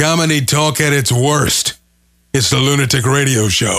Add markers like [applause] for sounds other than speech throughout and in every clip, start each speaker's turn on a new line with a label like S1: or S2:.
S1: Comedy talk at its worst. It's the Lunatic Radio Show.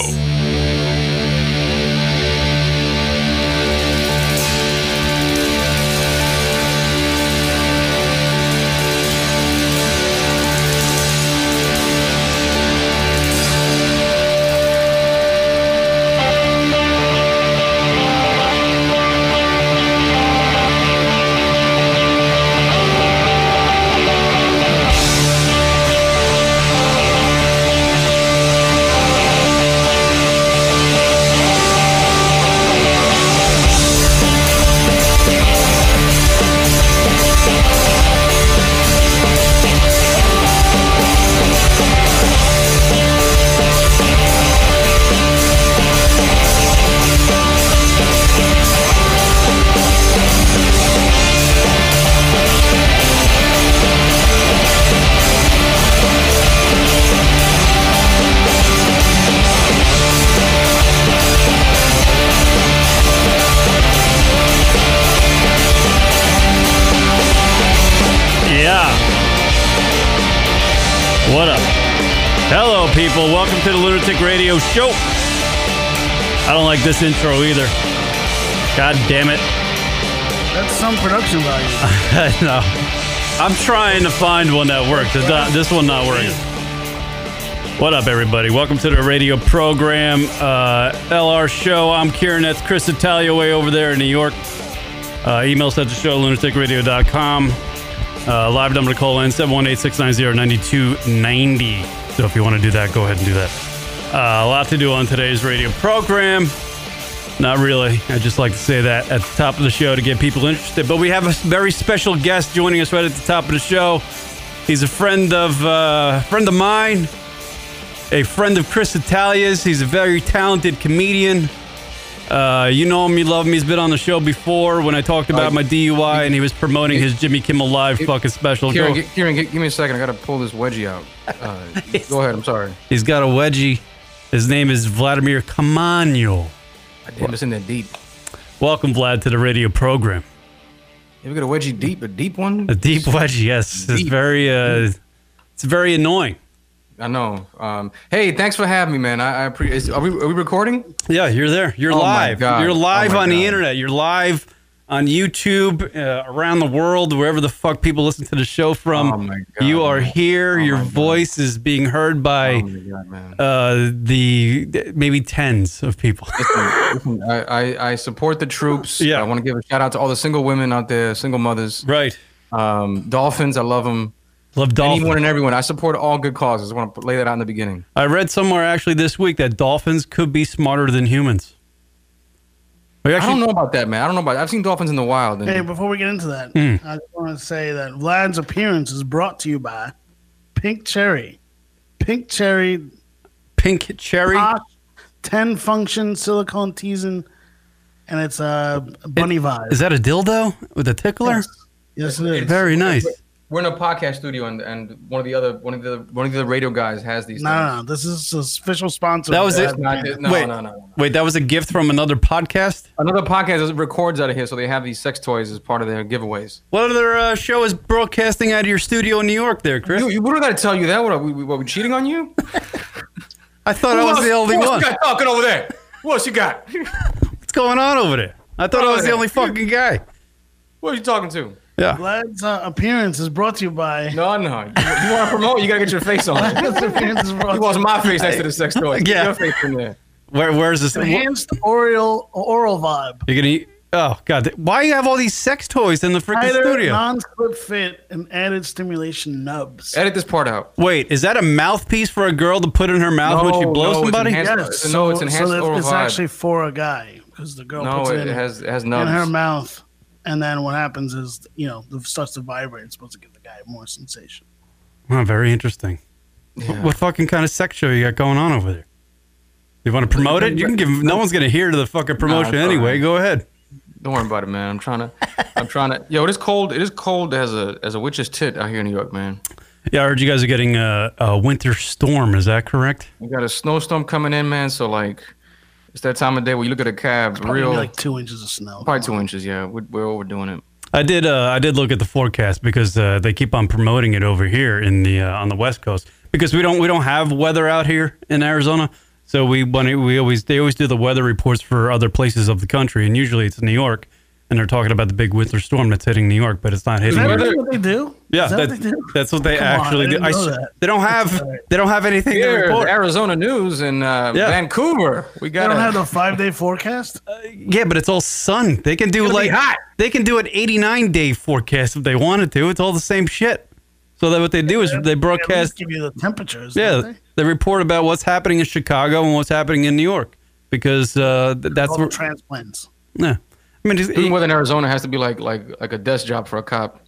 S2: Yeah. What up? Hello, people. Welcome to the Lunatic Radio Show. I don't like this intro either. God damn it.
S3: That's some
S2: [laughs]
S3: production value.
S2: no. I'm trying to find one that works. It's not, this one not working. What up, everybody? Welcome to the radio program, uh, LR Show. I'm Kieran. That's Chris Italia way over there in New York. Uh, email us at the show, lunaticradio.com. Uh, live number to call in, 718-690-9290. So if you want to do that, go ahead and do that. Uh, a lot to do on today's radio program. Not really. I just like to say that at the top of the show to get people interested. But we have a very special guest joining us right at the top of the show. He's a friend of uh, friend of mine, a friend of Chris Italia's. He's a very talented comedian. Uh, you know him, you love him. He's been on the show before when I talked about my DUI, and he was promoting his Jimmy Kimmel Live fucking special.
S4: Kieran,
S2: Go-
S4: gi- Kieran gi- give me a second. I gotta pull this wedgie out.
S2: [laughs]
S4: Uh, go ahead. I'm sorry.
S2: He's got a wedgie. His name is Vladimir Kamanyol.
S4: I damn, it's in there deep.
S2: Welcome, Vlad, to the radio program.
S4: You ever get a wedgie deep, a deep one?
S2: A deep wedgie, yes. It's
S4: Deep.
S2: very, uh, it's very annoying.
S4: I know. Um, hey, thanks for having me, man. I, I pre- is, are, we, are
S2: [laughs]
S4: we recording?
S2: Yeah, you're there. You're
S4: Oh my
S2: live.
S4: God.
S2: You're live
S4: Oh my
S2: on the
S4: God.
S2: internet. You're live on YouTube, uh, around the world, wherever the fuck people listen to the show from.
S4: Oh my God. Oh
S2: You are here. Your
S4: my God.
S2: voice is being heard
S4: Oh
S2: by
S4: my god, man.
S2: uh, the maybe tens of people.
S4: Listen, I, I, I support the troops.
S2: Yeah.
S4: I want to give a shout out to all the single women out there, single mothers,
S2: [laughs] right.
S4: um, dolphins. I love them.
S2: Love dolphins.
S4: Anyone and everyone. I support all good causes. I want to lay that out in the beginning.
S2: I read somewhere actually this week that dolphins could be smarter than humans. We
S4: I don't know about that, man. I don't know about. I've seen dolphins in the wild. And,
S3: Hey, before we get into that,
S2: Mm.
S3: I just want to say that Vlad's appearance is brought to you by Pink Cherry. Pink Cherry
S2: Pink cherry.
S3: Posh 10 function silicone teasing, and it's a uh, bunny vibe.
S2: Is that a dildo with a tickler?
S3: Yes. Yes, it is.
S2: Very nice.
S4: We're in a podcast studio, and, and one of the other one of the one of the radio guys has these.
S3: No, no, no. This is a official sponsor.
S2: That was
S3: of
S2: it?
S4: things. That's not-
S3: brand.
S4: no,
S2: Wait.
S4: no, no, no.
S2: Wait, that was a gift from another podcast.
S4: Another podcast is- records out of here, so they have these sex toys as part of their giveaways.
S2: What other uh, show is broadcasting out of your studio in New York, there, Chris?
S4: You, you what did I tell you that? What are we, we- what, we cheating on you?
S2: I thought I was the only
S4: Who else
S2: one.
S4: you got talking over there? What else you got? [laughs]
S2: What's going on over there? I thought I was the
S4: Over
S2: only fucking guy.
S4: What are you talking to?
S2: Yeah.
S3: Vlad's uh, appearance is brought to you by.
S4: No, no. You, you want to promote? You gotta get your face on
S3: [laughs]
S4: it.
S3: Vlad's appearance is brought
S4: He wants my face next to the sex toy. Get
S2: Yeah.
S4: Your face in there.
S2: Where, where's this? What, you're
S3: enhanced oral oral vibe.
S2: gonna eat? Oh God! th- Why you have all these sex toys in the freaking
S3: Tighter,
S2: studio?
S3: non-slip fit, and added stimulation nubs.
S4: Edit this part out.
S2: Wait, is that a mouthpiece for a girl to put in her mouth when she
S4: No,
S2: blows
S4: no, it's
S2: somebody?
S4: enhanced-
S3: Yes,
S4: No, it's
S3: so-
S4: enhanced
S3: so that
S4: oral
S3: it's
S4: vibe.
S3: actually for a guy because the girl
S4: No,
S3: puts it,
S4: it,
S3: in,
S4: has it has
S3: in
S4: nubs.
S3: her mouth, and then what happens is you know it starts to vibrate. It's supposed to give the guy more sensation.
S2: Wow, very interesting. Wh- What, fucking kind of sex show you got going on over there? You want to promote it? You can give. No one's gonna hear to the fucking promotion
S4: it's all
S2: anyway.
S4: right.
S2: Go ahead.
S4: Don't worry about it, man. I'm trying to. I'm trying to. Yo, it is cold. It is cold as a as a witch's tit out here in New York, man.
S2: Yeah, I heard you guys are getting a, a winter storm. Is that correct?
S4: We got a snowstorm coming in, man. So like, it's that time of day where you look at a cab,
S3: Probably
S4: real
S3: like two inches of snow.
S4: probably two inches. Yeah, we're, we're overdoing it.
S2: I did. Uh, I did look at the forecast because uh, they keep on promoting it over here in the uh, on the West Coast because we don't we don't have weather out here in Arizona. So we when it, we always they always do the weather reports for other places of the country, and usually it's New York, and they're talking about the big winter storm that's hitting New York, but it's not
S3: Is
S2: hitting.
S3: that
S2: here.
S3: really what they do?
S2: Yeah,
S3: Is that
S2: that-
S3: what they do?
S2: that's what they
S3: Come on, I
S2: actually
S3: didn't
S2: do. I
S3: know
S2: s-
S3: that.
S2: they don't have
S3: all right.
S2: they don't have anything to
S4: Here,
S2: report.
S4: the Arizona News and uh,
S2: Yeah.
S4: Vancouver. We
S3: They
S4: got
S3: don't have
S4: to
S3: the five
S2: [laughs]
S3: day forecast.
S2: Yeah, but it's all sun. They can do
S4: gonna be
S2: like
S4: hot.
S2: they can do an 89 day forecast if they wanted to. It's all the same shit. So that what they do is they
S3: at least
S2: broadcast.
S3: give you the temperatures. don't
S2: Yeah, they
S3: they?
S2: report about what's happening in Chicago and what's happening in New York because uh, th- that's
S3: all the
S2: where.
S3: transplants.
S2: Yeah, I mean, just,
S4: Weather in Arizona has to be like like like a desk job for a cop.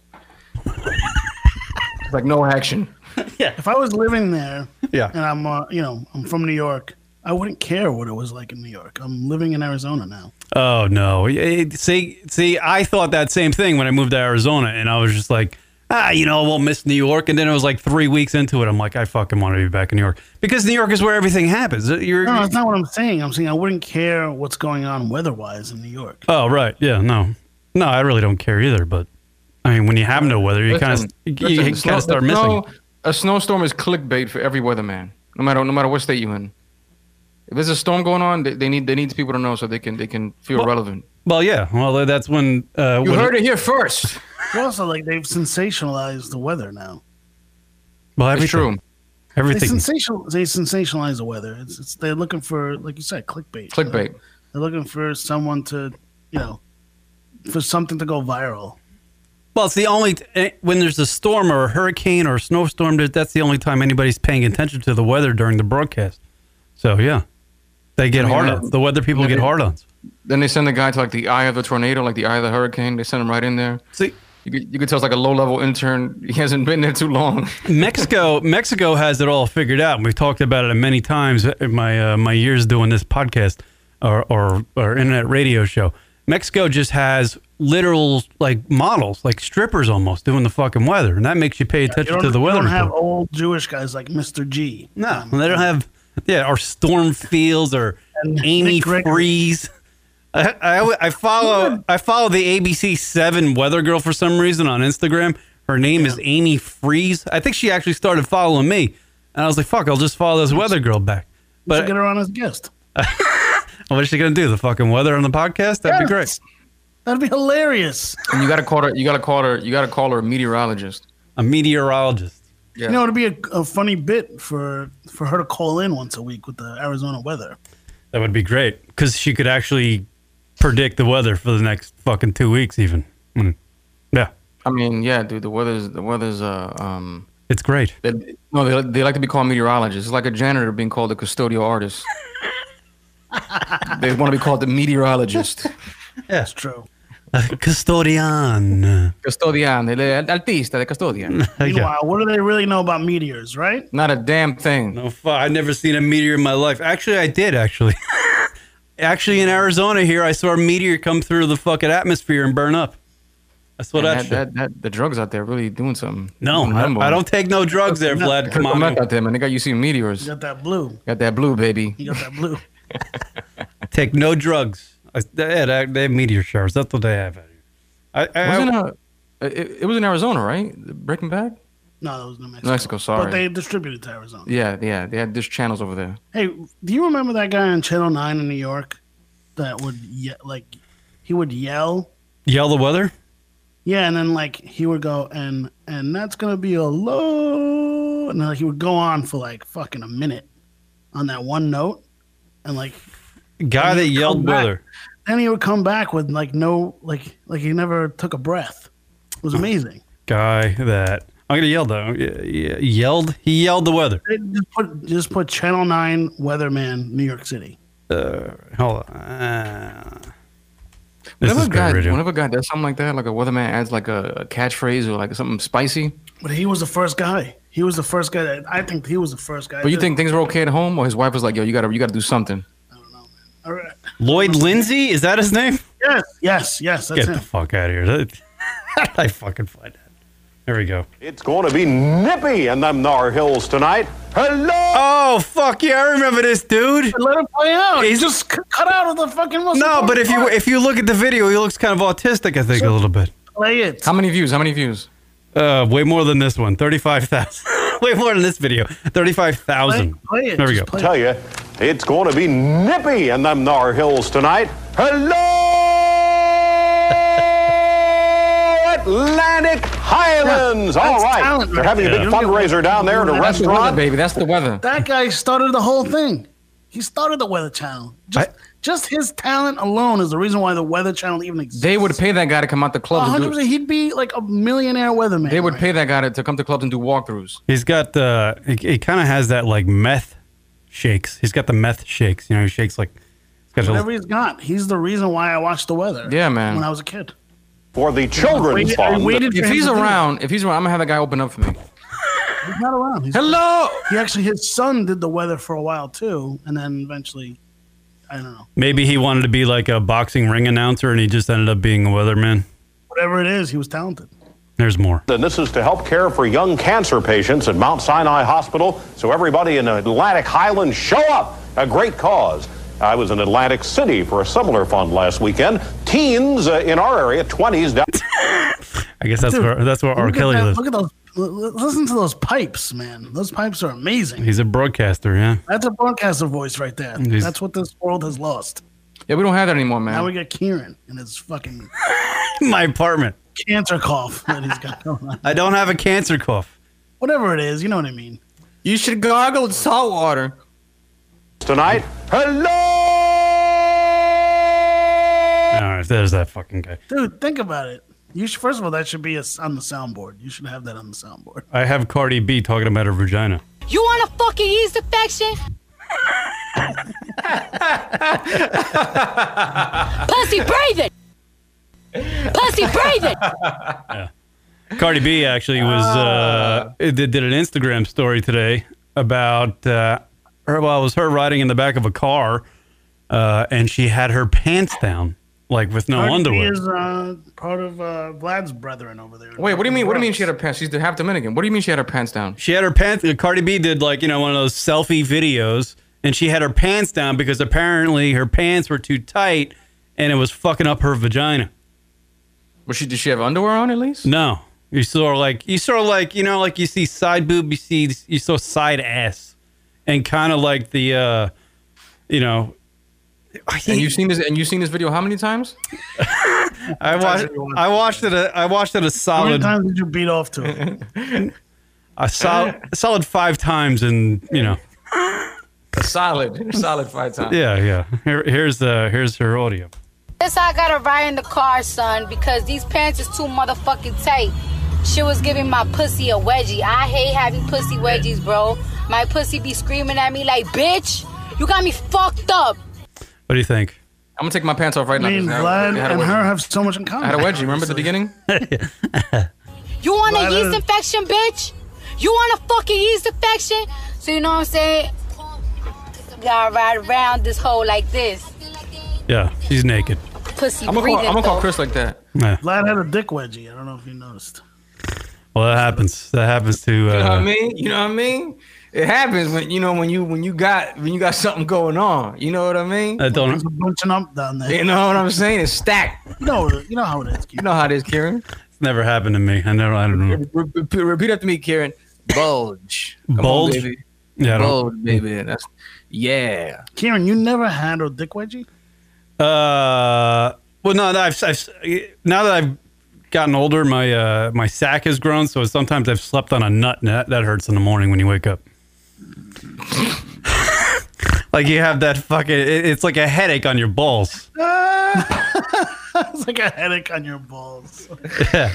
S4: It's like no action.
S3: If I was living there,
S2: Yeah.
S3: and I'm, uh, you know, I'm from New York, I wouldn't care what it was like in New York. I'm living in Arizona now.
S2: Oh no! Eh, See, see, I thought that same thing when I moved to Arizona, and I was just like, ah, you know, we'll miss New York. And then it was like three weeks into it, I'm like, I fucking want to be back in New York because New York is where everything happens. Uh, You're,
S3: No, that's not what I'm saying. I'm saying I wouldn't care what's going on weather-wise in New York.
S2: oh right, yeah, no, no, I really don't care either. But I mean, when you have no weather, you kind
S4: Listen,
S2: of you,
S4: listen,
S2: kind
S4: snow-
S2: of start
S4: the
S2: missing.
S4: snow- a snowstorm is clickbait for every weatherman, no matter no matter what state you're in. If there's a storm going on, they, they need they need people to know so they can they can feel relevant.
S2: Well, yeah, well, that's when uh,
S4: You
S2: when-
S4: heard it here first.
S3: But also, like they've sensationalized the weather now.
S2: Well,
S4: It's
S2: everything,
S4: true.
S3: They
S2: everything.
S3: sensational. They sensationalize the weather. It's, it's they're looking for, like you said, clickbait.
S4: Clickbait.
S3: They're looking for someone to, you know, for something to go viral.
S2: Well, it's the only eh, when there's a storm or a hurricane or a snowstorm. that- That's the only time anybody's paying attention to the weather during the broadcast. So yeah, they get
S4: mean,
S2: hard
S4: uh,
S2: ons. The weather people get
S4: they-
S2: hard ons.
S4: Then they send the guy to like the eye of the tornado, like the eye of the hurricane. They send him right in there.
S2: See,
S4: You could, you could tell it's like a low level intern. [laughs] He hasn't been there too long.
S2: Mexico, Mexico has it all figured out. And we've talked about it many times in my uh, my years doing this podcast or, or or internet radio show. Mexico just has literal like models, like strippers almost doing the fucking weather, and that makes you pay
S3: You
S2: attention
S3: don't,
S2: to the
S3: you
S2: weather.
S3: don't have
S2: report.
S3: old Jewish guys like Mr. G.
S2: No, they don't have yeah, or storm fields or
S3: And
S2: Amy
S3: Nick Gregory.
S2: Freeze. I, I, I follow I follow the ABC Seven weather girl for some reason on Instagram. Her name is Amy Freeze. I think she actually started following me, and I was like, "Fuck, I'll just follow this weather girl back."
S3: But,
S2: But
S3: get her on as a guest.
S2: what is she gonna do? The fucking weather on the podcast? That'd be great.
S3: Yes. That'd be hilarious.
S4: And you gotta call her. You gotta call her. You gotta call her a meteorologist.
S2: A meteorologist.
S4: Yeah.
S3: You know, it'd be a, a funny bit for for her to call in once a week with the Arizona weather.
S2: That would be great because she could actually predict the weather for the next fucking two weeks, even. Mm. Yeah,
S4: I mean, yeah, dude. The weather's the weather's. Uh, um,
S2: it's great.
S4: they, no, they, they like to be called meteorologists. It's like a janitor being called a custodial artist. they want to be called
S2: [laughs]
S4: the meteorologist.
S3: That's true.
S2: Custodian.
S4: Custodian, el el artista de custodian.
S3: Meanwhile, what do they really know about meteors, right?
S4: Not a damn thing.
S2: No, fuck. I've never seen a meteor in my life. Actually, I did, actually. [laughs] actually, in Arizona here, I saw a meteor come through the fucking atmosphere and burn up. I saw
S4: And
S2: that,
S4: that,
S2: shit.
S4: that, that, the drugs out there really doing something.
S2: no,
S4: Remember.
S2: I, I don't take no drugs there, Vlad. Come
S4: I'm
S2: on.
S4: out there, man. They got you seeing meteors.
S3: You got that blue.
S4: Got that blue, baby.
S3: You got that blue.
S2: Take no drugs. I, yeah, they, they have meteor showers. That's what they have out here. I, I,
S4: Wasn't
S2: I,
S4: uh, it, it was in Arizona, right? Breaking Bad.
S3: No, that was New Mexico.
S4: Mexico, sorry.
S3: But they distributed to Arizona.
S4: Yeah, yeah. They had dish channels over there.
S3: Hey, do you remember that guy on Channel 9 in New York that would, ye- like, he would yell?
S2: yell the weather?
S3: Yeah, and then, like, he would go, and and that's going to be a low. And then like, he would go on for, like, fucking a minute on that one note. And, like,
S2: Guy that yelled
S3: back.
S2: weather.
S3: then he would come back with, like, no, like, like he never took a breath. It was amazing.
S2: Guy that. I'm going to yell, though. Yeah, yeah, Yelled. He yelled the weather.
S3: They Just put, just put Channel 9 Weatherman, New York City.
S2: Hold on. Uh, this
S4: Whenever
S2: is
S4: a
S2: great
S4: guy,
S2: radio.
S4: whenever a guy does something like that, like a weatherman adds like a, a catchphrase or like something spicy,
S3: But he was the first guy. He was the first guy that I think he was the first guy.
S4: but you
S3: that-
S4: think things were okay at home, or his wife was like, "Yo, you gotta, you gotta do something."
S3: All right.
S2: Lloyd Lindsay? Is that his name?
S3: Yes, yes, yes. That's
S2: Get
S3: him.
S2: the fuck out of here. That- [laughs] How did I fucking find that? There we go.
S5: It's going to be nippy in them Nar Hills tonight. Hello!
S2: Oh, fuck yeah. I remember this dude.
S3: Let him play out.
S2: He's-
S3: He's just c- cut out of the fucking.
S2: No, but if you if you look at the video, he looks kind of autistic, I think, a little bit.
S3: Play it.
S4: How many views? How many views?
S2: Uh, way more than this one. Thirty-five thousand. [laughs] way more than this video. Thirty-five
S3: Play,
S2: thousand.
S3: play it.
S2: There we
S3: Just
S2: go.
S3: play it.
S5: Tell you, it's going to be nippy in them Nar Hills tonight.
S3: [laughs]
S5: Hello, Atlantic Highlands. All
S3: that's
S5: right,
S3: talent
S5: they're
S3: right
S5: having
S3: there.
S5: a
S3: You
S5: big
S3: don't get
S5: fundraiser down there at a
S3: That's
S4: That's the weather,
S5: restaurant.
S4: baby. That's the weather.
S3: That guy started the whole thing. He started the Weather Channel. Just, just his talent alone is the reason why the Weather Channel even exists.
S4: They would pay that guy to come out the club. And
S3: 100%.
S4: do,
S3: He'd be like a millionaire weatherman.
S4: they would
S3: right?
S4: pay that guy to, to come to clubs and do walkthroughs.
S2: He's got uh, he, he kind of has that like meth shakes. He's got the meth shakes. You know, he shakes like. He's got
S3: Whatever
S2: a,
S3: he's got, he's the reason why I watched the weather.
S4: Yeah, man.
S3: When I was a kid.
S5: For the children's
S3: Waited- I
S5: fund.
S3: waited for
S4: If
S3: him
S4: he's
S3: to do it.
S4: around, if he's around, I'm gonna have that guy open up for me.
S3: he's not around. He's-
S4: Hello.
S3: He actually, his son did the weather for a while too, and then eventually, I don't know,
S2: maybe he wanted to be like a boxing ring announcer, and he just ended up being a weatherman.
S3: whatever it is, he was talented.
S2: There's more.
S5: And this is to help care for young cancer patients at Mount Sinai Hospital. So everybody in Atlantic Highlands, show up. A great cause. I was in Atlantic City for a similar fund last weekend. Teens uh, in our area, 20s down.
S2: I guess that's where that's where R.
S3: Look at
S2: Kelly
S3: that-
S2: lives.
S3: Look at those. l- l- Listen to those pipes, man. Those pipes are amazing.
S2: He's a broadcaster. Yeah. [laughs]
S3: That's a broadcaster voice right there.
S2: He's-
S3: That's what this world has lost.
S4: Yeah, we don't have that anymore,
S3: Now we
S4: man.
S3: got Kieran and his
S2: [laughs]
S3: fucking
S2: My apartment.
S3: cancer cough that he's got going on.
S2: I don't have a cancer cough.
S3: Whatever it is, you know what I mean.
S4: You should gargle with salt water.
S5: tonight. Hello!
S2: All right, there's that fucking guy.
S3: Dude, think about it. You should, first of all, that should be a s on the soundboard. You should have that on the soundboard.
S2: I have Cardi B talking about her vagina.
S6: You want a fucking yeast infection? Pussy, breathe it. Pussy, breathe it.
S2: Cardi B actually was
S3: Ah.
S2: uh, did, did an Instagram story today about uh, her. Well, it was her riding in the back of a car, uh, and she had her pants down, like with no
S3: Cardi B
S2: underwear.
S3: is uh, part of uh, Vlad's brethren over there.
S4: Wait, what do you mean? What do you mean she had her pants? She's the half Dominican. What do you mean she had her pants down?
S2: she had her pants. uh, Cardi B did like you know one of those selfie videos, and she had her pants down because apparently her pants were too tight, and it was fucking up her vagina.
S4: Was she? Did she have underwear on at least?
S2: No, you saw like you saw like you know like you see side boob, you see you saw side ass, and kind of like the uh, you know.
S4: And you've seen this? And you've seen this video how many times?
S2: I watched. I watched it. A, I watched it a
S3: How many
S2: solid,
S3: times did you beat off
S4: [laughs]
S3: to it?
S2: a
S3: [laughs]
S2: solid, a solid five times, and you know,
S4: Solid, solid five times.
S2: yeah, yeah. Here, here's uh, here's her audio.
S6: That's how I gotta ride in the car, son, because these pants is too motherfucking tight. She was giving my pussy a wedgie. I hate having pussy wedgies, bro. My pussy be screaming at me like, bitch, you got me fucked up.
S2: What do you think?
S4: I'm gonna take my pants off right
S3: I
S4: now.
S3: mean,
S4: 'cause
S3: Vlad
S4: I had a
S3: and
S4: wedgie.
S3: her have so much in
S4: I
S3: common.
S4: had a wedgie. Remember at the [laughs] beginning?
S6: You want
S3: Right
S6: a yeast
S3: on.
S6: infection, bitch? You want a fucking yeast infection? So you know what I'm saying? We gotta ride around this hole like this.
S2: Yeah, she's naked.
S6: Pussy
S4: I'm gonna call,
S6: breathing.
S4: I'm gonna call
S6: though.
S4: Chris like that.
S2: Yeah.
S3: Vlad had a dick wedgie. I don't know if you noticed.
S2: Well, that happens. That happens to.
S4: You know what I
S2: Uh,
S4: mean? You know what I mean? It happens when you know when you when you got when you got something going on. You know what I mean?
S2: I
S3: There's
S2: don't.
S3: a bunching up down there.
S4: You know what I'm saying? It's stacked.
S3: You know, you know how it is.
S4: You
S3: Keith.
S4: know how it is, Kieran.
S2: It's never happened to me. I never. I don't know.
S4: Re- re- repeat after me, Kieran. Bulge. Come on,
S2: Bulge?
S4: baby.
S2: Yeah. I don't,
S4: Bulge, baby. That's yeah.
S3: Kieran, you never had a dick wedgie? [laughs]
S2: Uh, well, no, no, I've, I've now that I've gotten older, my uh, my sack has grown, so sometimes I've slept on a nut, and that, that hurts in the morning when you wake up. [laughs] like you have that fucking, it, it's like a headache on your balls.
S3: It's like a headache on your balls. Uh,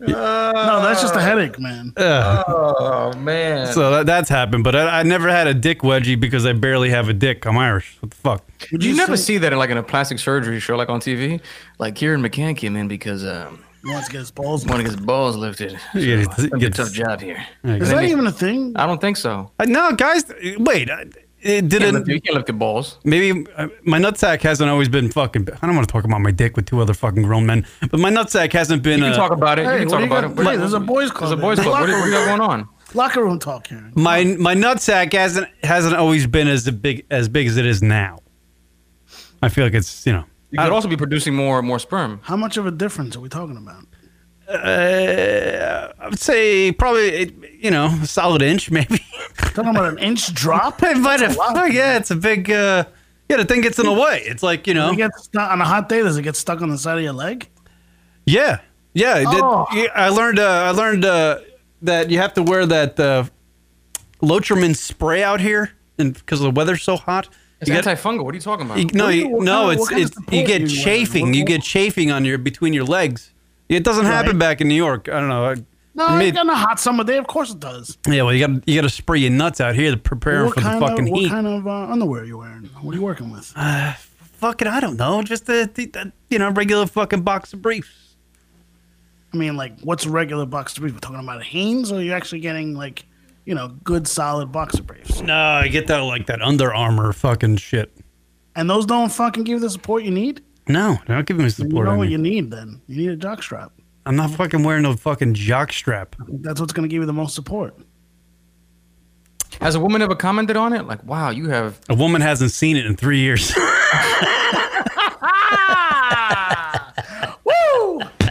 S3: no, that's just a headache, man.
S4: Uh, Oh man.
S2: So that, that's happened, but I, I never had a dick wedgie because I barely have a dick. I'm Irish. What the fuck?
S3: Would
S4: you, never
S3: say-
S4: see that in like in a plastic surgery show, like on TV. Like Kieran McCann came in because um
S3: He wants to get his balls.
S4: one of his balls [laughs] lifted.
S2: You get- you
S4: It's a
S2: get- Uh,
S4: tough job here.
S3: Is that even a thing?
S4: I don't think so.
S2: no, guys, wait. I- It
S4: You
S2: didn't.
S4: can't lift- you can't lift your balls.
S2: Maybe uh, my nutsack hasn't always been fucking. I don't want to talk about my dick with two other fucking grown men, but my nutsack hasn't been.
S4: You can
S2: uh,
S4: talk about it.
S3: Hey,
S4: you can
S3: what
S4: talk
S3: do you
S4: about
S3: got-
S4: it. What-
S3: hey, there's a boys
S4: There's
S3: club.
S4: a boys
S3: in the
S4: club. What
S3: Locker,
S4: is- what you got going on?
S3: locker room talk, Kieran.
S2: my my nutsack hasn't hasn't always been as big as big as it is now. I feel like it's you know.
S4: You could also be producing more more sperm.
S3: How much of a difference are we talking about?
S2: uh, I would say probably you know a solid inch [laughs] maybe.
S3: Talking about an inch [laughs] drop?
S2: It might have- oh, yeah, it's a big. Uh, yeah, the thing gets in the way. It's like you know.
S3: It gets stuck on a hot day. Does it get stuck on the side of your leg?
S2: Yeah, yeah. it did-
S3: Oh.
S2: yeah, I learned. Uh, I learned uh, that you have to wear that uh, Lotrimin spray out here, and because the weather's so hot,
S4: It's
S2: you got-
S4: antifungal. What are you talking about?
S2: you- no,
S3: What
S2: you,
S3: kind of-
S2: no.
S3: what
S2: It's
S3: kind of
S2: it's you
S3: support
S2: get
S3: you wear?
S2: chafing.
S3: What-
S2: You get chafing on your between your legs. It doesn't happen
S3: Right.
S2: back in New York. I don't know. I-
S3: No,
S2: I mean-
S3: it's on a hot summer day. Of course it does.
S2: yeah, well, you got you got to spray your nuts out here to prepare
S3: What
S2: for the
S3: kind, of,
S2: fucking
S3: what
S2: heat.
S3: kind of uh, underwear are you wearing? What are you working with?
S2: Fucking, I don't know. Just a, a you know regular fucking box of briefs.
S3: I mean, like, what's regular boxer briefs? We're talking about a Hanes, or are you actually getting, like, you know, good solid boxer briefs?
S2: No, I get that like that Under Armour fucking shit.
S3: And those don't fucking give you the support you need?
S2: No, they don't give me
S3: You
S2: support.
S3: know
S2: on
S3: what
S2: it.
S3: you need then. You need a jock strap.
S2: I'm not fucking wearing no fucking jock strap.
S3: That's what's going to give you the most support.
S4: Has a woman ever commented on it? Like, wow, you have.
S2: A woman hasn't seen it in three years. [laughs]
S3: Woo!
S2: [laughs]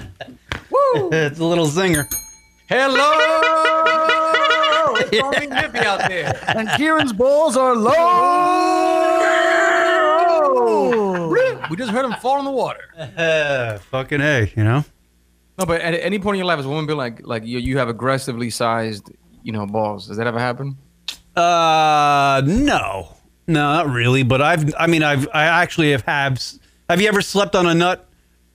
S2: it's a little zinger.
S4: [laughs] Hello, it's only nippy out there.
S2: [laughs]
S3: And Kieran's balls are low!
S4: We just heard him fall in the water.
S2: Uh, fucking A, you know?
S4: No, but at any point in your life, has a woman been like, like you, you have aggressively sized, you know, balls? Does that ever happen?
S2: Uh, no. No, not really. But I've, I mean, I've, I actually have habs. Have you ever slept on a nut?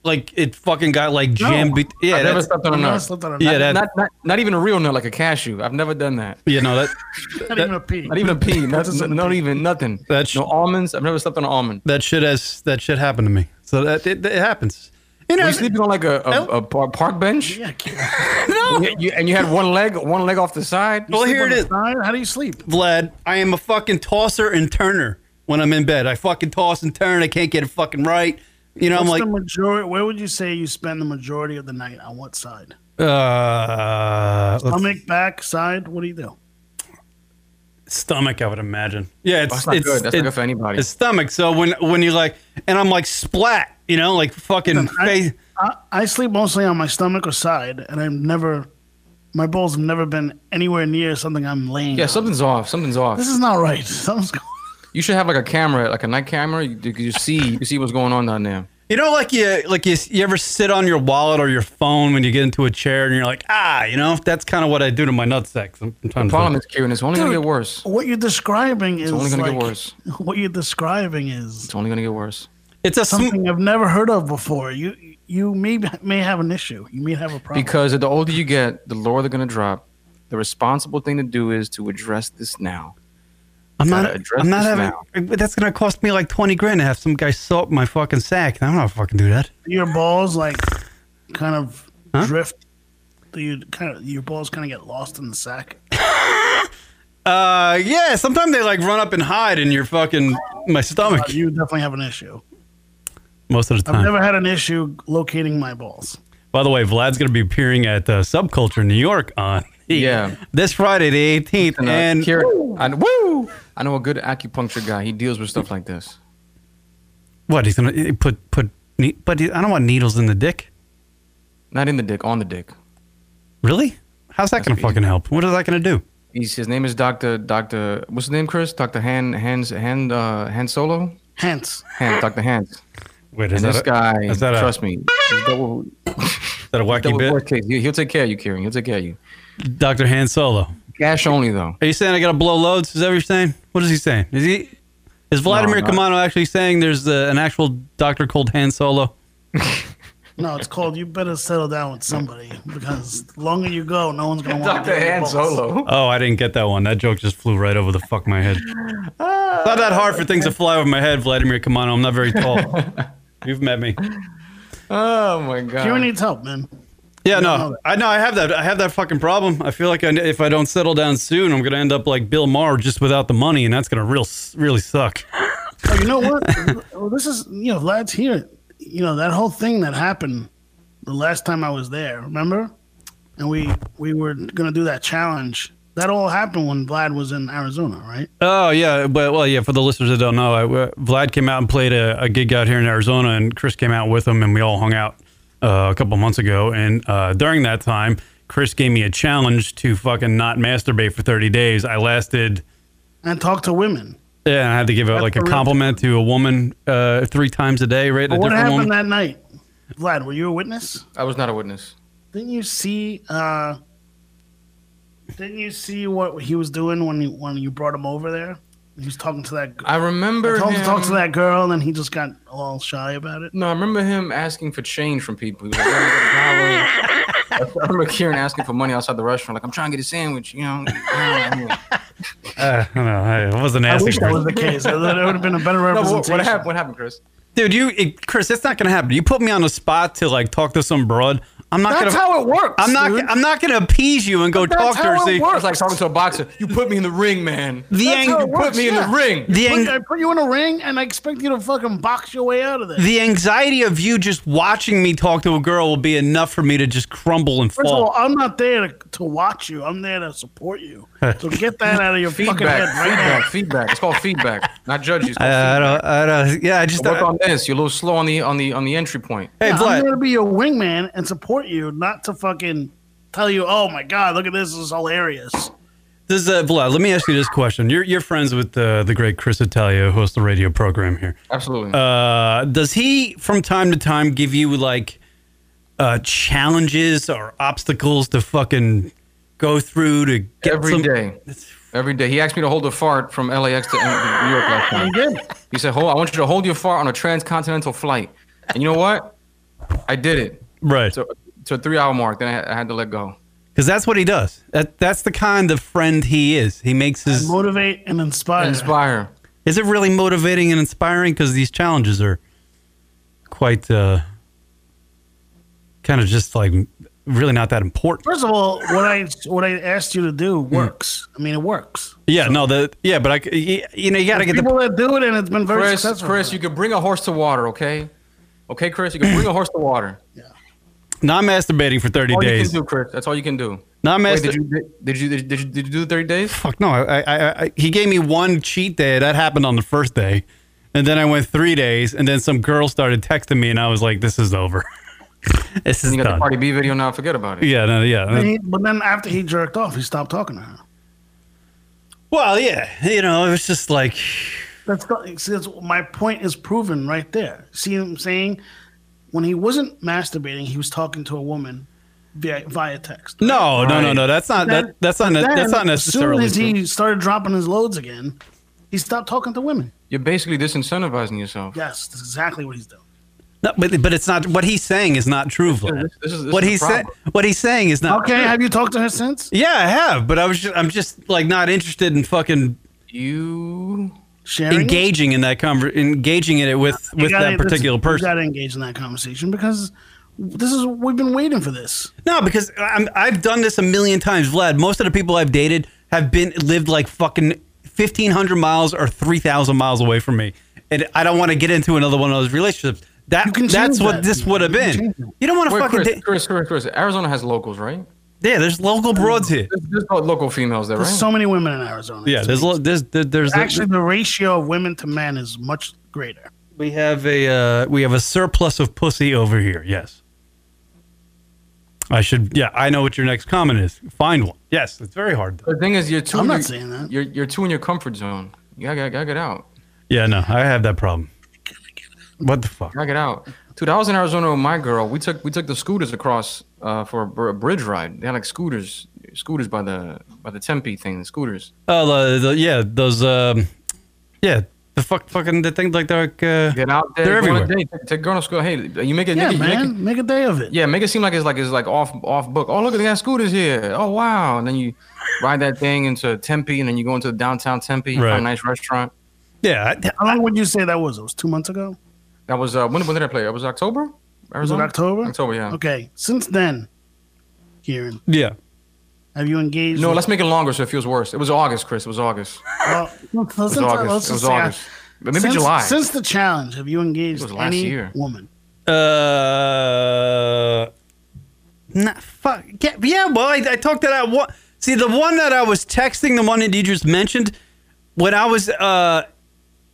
S2: Like it fucking got like jammed. be- yeah,
S4: I've never
S2: that's,
S4: slept on a
S3: I'm not
S4: nut.
S3: slipped on a
S2: Yeah,
S3: nut.
S2: that-
S4: Not, not, not even a real nut, like a cashew. I've never done that.
S2: you know, that,
S3: not even a pee.
S4: Not even a
S3: [laughs]
S4: pea. Not,
S3: That's a-
S4: not even nothing.
S2: That's-
S4: no almonds. I've never slept on an almond.
S2: that shit has, that shit happened to me. So that, it, it happens. You
S4: Were
S2: know,
S4: you sleeping on like a, a, a par- park bench?
S3: Yeah, Kieran.
S4: You- you- and you had one leg, one leg off the side.
S2: well, here
S3: On
S2: it
S3: the
S2: is.
S3: side? How do you sleep?
S2: Vlad, I am a fucking tosser and turner when I'm in bed. I fucking toss and turn. I can't get it fucking right. You know,
S3: What's the
S2: I'm like,
S3: majority? Where would you say you spend the majority of the night? On what side?
S2: uh, let's-
S3: Stomach, back, side? What do you do?
S2: stomach. I would imagine. Yeah, it's
S4: That's not
S2: it's,
S4: good. That's not
S2: it's-
S4: good for anybody.
S2: It's stomach. So when when you're like, and I'm like splat, you know, like fucking face.
S3: I, I sleep mostly on my stomach or side, and I've never, my balls have never been anywhere near something I'm laying.
S4: Yeah,
S3: on.
S4: something's off. Something's off.
S3: This is not right. [laughs] Something's going.
S4: You should have like a camera, like a night camera. You, you you see, you see what's going on down there.
S2: You know, like you like you, you ever sit on your wallet or your phone when you get into a chair and you're like, ah, you know, that's kind of what I do to my nutsack sometimes.
S4: Problem is, Kieran, it's only gonna get worse. It's
S3: What you're describing is
S4: only gonna get
S3: like-
S4: worse.
S3: [laughs] What you're describing is
S4: only gonna get worse.
S2: it's a sm-
S3: something I've never heard of before. You you may may have an issue. You may have a problem.
S4: Because the older you get, the lower they're gonna drop. The responsible thing to do is to address this now.
S2: I'm
S4: gotta
S2: not.
S4: address
S2: I'm not
S4: this
S2: having. But that's gonna cost me like twenty grand to have some guy salt my fucking sack. I'm not fucking do that.
S3: Do your balls like kind of drift. Do you kind of your balls kind of get lost in the sack?
S2: Uh, yeah. Sometimes they like run up and hide in your fucking my stomach.
S3: You definitely have an issue.
S2: Most of the
S3: I've
S2: time.
S3: never had an issue locating my balls.
S2: By the way, Vlad's gonna be appearing at uh, Subculture New York on
S4: Yeah.
S2: this Friday the 18th,
S4: And, uh,
S2: and
S4: Kieran, I, woo! I know a good acupuncture guy. He deals with stuff like this.
S2: what he's gonna he put put. ne- But I don't want needles in the dick.
S4: Not in the dick, on the dick.
S2: Really? How's that gonna
S4: what he-
S2: fucking help? What is that gonna do?
S4: He's, his name is Doctor Doctor. What's his name, Chris? Doctor Han Hans Hand uh, Han Solo.
S3: Hence,
S4: Han Doctor Hans.
S2: Wait,
S4: And
S2: is
S4: this
S2: that a,
S4: guy,
S2: is that a-
S4: trust me, he's double,
S2: is that a wacky
S4: double
S2: bit?
S4: worst case. He, will take care of you, Kieran. He'll take care of you.
S2: Doctor Han Solo.
S4: Cash only though.
S2: Are you saying I gotta blow loads? Is that what you're saying? What is he saying? Is he is Vladimir
S4: no.
S2: Kamano actually saying there's uh an actual doctor called Han Solo?
S3: no, it's called. You better settle down with somebody because the longer you go, no one's gonna want
S4: Doctor Han Solo.
S2: Oh, I didn't get that one. That joke just flew right over the fuck my head. It's not that hard for things to fly over my head, Vladimir Kamano. I'm not very [laughs] tall. You've met me.
S4: Oh my
S3: Kieran
S4: god.
S3: needs help, man.
S2: Yeah,
S3: know
S2: no,
S3: that.
S2: I know I have that. I have that fucking problem. I feel like I, if I don't settle down soon, I'm gonna end up like Bill Maher, just without the money, and that's gonna real really suck.
S3: Oh, you know what? well, this is you know, Vlad's here. You know that whole thing that happened the last time I was there. Remember? And we we were gonna do that challenge. That all happened when Vlad was in Arizona, right?
S2: Oh yeah, but well yeah. For the listeners that don't uh, know, I, Vlad came out and played a, a gig out here in Arizona, and Chris came out with him, and we all hung out. uh, a couple months ago, and uh, during that time, Chris gave me a challenge to fucking not masturbate for 30 days. I lasted.
S3: and talk to women.
S2: Yeah, and I had to give a,
S3: That's
S2: like a
S3: horrific.
S2: compliment to a woman uh, three times a day, right? A
S3: But what
S2: different woman.
S3: happened that night, Vlad? Were you a witness?
S4: I was not a witness.
S3: Didn't you see? uh Didn't you see what he was doing when you, when you brought him over there? He was talking to that.
S4: I remember
S3: Told him
S4: him.
S3: to talk to that girl, and he just got all shy about it.
S4: No, I remember him asking for change from people. He was like, "Yeah, I got
S2: [laughs]
S4: a dollar." I remember Kieran asking for money outside the restaurant, like, I'm trying to get a sandwich, you know.
S3: [laughs]
S2: Uh, no, I wasn't
S3: I
S2: asking.
S3: wish that
S2: Chris.
S3: was the case. That would have been a better
S4: [laughs] No,
S3: representation.
S4: what, what happened? What happened, Chris?
S2: Dude, you, it, Chris, that's not gonna happen. You put me on the spot to like talk to some broad. I'm not
S4: That's
S2: gonna.
S4: how it works.
S2: I'm not.
S4: dude.
S2: I'm not gonna appease you and go
S4: That's
S2: talk to
S4: how
S2: her.
S4: it
S2: and say,
S4: works. Like talking to a boxer. You put me in the ring, man.
S2: the
S4: That's how
S2: ang-
S4: it works, put me in
S3: yeah.
S4: the ring.
S2: the ang-
S3: Look, I put you in a ring, and I expect you to fucking box your way out of there.
S2: the anxiety of you just watching me talk to a girl will be enough for me to just crumble and
S3: First of all,
S2: fall.
S3: I'm not there to, to watch you. I'm there to support
S4: [laughs]
S3: you. So get that out of your fucking head
S4: Feedback,
S3: right now. uh,
S4: feedback, feedback. It's called feedback, not
S3: [laughs]
S4: judges. It's called
S2: I don't. I don't. Yeah, I just.
S4: feedback. Work on this. You're a little slow on the on the on the entry point.
S2: hey,
S3: I'm
S2: Vlad.
S3: there to be your wingman and support you, not to fucking tell you, oh my God, look at this. This is hilarious.
S2: This is, uh, Vlad. Let me ask you this question. You're you're friends with uh, the great Chris Italia, who hosts the radio program here.
S4: Absolutely.
S2: Uh, does he from time to time give you like uh, challenges or obstacles to fucking go through to get
S4: Every
S2: some-
S4: day. Every day. He asked me to hold a fart from LAX to New York
S2: [laughs]
S4: last time.
S3: Good.
S4: He said, "Hold, I want you to hold your fart on a transcontinental flight." And you know what? I did it.
S2: right?
S4: So to a three-hour mark, then I, had- I had to let go.
S2: Because that's what he does. That that's the kind of friend he is. He makes his.
S3: Motivate and inspire.
S4: Inspire.
S2: Is it really motivating and inspiring? Because these challenges are quite uh, kind of just like really not that important.
S3: First of all, what I what I asked you to do works. I mean, it works.
S2: Yeah, no, the yeah, but I c- y- you know you got to get the
S3: People that do it, and it's been very
S4: Chris,
S3: successful.
S4: Chris, you could bring a horse to water, okay? Okay, Chris, you can bring a horse to water.
S2: not masturbating for thirty
S4: All you
S2: days.
S4: can do, Chris. That's all you can do.
S2: Not
S4: Wait,
S2: masturbating.
S4: did you did you did you, did you do the 30 days?
S2: fuck no I, I, I, I he gave me one cheat day that happened on the first day and then i went three days and then some girl started texting me and i was like this is over [laughs] this is
S4: You got the
S2: done
S4: Party B video now. Forget about it.
S2: yeah no, yeah
S3: He- but then after he jerked off, he stopped talking to her.
S2: well yeah you know it was just like
S3: That's, not, see, that's my point is proven right there. See what I'm saying? When he wasn't masturbating, he was talking to a woman via, via text.
S2: no no no
S4: Right.
S2: no that's not
S3: Then-
S2: that, that's not
S3: Then,
S2: that's not necessarily
S3: As soon as he started dropping his loads again, he stopped talking to women.
S4: You're basically disincentivizing yourself.
S3: Yes, that's exactly what he's doing.
S2: no, but, but it's not what he's saying is not true Vlad.
S4: This- this is- this
S2: what
S4: is the
S2: he's saying
S4: problem.
S2: what he's saying is not
S3: Okay, have you talked to her since?
S2: yeah i have but i was just, i'm just like not interested in fucking
S4: You
S3: Sharing. it?
S2: engaging in that conver- engaging in it with
S3: You
S2: with
S3: gotta-
S2: that particular
S3: this-
S2: person
S3: You got to engage in that conversation because this is we've been waiting for this.
S2: No, because I'm, I've done this a million times, Vlad. Most of the people I've dated have been lived like fucking fifteen hundred miles or three thousand miles away from me, and I don't want to get into another one of those relationships. That
S3: You can
S2: that's
S3: change
S2: what
S3: that.
S2: this would have
S3: You can
S2: been.
S3: change that.
S2: You don't want to
S4: wait,
S2: fucking
S4: Chris,
S2: date.
S4: Chris, Chris, Chris. Arizona has locals, right?
S2: Yeah, there's local broads here.
S4: There's, there's no local females there, right?
S3: There's so many women in Arizona.
S2: Yeah, there's lo- there's there's, there's
S3: actually the ratio of women to men is much greater.
S2: we have a uh, we have a surplus of pussy over here. Yes. I should. Yeah, I know what your next comment is. Find one. Yes, it's very hard.
S4: the thing is, you're too.
S3: I'm
S4: in
S3: not
S4: your-
S3: saying that.
S4: You're you're too in your comfort zone. You gotta, gotta get out.
S2: Yeah, no, I have that problem. What the fuck?
S4: Gotta get out. Dude, I was in Arizona with my girl. We took we took the scooters across uh, for a, br- a bridge ride. They had like scooters, scooters by the by the Tempe thing. The scooters.
S2: Oh, the, the, yeah, those. Um, yeah, the fuck, fucking the thing like they're like. Uh,
S4: Get out there.
S2: They're
S4: go on a
S2: everywhere.
S4: date, Take, take a girl to school. Hey, you make it.
S3: Yeah,
S4: make it- you make it-
S3: man, make a day of it.
S4: Yeah, make it seem like it's like it's like off off book. Oh, look at that scooters here. Oh wow! And then you ride that thing into Tempe, and then you go into downtown Tempe, you
S2: Right.
S4: find a nice restaurant.
S2: yeah, I-
S3: How long would you say that was? It was two months ago.
S4: That was uh, when, when did I play? It was October.
S3: Was it
S4: Arizona.
S3: October?
S4: October, yeah.
S3: Okay. Since then, Kieran,
S2: yeah.
S3: have you engaged?
S4: No, let's make it longer so it feels worse. It was August, Chris. It was August.
S3: Well, let's,
S4: It was August.
S3: let's
S4: it was
S3: just say,
S4: August. But maybe
S3: since,
S4: July.
S3: Since the challenge, have you engaged
S4: It was last
S3: any
S4: year.
S3: woman?
S2: Uh, nah, fuck. Yeah, yeah well, I, I talked to that one. See, the one that I was texting, the one that you just mentioned, when I was uh,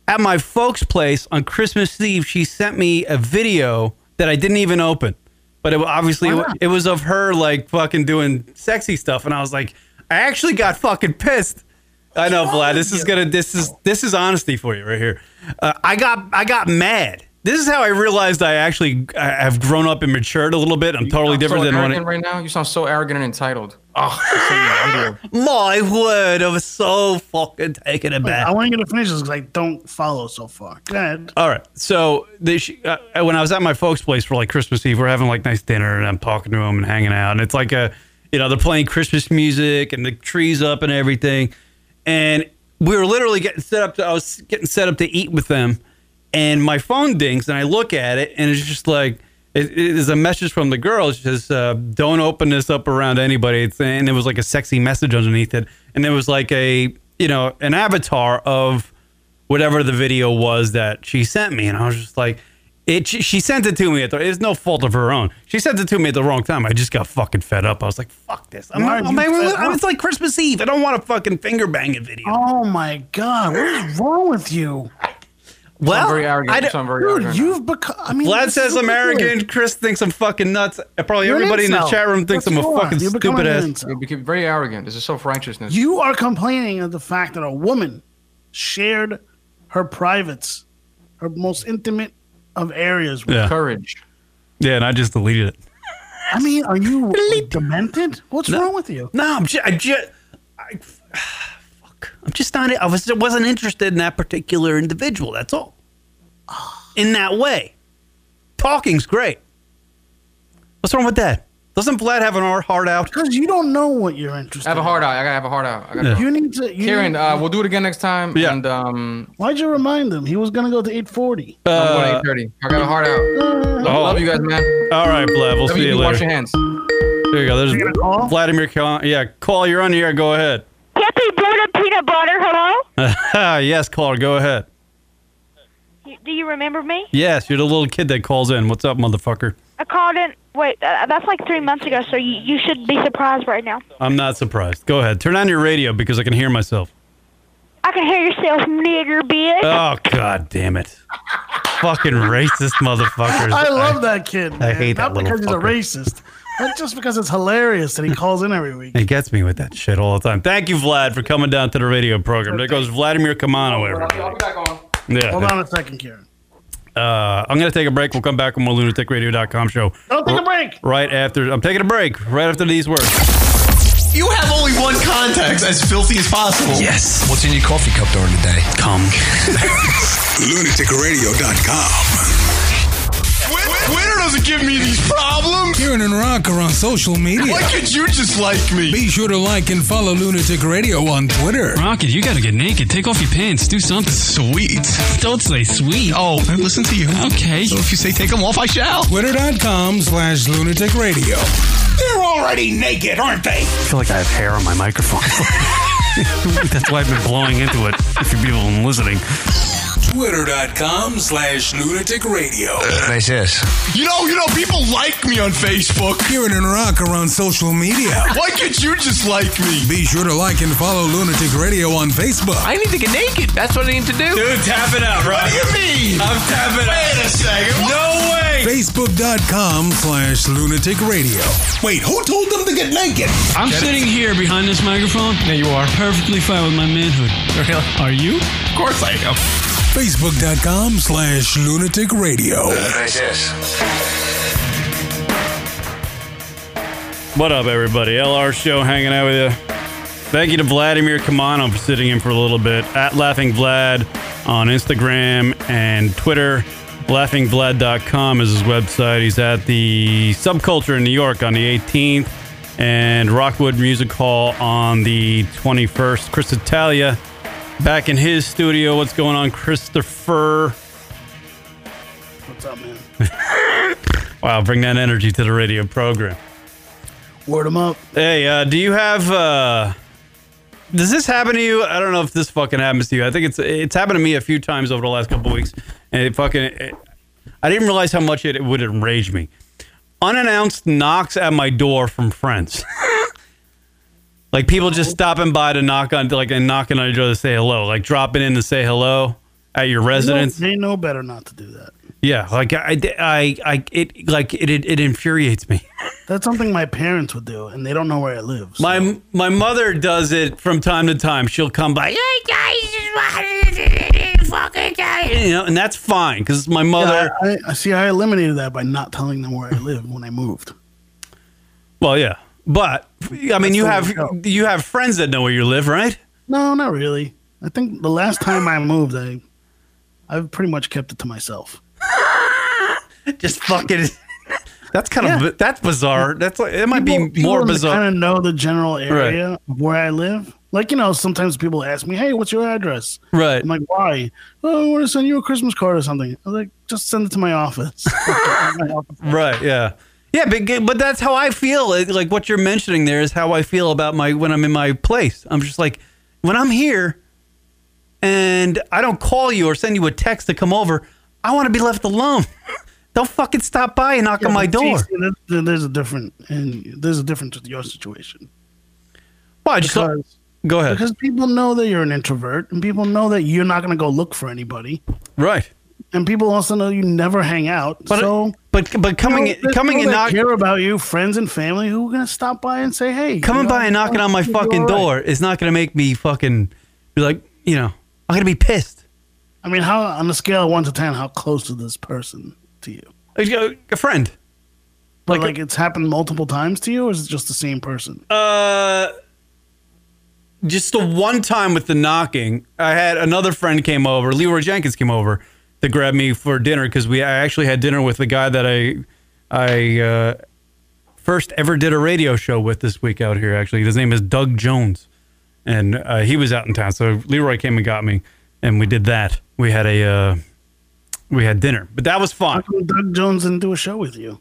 S2: at my folks' place on Christmas Eve, she sent me a video that I didn't even open. but it, obviously
S3: Why
S2: it,
S3: not?
S2: it was of her like fucking doing sexy stuff, and I was like, I actually got fucking pissed. I know, Vlad. This is gonna. This is this is honesty for you right here. Uh, I got I got mad. This is how I realized I actually I have grown up and matured a little bit. I'm totally different
S4: so
S2: than when.
S4: arrogant
S2: It,
S4: right now. You sound so arrogant and entitled. Oh, so yeah, I'm
S2: my word, I was so fucking taken aback.
S3: I want you to finish this because I don't follow so far. Go ahead.
S2: All right. So they, sh- uh, when I was at my folks' place for like Christmas Eve, we're having like nice dinner, and I'm talking to them and hanging out, and it's like a, you know, they're playing Christmas music and the trees up and everything, and we were literally getting set up. To, I was getting set up to eat with them, and my phone dings, and I look at it, and it's just like it, it is a message from the girl. She says, uh, "Don't open this up around anybody." It's, and there was like a sexy message underneath it, and there was like a, you know, an avatar of whatever the video was that she sent me, and I was just like, it. She, she sent it to me at the. It's no fault of her own. She sent it to me at the wrong time. I just got fucking fed up. I was like, fuck this. I'm,
S3: Why
S2: I'm,
S3: are you fed
S2: I'm-
S3: up?
S2: it's like Christmas Eve. I don't want a fucking finger banging video.
S3: Oh my God, what is wrong with you,
S2: well,
S4: very arrogant.
S2: I
S4: You
S2: d-
S4: sound very
S3: dude?
S4: arrogant. now.
S3: You've become. I mean,
S2: Vlad
S3: this
S2: says
S3: is
S2: I'm
S3: ridiculous.
S2: arrogant. Chris thinks I'm fucking nuts. Probably
S3: You're an
S2: everybody in the
S3: incel.
S2: chat room thinks
S3: That's
S2: I'm a
S3: what
S2: fucking
S3: you are. You're becoming
S2: stupid
S3: an
S2: ass.
S3: incel.
S4: you became very arrogant. This is self righteousness.
S3: You are complaining of the fact that a woman shared her privates, her most intimate of areas. with-
S2: Yeah.
S4: Courage.
S2: Yeah, and I just deleted it.
S3: I mean, are you demented? What's wrong with you?
S2: No, I'm just, I just, I, [sighs] fuck. I'm just not. I was wasn't interested in that particular individual. That's all. In that way, talking's great. What's wrong with that? Doesn't Vlad have an ar- heart out?
S3: Because you don't know what you're
S4: I
S3: interested.
S4: have a hard
S3: in.
S4: out. I gotta have a hard out. I gotta
S2: Yeah.
S4: go.
S3: You need to. You
S4: Karen,
S3: need-
S4: uh, we'll do it again next time.
S2: Yeah.
S4: And um,
S3: why'd you remind him? He was gonna go to 840.
S2: Uh,
S4: I'm going to 8:30. I got a hard out. Love, love you guys, man.
S2: Oh, All right, Vlad. We'll
S4: Love
S2: see you
S4: you. Wash
S2: later.
S4: your hands.
S2: There you go. There's
S3: You gonna call?
S2: Vladimir. Cal- yeah, call. You're on the air. Go ahead. [laughs]
S7: Happy butter peanut butter. Hello.
S2: yes, caller. Go ahead.
S7: You- Do you remember me?
S2: Yes, you're the little kid that calls in. What's up, motherfucker?
S7: I called in. Wait, uh, that's like three months ago. So you, you should be surprised right now.
S2: I'm not surprised. Go ahead. Turn on your radio because I can hear myself.
S7: I can hear yourself, nigger bitch.
S2: Oh god damn it. Fucking racist motherfuckers.
S3: I love that kid. I
S2: hate that
S3: Not
S2: little
S3: because he's a
S2: fucker.
S3: racist, but just because it's hilarious that he calls in
S2: [laughs]
S3: every week.
S2: He gets me with that shit all the time. Thank you, Vlad, for coming down to the radio program. There goes Vladimir Kamano, everybody.
S3: Hold
S2: Yeah.
S3: on a second, Karen.
S2: Uh, I'm going to take a break. We'll come back on more lunaticradio.com show
S3: Don't take a break.
S2: right after. I'm taking a break right after these words.
S8: You have only one contact as filthy as possible.
S9: Yes. What's in your coffee cup during the day? Come.
S10: Lunaticradio.com.
S8: Twitter doesn't give me these problems.
S9: Kieran and Rock are on social media.
S8: Why could you just like me?
S9: Be sure to like and follow Lunatic Radio on Twitter.
S11: Rocket, you gotta get naked. Take off your pants. Do something.
S8: Sweet.
S11: Don't say sweet.
S8: Oh, I listen to you.
S11: Okay.
S8: So if you say take them off, I shall.
S9: Twitter.com slash lunatic radio.
S10: They're already naked, aren't they?
S2: I feel like I have hair on my microphone. [laughs] That's why I've been blowing into it. If you've been listening,
S9: Twitter.com slash lunatic radio.
S11: Nice ass.
S8: You know, you know, people like me on Facebook.
S9: Kieran and Rock are on social media.
S8: Why could you just like me?
S9: Be sure to like and follow Lunatic Radio on Facebook.
S4: I need to get naked. That's what I need to do.
S9: Dude, tap it out,
S8: What
S9: Rock.
S8: do you mean?
S9: I'm tapping
S8: Wait a second. What?
S9: No way! Facebook.com slash lunatic radio.
S10: Wait, who told them to get naked?
S11: I'm sitting here behind this microphone. Yeah, you are. Perfectly fine with my manhood. Really? Are you?
S8: Of course I am.
S9: Facebook.com slash lunatic radio.
S2: What up, everybody? LR Show hanging out with you. Thank you to Vladimir Kamano for sitting in for a little bit. At Laughing Vlad on Instagram and Twitter. LaughingVlad.com is his website. He's at the Subculture in New York on the 18th and Rockwood Music Hall on the 21st. Chris Italia back in his studio. What's going on, Christopher?
S3: What's up, man?
S2: [laughs] Wow, bring that energy to the radio program.
S3: Word him up.
S2: Hey, uh, do you have? Uh, does this happen to you? I don't know if this fucking happens to you. I think it's it's happened to me a few times over the last couple weeks, and it fucking. It, I didn't realize how much it, it would enrage me. Unannounced knocks at my door from friends. [laughs] like people just stopping by to knock on, like and knocking on each other to say hello, like dropping in to say hello at your
S3: They know-
S2: residence.
S3: They know better not to do that.
S2: Yeah, like I, I, I, it, like it, it, it infuriates me. [laughs]
S3: That's something my parents would do, and they don't know where I live.
S2: My, my mother does it from time to time. She'll come by, "Hey, guys, just wanted to fucking you know, and that's fine because my mother.
S3: Yeah, I, I, see, I eliminated that by not telling them where I live when I moved.
S2: Well, yeah, but I mean, you have you have friends that know where you live, right?
S3: No, not really. I think the last time I moved, I, I've pretty much kept it to myself.
S2: Just [laughs] fucking. That's kind of that's bizarre. That's like it might be more bizarre.
S3: Kind of know the general area of where I live. Like you know, sometimes people ask me, "Hey, what's your address?"
S2: Right.
S3: I'm like, "Why?" Oh, I want to send you a Christmas card or something. I was like, "Just send it to
S2: [laughs]
S3: my office." [laughs]
S2: right. Yeah. Yeah, but but that's how I feel. It- Like what you're mentioning there is how I feel about my when I'm in my place. I'm just like when I'm here, and I don't call you or send you a text to come over. I want to be left alone. [laughs] don't fucking stop by and knock on my
S3: But
S2: door.
S3: geez, there- there- There's a different, and there's a difference with your situation.
S2: Why? Just go ahead.
S3: Because people know that you're an introvert, and people know that you're not going to go look for anybody,
S2: Right.
S3: and people also know you never hang out.
S2: But
S3: so,
S2: but but coming
S3: you know, there's
S2: coming
S3: people
S2: and
S3: that
S2: knock,
S3: care about you, friends and family who are going to stop by and say, "Hey,
S2: coming
S3: you know,
S2: by and knocking on my
S3: you're
S2: fucking
S3: all right.
S2: door is not going to make me fucking be like you know I'm going to be pissed.
S3: I mean, how on a scale of one to ten, how close is this person to you?
S2: A, a friend.
S3: But like, it's happened multiple times to you, or is it just the same person?
S2: Uh, just the one time with the knocking, I had another friend came over. Leroy Jenkins came over to grab me for dinner because we I actually had dinner with the guy that I I uh, first ever did a radio show with this week out here. Actually, his name is Doug Jones, and uh, he was out in town. So Leroy came and got me, and we did that. We had a uh, we had dinner, but that was fun.
S3: Doug Jones didn't do a show with you.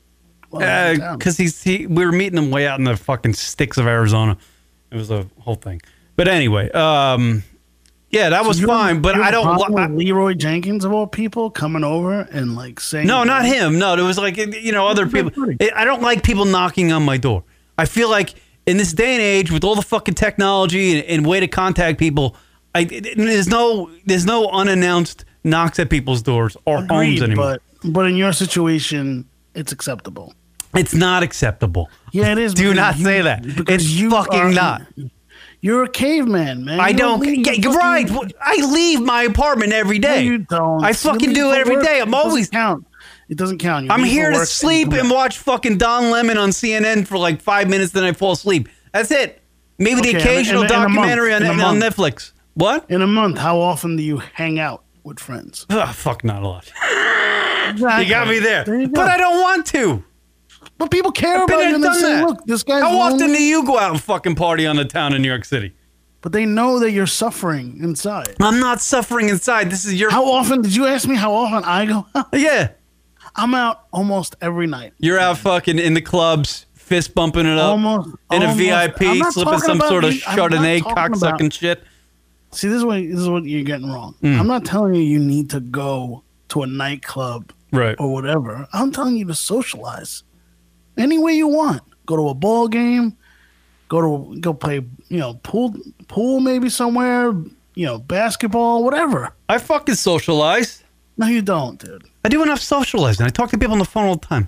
S3: Oh,
S2: because Uh, he's he, we were meeting him way out in the fucking sticks of Arizona. It was a whole thing. But anyway, um, yeah, that
S3: So
S2: was
S3: you have-
S2: fine. But
S3: you have
S2: I
S3: a
S2: don't.
S3: problem
S2: li-
S3: with Leroy Jenkins of all people coming over and like saying
S2: no, not him. No, it was like you know other people. It, I don't like people knocking on my door. I feel like in this day and age, with all the fucking technology and, and way to contact people, I it- it- there's no there's no unannounced knocks at people's doors or homes
S3: Agreed,
S2: anymore.
S3: but but in your situation, it's acceptable.
S2: It's not acceptable.
S3: Yeah, it is.
S2: Do
S3: because
S2: not
S3: you-
S2: say that.
S3: because
S2: It's fucking
S3: are-
S2: not.
S3: You're a caveman, man.
S2: I
S3: You
S2: don't.
S3: leave
S2: Yeah,
S3: your
S2: you're
S3: fucking-
S2: right. Well, I leave my apartment every
S3: No,
S2: day.
S3: you don't.
S2: I
S3: You
S2: fucking
S3: leave
S2: do
S3: for
S2: it every
S3: work.
S2: day.
S3: It
S2: I'm
S3: doesn't
S2: always.
S3: count. It doesn't count. You
S2: I'm
S3: leave for
S2: here to
S3: work and you
S2: sleep
S3: come
S2: and
S3: back.
S2: watch fucking Don Lemon on CNN for like five minutes, then I fall asleep. That's it. Maybe
S3: Okay, in
S2: the
S3: a-
S2: occasional
S3: in a- in a month,
S2: documentary
S3: in a
S2: on, on
S3: month.
S2: Netflix. What?
S3: In a month, how often do you hang out with friends?
S2: Oh, fuck, not a lot.
S3: Exactly.
S2: You got me there.
S3: you go.
S2: But I don't want to.
S3: But people care
S2: I've been
S3: about
S2: there,
S3: you. And they
S2: done
S3: say,
S2: that.
S3: Look, this guy's
S2: How often
S3: lonely,"
S2: do you go out and fucking party on the town in New York City?
S3: But they know that you're suffering inside.
S2: I'm not suffering inside. This is your.
S3: How often did you ask me? How often I go?
S2: yeah.
S3: [laughs] I'm out almost every night.
S2: You're out fucking in the clubs, fist bumping it up.
S3: Almost
S2: in
S3: almost.
S2: a
S3: I'm
S2: VIP,
S3: not
S2: slipping
S3: talking
S2: some
S3: about
S2: sort of
S3: you. I'm not
S2: Chardonnay
S3: talking about-
S2: cocksucking shit.
S3: See, this is what this is what you're getting wrong.
S2: Hmm.
S3: I'm not telling you you need to go to a nightclub
S2: Right.
S3: or whatever. I'm telling you to socialize any way you want. Go to a ball game. Go to go play. You know, pool pool maybe somewhere. You know, basketball, whatever.
S2: I fucking socialize.
S3: No, you don't, dude.
S2: I do enough socializing. I talk to people on the phone all the time.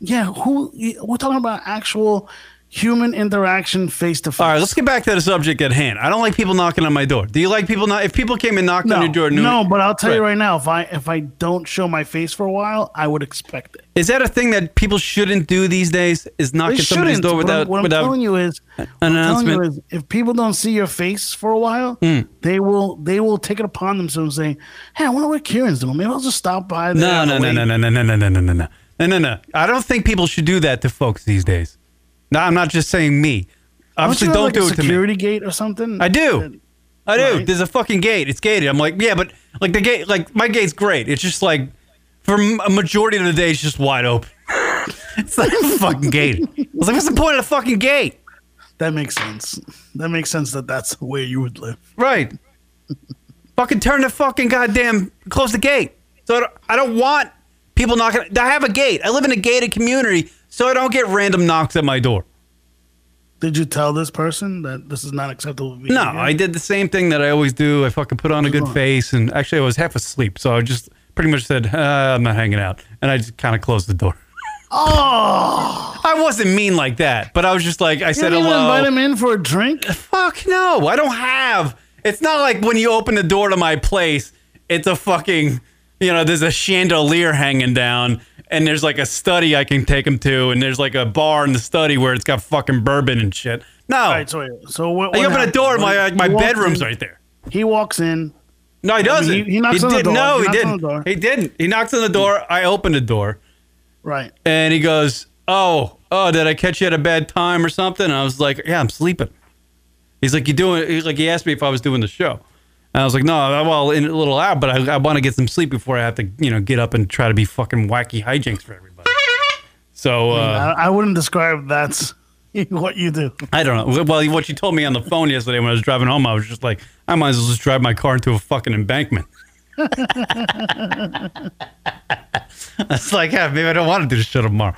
S3: Yeah, who we're talking about actual human interaction face to face.
S2: All right, let's get back to the subject at hand. I don't like people knocking on my door. Do you like people not? If people came and knocked
S3: No,
S2: on your door,
S3: no, but I'll tell you right now, if I if I don't show my face for a while, I would expect it.
S2: Is that a thing that people shouldn't do these days? Is knock
S3: They
S2: at somebody's
S3: shouldn't.
S2: door
S3: What I'm-
S2: without
S3: what I'm
S2: without
S3: telling you is
S2: an
S3: I'm telling you
S2: announcement?
S3: is, if people don't see your face for a while,
S2: Mm.
S3: they will they will take it upon themselves saying, "Hey, I wonder what Kieran's doing. Maybe I'll just stop by." there
S2: No,
S3: on
S2: no,
S3: the
S2: no,
S3: way."
S2: no, no, no, no, no, no, no, no, no, no, no, no. I don't think people should do that to folks these days. No, I'm not just saying me.
S3: Don't
S2: Obviously,
S3: you have,
S2: don't,
S3: like, a
S2: do it to me.
S3: Security gate or something.
S2: I do. I do. There's a fucking gate. It's gated. I'm like, yeah, but like the gate, like my gate's great. It's just like for m- a majority of the day, it's just wide open. [laughs] it's not even fucking gated. I was like, what's the point of the fucking gate?
S3: That makes sense. That makes sense that that's where you would live.
S2: Right. fucking turn the fucking goddamn close the gate. So I don't, I don't want people knocking. I have a gate. I live in a gated community, so I don't get random knocks at my door.
S3: Did you tell this person that this is not acceptable? Behavior?
S2: No, I did the same thing that I always do. I fucking put on a good face, and actually, I was half asleep, so I just pretty much said, uh, I'm not hanging out. And I just kind of closed the door.
S3: Oh,
S2: I wasn't mean like that, but I was just like, I
S3: you
S2: said
S3: didn't even
S2: hello.
S3: invite him in for a drink.
S2: Fuck no, I don't have. It's not like when you open the door to my place, it's a fucking, you know, there's a chandelier hanging down and there's like a study I can take him to and there's like a bar in the study where it's got fucking bourbon and shit. No.
S3: All right, so wait, so what?
S2: I
S3: what
S2: open the
S3: happened?
S2: door, my- uh,
S3: When
S2: my
S3: he walks
S2: bedroom's
S3: in-
S2: right there.
S3: He walks in.
S2: No, he doesn't.
S3: He, he knocks on the
S2: did-
S3: door.
S2: No, he,
S3: knocks on the door.
S2: didn't. He didn't. He knocks on the door. I opened the door.
S3: Right.
S2: And he goes, "Oh, oh, did I catch you at a bad time or something?" And I was like, "Yeah, I'm sleeping." He's like, "You doing?" He's like, he asked me if I was doing the show, and I was like, "No, I- well, in a little hour, but I, I want to get some sleep before I have to, you know, get up and try to be fucking wacky hijinks for everybody." So uh,
S3: I, I wouldn't describe that's [laughs] what you do.
S2: I don't know. Well, what you told me on the phone yesterday when I was driving home, I was just like, I might as well just drive my car into a fucking embankment. [laughs] It's like, yeah, maybe I don't want to do the show tomorrow.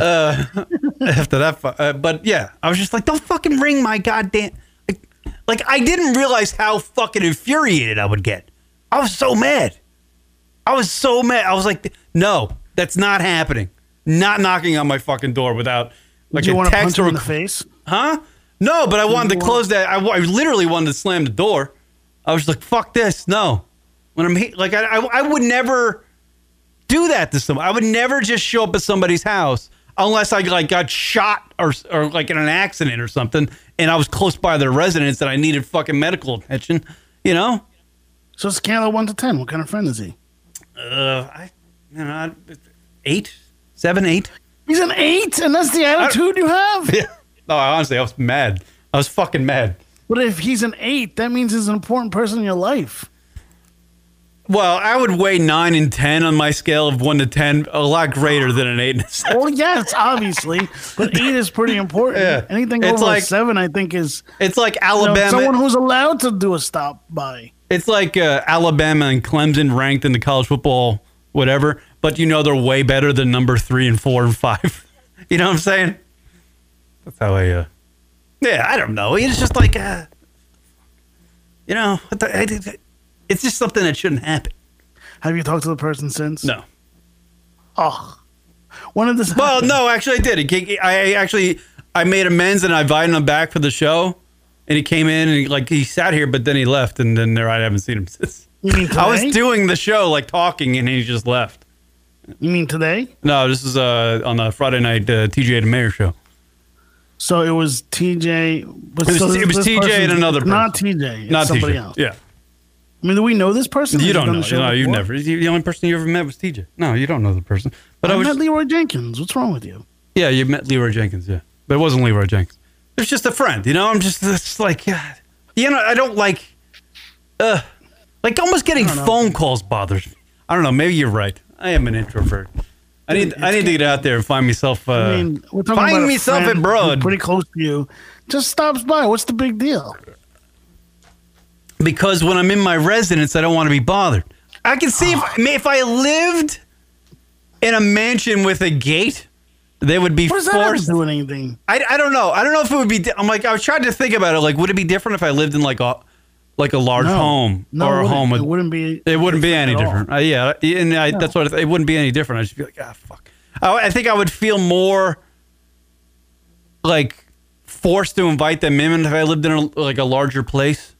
S2: Uh, [laughs] after that, fu- uh, but yeah, I was just like, don't fucking ring my goddamn. Like, like, I didn't realize how fucking infuriated I would get. I was so mad. I was so mad. I was like, no, that's not happening. Not knocking on my fucking door without like
S3: Did you
S2: a
S3: want to punch
S2: text
S3: him
S2: or
S3: in
S2: a
S3: the face?
S2: Huh? No, but I wanted to close that. I, wa- I literally wanted to slam the door. I was like, fuck this. No. When I'm he- like, I, I, I would never do that to someone. I would never just show up at somebody's house unless I like got shot or, or like in an accident or something and I was close by their residence and I needed fucking medical attention, you know?
S3: So scale of one to ten. What kind of friend is he?
S2: Uh, I, you know, I, eight, seven, eight.
S3: He's an eight, and that's the attitude you
S2: [laughs]
S3: have.
S2: Yeah. No, I honestly, I was mad. I was fucking mad.
S3: But if he's an eight, that means he's an important person in your life.
S2: Well, I would weigh nine and ten on my scale of one to ten, a lot greater than an eight and a seven.
S3: Well, yes, obviously, but eight is pretty important.
S2: Yeah.
S3: Anything
S2: It's
S3: over
S2: like-
S3: a seven, I think, is
S2: [laughs] It's like
S3: you know,
S2: Alabama.
S3: someone who's allowed to do a stop by.
S2: it's like uh, Alabama and Clemson ranked in the college football, whatever. But you know they're way better than number three and four and five. [laughs] you know what I'm saying? That's how I. Uh, yeah, I don't know. It's just like, uh, you know, what the, I did- it's just something that shouldn't happen.
S3: Have you talked to the person since?
S2: No.
S3: Oh, when did this?
S2: Well,
S3: happen?
S2: no, actually, I did. He came, I I actually I made amends and I invited him back for the show, and he came in and he, like he sat here, but then he left, and then there I haven't seen him [laughs] since.
S3: You mean today?
S2: I was doing the show like talking, and he just left.
S3: you mean today?
S2: No, this is uh, on the Friday night uh, TJ and Mayor show.
S3: So it was TJ.
S2: It was-
S3: so
S2: it was
S3: this
S2: TJ and
S3: person's-
S2: another
S3: Not TJ. It's
S2: Not
S3: somebody
S2: TJ.
S3: else.
S2: Yeah,
S3: I mean, do we know this person?
S2: you
S3: Has he
S2: don't
S3: done
S2: know.
S3: the show
S2: No, you've
S3: before?
S2: never. you- The only person you ever met was TJ. No, you don't know the person. But
S3: I,
S2: I was.
S3: met Leroy Jenkins. What's wrong with you?
S2: yeah, you met Leroy Jenkins. Yeah, but it wasn't Leroy Jenkins. It was just a friend. You know, I'm just it's like, God. you know, I don't like, uh, like almost getting phone calls bothers me. I don't know. Maybe you're right. I am an introvert. I need I need to get out there and find myself. Uh,
S3: I mean, we're talking
S2: find
S3: about a
S2: myself
S3: friend
S2: abroad
S3: who's pretty close to you. Just stops by. What's the big deal?
S2: because when I'm in my residence, I don't want to be bothered. I can see
S3: Ah.
S2: if may- if I lived in a mansion with a gate, they would be
S3: What does that have to
S2: forced.
S3: do with anything?
S2: I, I don't know. I don't know if it would be. Di- I'm like I was trying to think about it. Like, would it be different if I lived in like a like a large
S3: No.
S2: home
S3: No, it
S2: or a
S3: wouldn't.
S2: home with?
S3: It wouldn't be.
S2: It wouldn't be any
S3: at all.
S2: different. Uh, yeah, and I, that's what I th- it wouldn't be any different. I'd just be like, ah, fuck. I, I think I would feel more like forced to invite them in if I lived in a, like a larger place.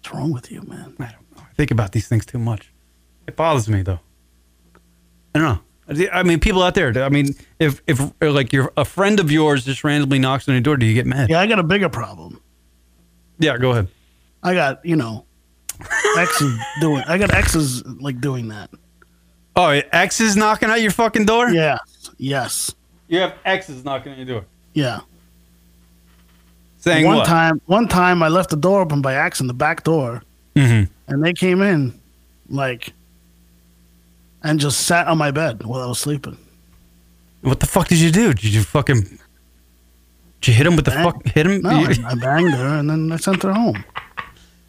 S3: What's wrong with you, man?
S2: I think about these things too much. It bothers me though. I don't know. I thi- I mean, people out there. I mean, if if uh, like your a friend of yours just randomly knocks on your door, do you get mad?
S3: Yeah, I got a bigger problem.
S2: Yeah, go ahead.
S3: I got you know,
S2: [laughs]
S3: exes doing. I got exes like doing that.
S2: Oh, ex is knocking at your fucking door.
S3: Yeah. Yes.
S2: You have exes knocking on your door.
S3: Yeah.
S2: Saying
S3: one
S2: what?
S3: time, one time I left the door open by accident, the back door,
S2: Mhm.
S3: and they came in, like, and just sat on my bed while I was sleeping.
S2: What the fuck did you do? Did you fucking? Did you hit him with the
S3: Bang.
S2: fuck? Hit him?
S3: No,
S2: You-
S3: I, I banged her and then I sent her home.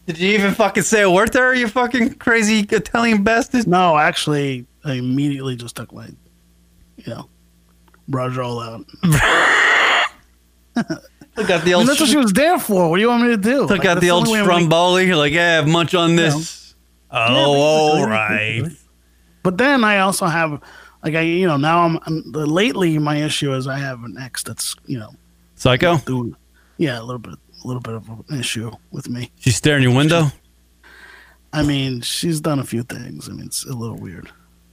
S2: Did you even fucking say a word to her? You fucking crazy Italian bastard.
S3: No, actually, I immediately just took my, you know, Roger all out.
S2: Took out the
S3: I mean,
S2: old.
S3: that's what she was there for. What do you want me to do?
S2: took out the old stromboli. You're like, yeah, munch on this.
S3: Yeah,
S2: Oh, all
S3: basically.
S2: right.
S3: But then I also have, like, I you know now I'm, I'm lately my issue is I have an ex that's you know
S2: Psycho?
S3: doing yeah a little bit a little bit of an issue with me.
S2: She's staring your window?
S3: I mean, she's done a few things. I mean, it's a little weird.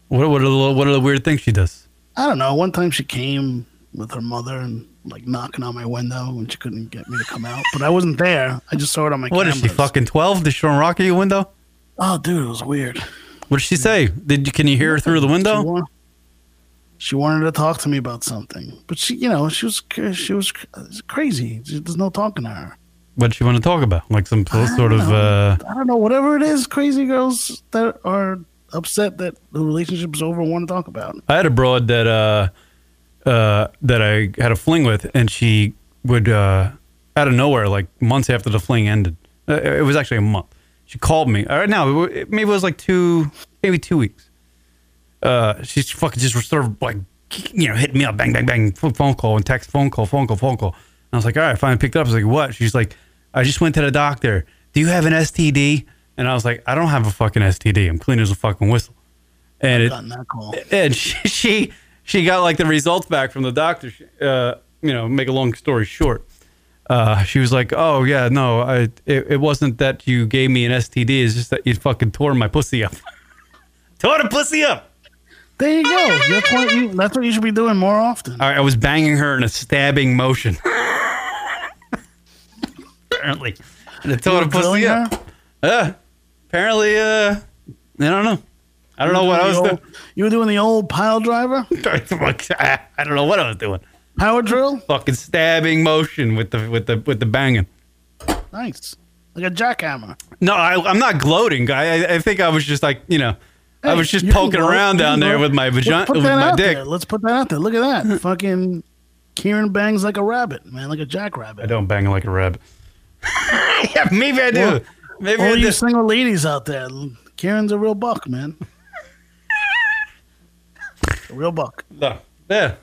S2: What, what, are, the, what are the weird things she does?
S3: I don't know. One time she came with her mother and like knocking on my window and she couldn't get me to come out, but I wasn't there. I just saw it on my
S2: What is she,
S3: camera.
S2: fucking 12? Did she run rock at your window?
S3: Oh, dude, it was weird.
S2: What did she say? Did you, Can you hear her through the window?
S3: She, wa- she wanted to talk to me about something, but she, you know, she was c- she was c- crazy. She- There's no talking to her.
S2: What did she want to talk about? Like some sort of. Uh,
S3: I don't know. Whatever it is, crazy girls that are upset that the relationship is over want to talk about.
S2: I had a broad that uh, uh, that I had a fling with, and she would uh, out of nowhere, like months after the fling ended. Uh, it was actually a month. She called me. All right, now it wa- it- maybe it was like two, maybe two weeks. Uh, she's fucking just sort of like you know hitting me up, bang, bang, bang, ph- phone call and text, phone call, phone call, phone call. And I was like, all right, finally picked it up. I was like, what? She's like, I just went to the doctor. Do you have an STD? And I was like, I don't have a fucking STD. I'm clean as a fucking whistle. And it,
S3: Gotten that call.
S2: and [laughs] she, she she got like the results back from the doctor. She, uh, you know, make a long story short, uh, she was like, "Oh yeah, no, I it, it wasn't that you gave me an STD. It's just that you fucking tore my pussy up." [laughs] Tore the pussy up.
S3: There you go. That's what you, that's what you should be doing more often.
S2: I, I was banging her in a stabbing motion. apparently, and it tore the pussy up. Uh, apparently, uh, I don't know. I don't know what I was doing. [laughs]
S3: You were doing the old pile driver,
S2: I don't know what I was doing.
S3: power drill.
S2: Fucking stabbing motion with the with the with the banging.
S3: Nice, like a jackhammer.
S2: No, I, I'm not gloating, guy. I, I think I was just like, you know, I
S3: Hey,
S2: was just
S3: you can
S2: poking
S3: go-
S2: around
S3: you can
S2: down there
S3: go-
S2: with my
S3: Let's
S2: vagina,
S3: put
S2: with
S3: that
S2: my
S3: out
S2: dick.
S3: there. Let's put that out there. Look at
S2: [laughs]
S3: that. Fucking Kieran bangs like a rabbit, man, like a jackrabbit.
S2: I don't bang like a rabbit. [laughs] yeah, maybe I do.
S3: Well,
S2: maybe I
S3: All
S2: do.
S3: you single ladies out there, Kieran's a real buck, man. a real buck.
S2: No. Yeah.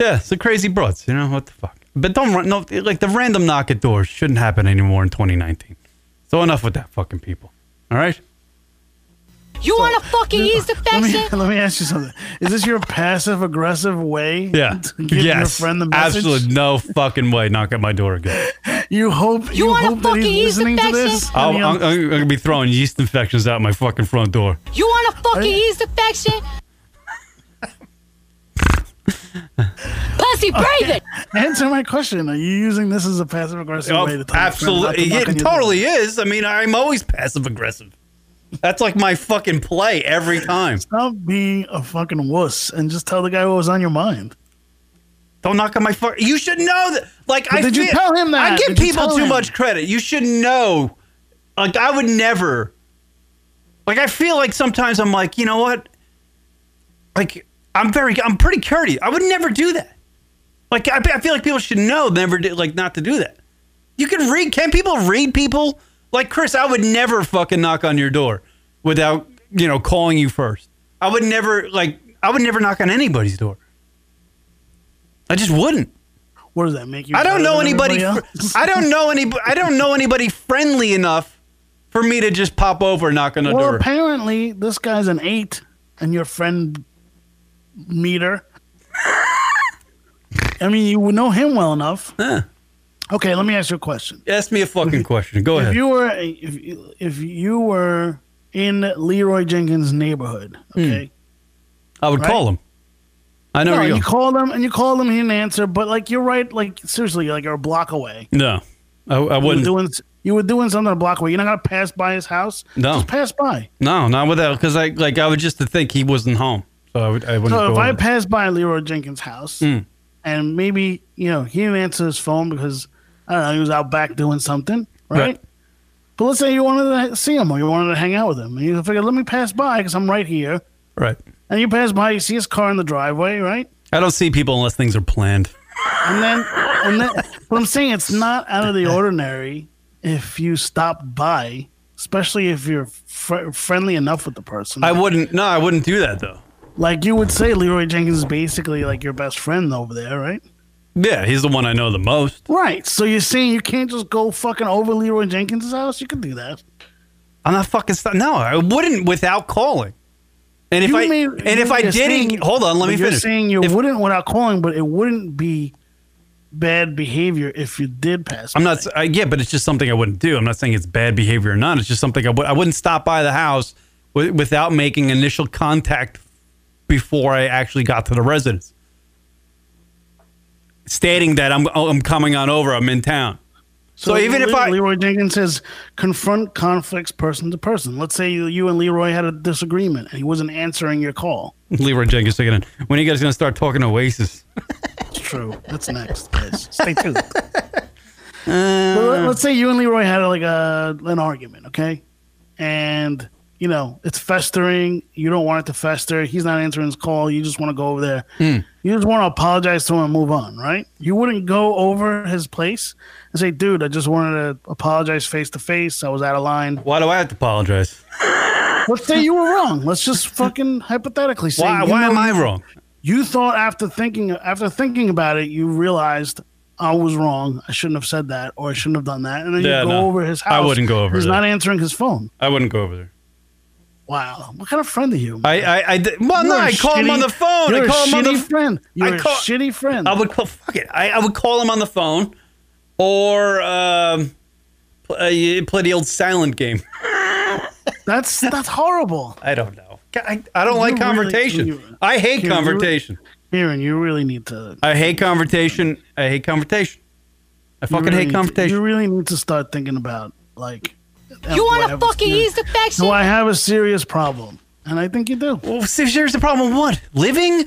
S2: Yeah, so crazy broads, you know, what the fuck. But don't run, no, like the random knock at doors shouldn't happen anymore in 2019. So enough with that fucking people. All right?
S6: You want a fucking yeast
S3: Let me, [laughs]
S6: infection?
S3: let me ask you something. Is this your passive aggressive way? [laughs]
S2: Yeah.
S3: To give your
S2: yes.
S3: friend the message?
S2: Absolutely no fucking way knock at my door again.
S3: You hope you, hope that he's listening to this.
S2: I'll,
S3: and
S2: I'm,
S3: he'll-
S2: I'm, I'm going to be throwing yeast infections out my fucking front door.
S6: You want a fucking yeast infection? Pussy, breathe it.
S3: Answer my question. Are you using this as a passive aggressive
S2: Oh,
S3: way to talk
S2: absolutely,
S3: To
S2: it totally is. I mean, I'm always passive aggressive. That's like my fucking play every time.
S3: Stop being a fucking wuss and just tell the guy what was on your mind.
S2: Don't knock on my phone. You should know that. Like,
S3: But
S2: I
S3: did you
S2: feel-
S3: tell him that?
S2: I give
S3: Did you
S2: people
S3: tell
S2: too
S3: him?
S2: much credit. You should know. Like, I would never. Like, I feel like sometimes I'm like, you know what? Like, I'm very, I'm pretty courteous. I would never do that. Like, I, I feel like people should know never, to, like, not to do that. You can read. Can people read people? Like Chris, I would never fucking knock on your door without you know calling you first. I would never like. I would never knock on anybody's door. I just wouldn't.
S3: What does that make you?
S2: I don't
S3: better
S2: know
S3: than
S2: anybody.
S3: everybody
S2: fr- [laughs]
S3: else?
S2: I don't know any. I don't know anybody friendly enough for me to just pop over and knock on the
S3: well,
S2: door.
S3: apparently this guy's an eight, and your friend meter. I mean, you would know him well enough.
S2: Huh.
S3: Okay, let me ask you a question.
S2: Ask me a fucking question. Go
S3: If
S2: ahead.
S3: you were if you- if you were in Leroy Jenkins' neighborhood,
S2: Hmm.
S3: okay.
S2: I would call him. I know
S3: No,
S2: you.
S3: you called him and you called him, he didn't answer. But like you're right, like seriously, like you're a block away.
S2: no, I, I
S3: You were
S2: wouldn't.
S3: doing you were doing something a block away. You're not gonna pass by his house.
S2: No.
S3: just pass by.
S2: no, not without because I like I would just to think he wasn't home. So I would. I wouldn't.
S3: So
S2: go
S3: if I
S2: over.
S3: pass by Leroy Jenkins' house
S2: Mm.
S3: and maybe you know he didn't answer his phone because I don't know he was out back doing something, right?
S2: Right.
S3: But let's say you wanted to see him or you wanted to hang out with him, and you figure let me pass by because I'm right here.
S2: right.
S3: And you pass by, you see his car in the driveway, right?
S2: I don't see people unless things are planned.
S3: And then, and then, but I'm saying it's not out of the ordinary if you stop by, especially if you're fr- friendly enough with the person.
S2: I wouldn't. No, I wouldn't do that though.
S3: like you would say, Leroy Jenkins is basically like your best friend over there, right?
S2: Yeah, he's the one I know the most.
S3: Right. So you're saying you can't just go fucking over Leroy Jenkins' house? You could do that.
S2: I'm not fucking. St- no, I wouldn't without calling. And if
S3: You
S2: I
S3: mean-
S2: and if I
S3: you're
S2: didn't,
S3: saying-
S2: hold on, let me
S3: you're
S2: finish.
S3: saying you wouldn't without calling, but it wouldn't be bad behavior if you did pass.
S2: I'm not. I, yeah, but it's just something I wouldn't do. I'm not saying it's bad behavior or not. It's just something I would. I wouldn't stop by the house wi- without making initial contact before I actually got to the residence, stating that I'm oh, I'm coming on over. I'm in town. So, even if
S3: Le-
S2: I
S3: Leroy Jenkins says confront conflicts person to person. Let's say you, you and Leroy had a disagreement and he wasn't answering your call.
S2: Leroy Jenkins taking in. When are you guys gonna start talking Oasis?
S3: It's true. That's next, guys.
S2: [laughs]
S3: Stay tuned. Well, let-
S2: Uh.
S3: let's say you and Leroy had like a an argument, okay? And you know it's festering. You don't want it to fester. He's not answering his call. You just want to go over there.
S2: Hmm.
S3: You just want to apologize to him and move on, right? You wouldn't go over his place and say, "Dude, I just wanted to apologize face to face. I was out of line."
S2: Why do I have to apologize?
S3: Let's say you were wrong.
S2: [laughs]
S3: Let's just fucking hypothetically say.
S2: Why-
S3: you
S2: why
S3: know
S2: am I
S3: you-
S2: wrong?
S3: You thought after thinking after thinking about it, you realized I was wrong. I shouldn't have said that, or I shouldn't have done that. And then
S2: Yeah,
S3: you go
S2: no.
S3: over his house.
S2: I wouldn't go over
S3: He's
S2: there.
S3: not answering his phone.
S2: I wouldn't go over there.
S3: Wow, what kind of friend are you?
S2: I I, I did- well
S3: You're
S2: no.
S3: a
S2: I call him
S3: shitty-
S2: on the phone.
S3: You're
S2: I
S3: a
S2: call him on the
S3: shitty friend.
S2: I
S3: You're a
S2: call-
S3: shitty friend.
S2: I would call fuck it. I, I would call him on the phone, or um, pl- uh, you play the old silent game. [laughs]
S3: That's that's horrible.
S2: I don't know. I, I don't like confrontation. I hate confrontation.
S3: Kieran, you really need to.
S2: I hate confrontation. I hate confrontation. I
S3: you
S2: fucking
S3: really
S2: hate
S3: need to-
S2: confrontation.
S3: You really need to start thinking about like.
S6: You
S3: do I
S6: want
S3: have
S6: to
S3: a
S6: fucking
S3: serious-
S6: ease the fact
S3: Do
S6: shit?
S3: I have a serious problem? And I think you do.
S2: Well, serious problem what? Living?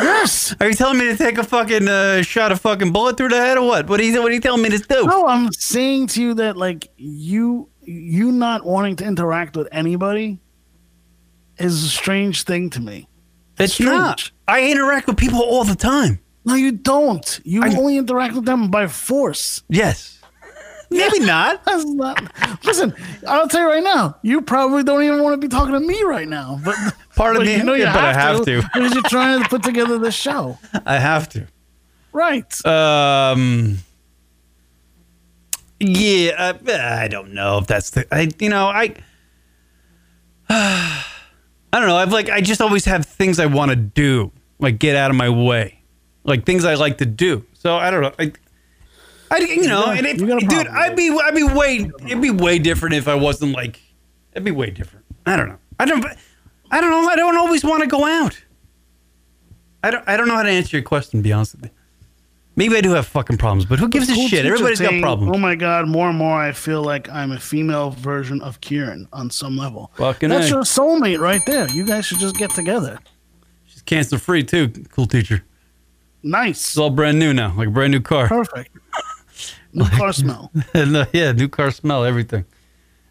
S3: Yes.
S2: Are you telling me to take a fucking uh, shot a fucking bullet through the head or what? What are you What are you telling me to do?
S3: No, I'm saying to you that like you you not wanting to interact with anybody is a strange thing to me.
S2: It's not. I interact with people all the time.
S3: No, you don't. You only interact with them by force. [laughs]
S2: Yes. Maybe not.
S3: That's not. Listen, I'll tell you right now. You probably don't even want to be talking to me right now. But
S2: Part of
S3: but
S2: me-
S3: you know, you
S2: yeah, but I have to.
S3: because you're trying to put together this show,
S2: I have to.
S3: right?
S2: Um. Yeah, I, I don't know if that's the. I you know I. [sighs] I don't know. I've like I just always have things I want to do, like get out of my way, like things I like to do. So I don't know. I, I you know,
S11: got-
S2: and if,
S11: you got a
S2: dude,
S11: problem,
S2: I'd be I'd be way it'd be way different if I wasn't like it'd be way different. I don't know. I don't. I don't know. I don't always want to go out. I don't. I don't know how to answer your question. To be honest with you, maybe I do have fucking problems, but who gives a
S3: Cool
S2: shit?
S3: teacher
S2: Everybody's got
S3: saying,
S2: problems.
S3: Oh my god, more and more I feel like I'm a female version of Kieran on some level.
S2: Fucking
S3: That's
S2: A.
S3: your soulmate right there. You guys should just get together.
S2: She's cancer free too. Cool teacher.
S3: Nice. It's
S2: all brand new now, like a brand new car. [laughs]
S3: Perfect. New car smell.
S2: No, yeah, new car smell, everything.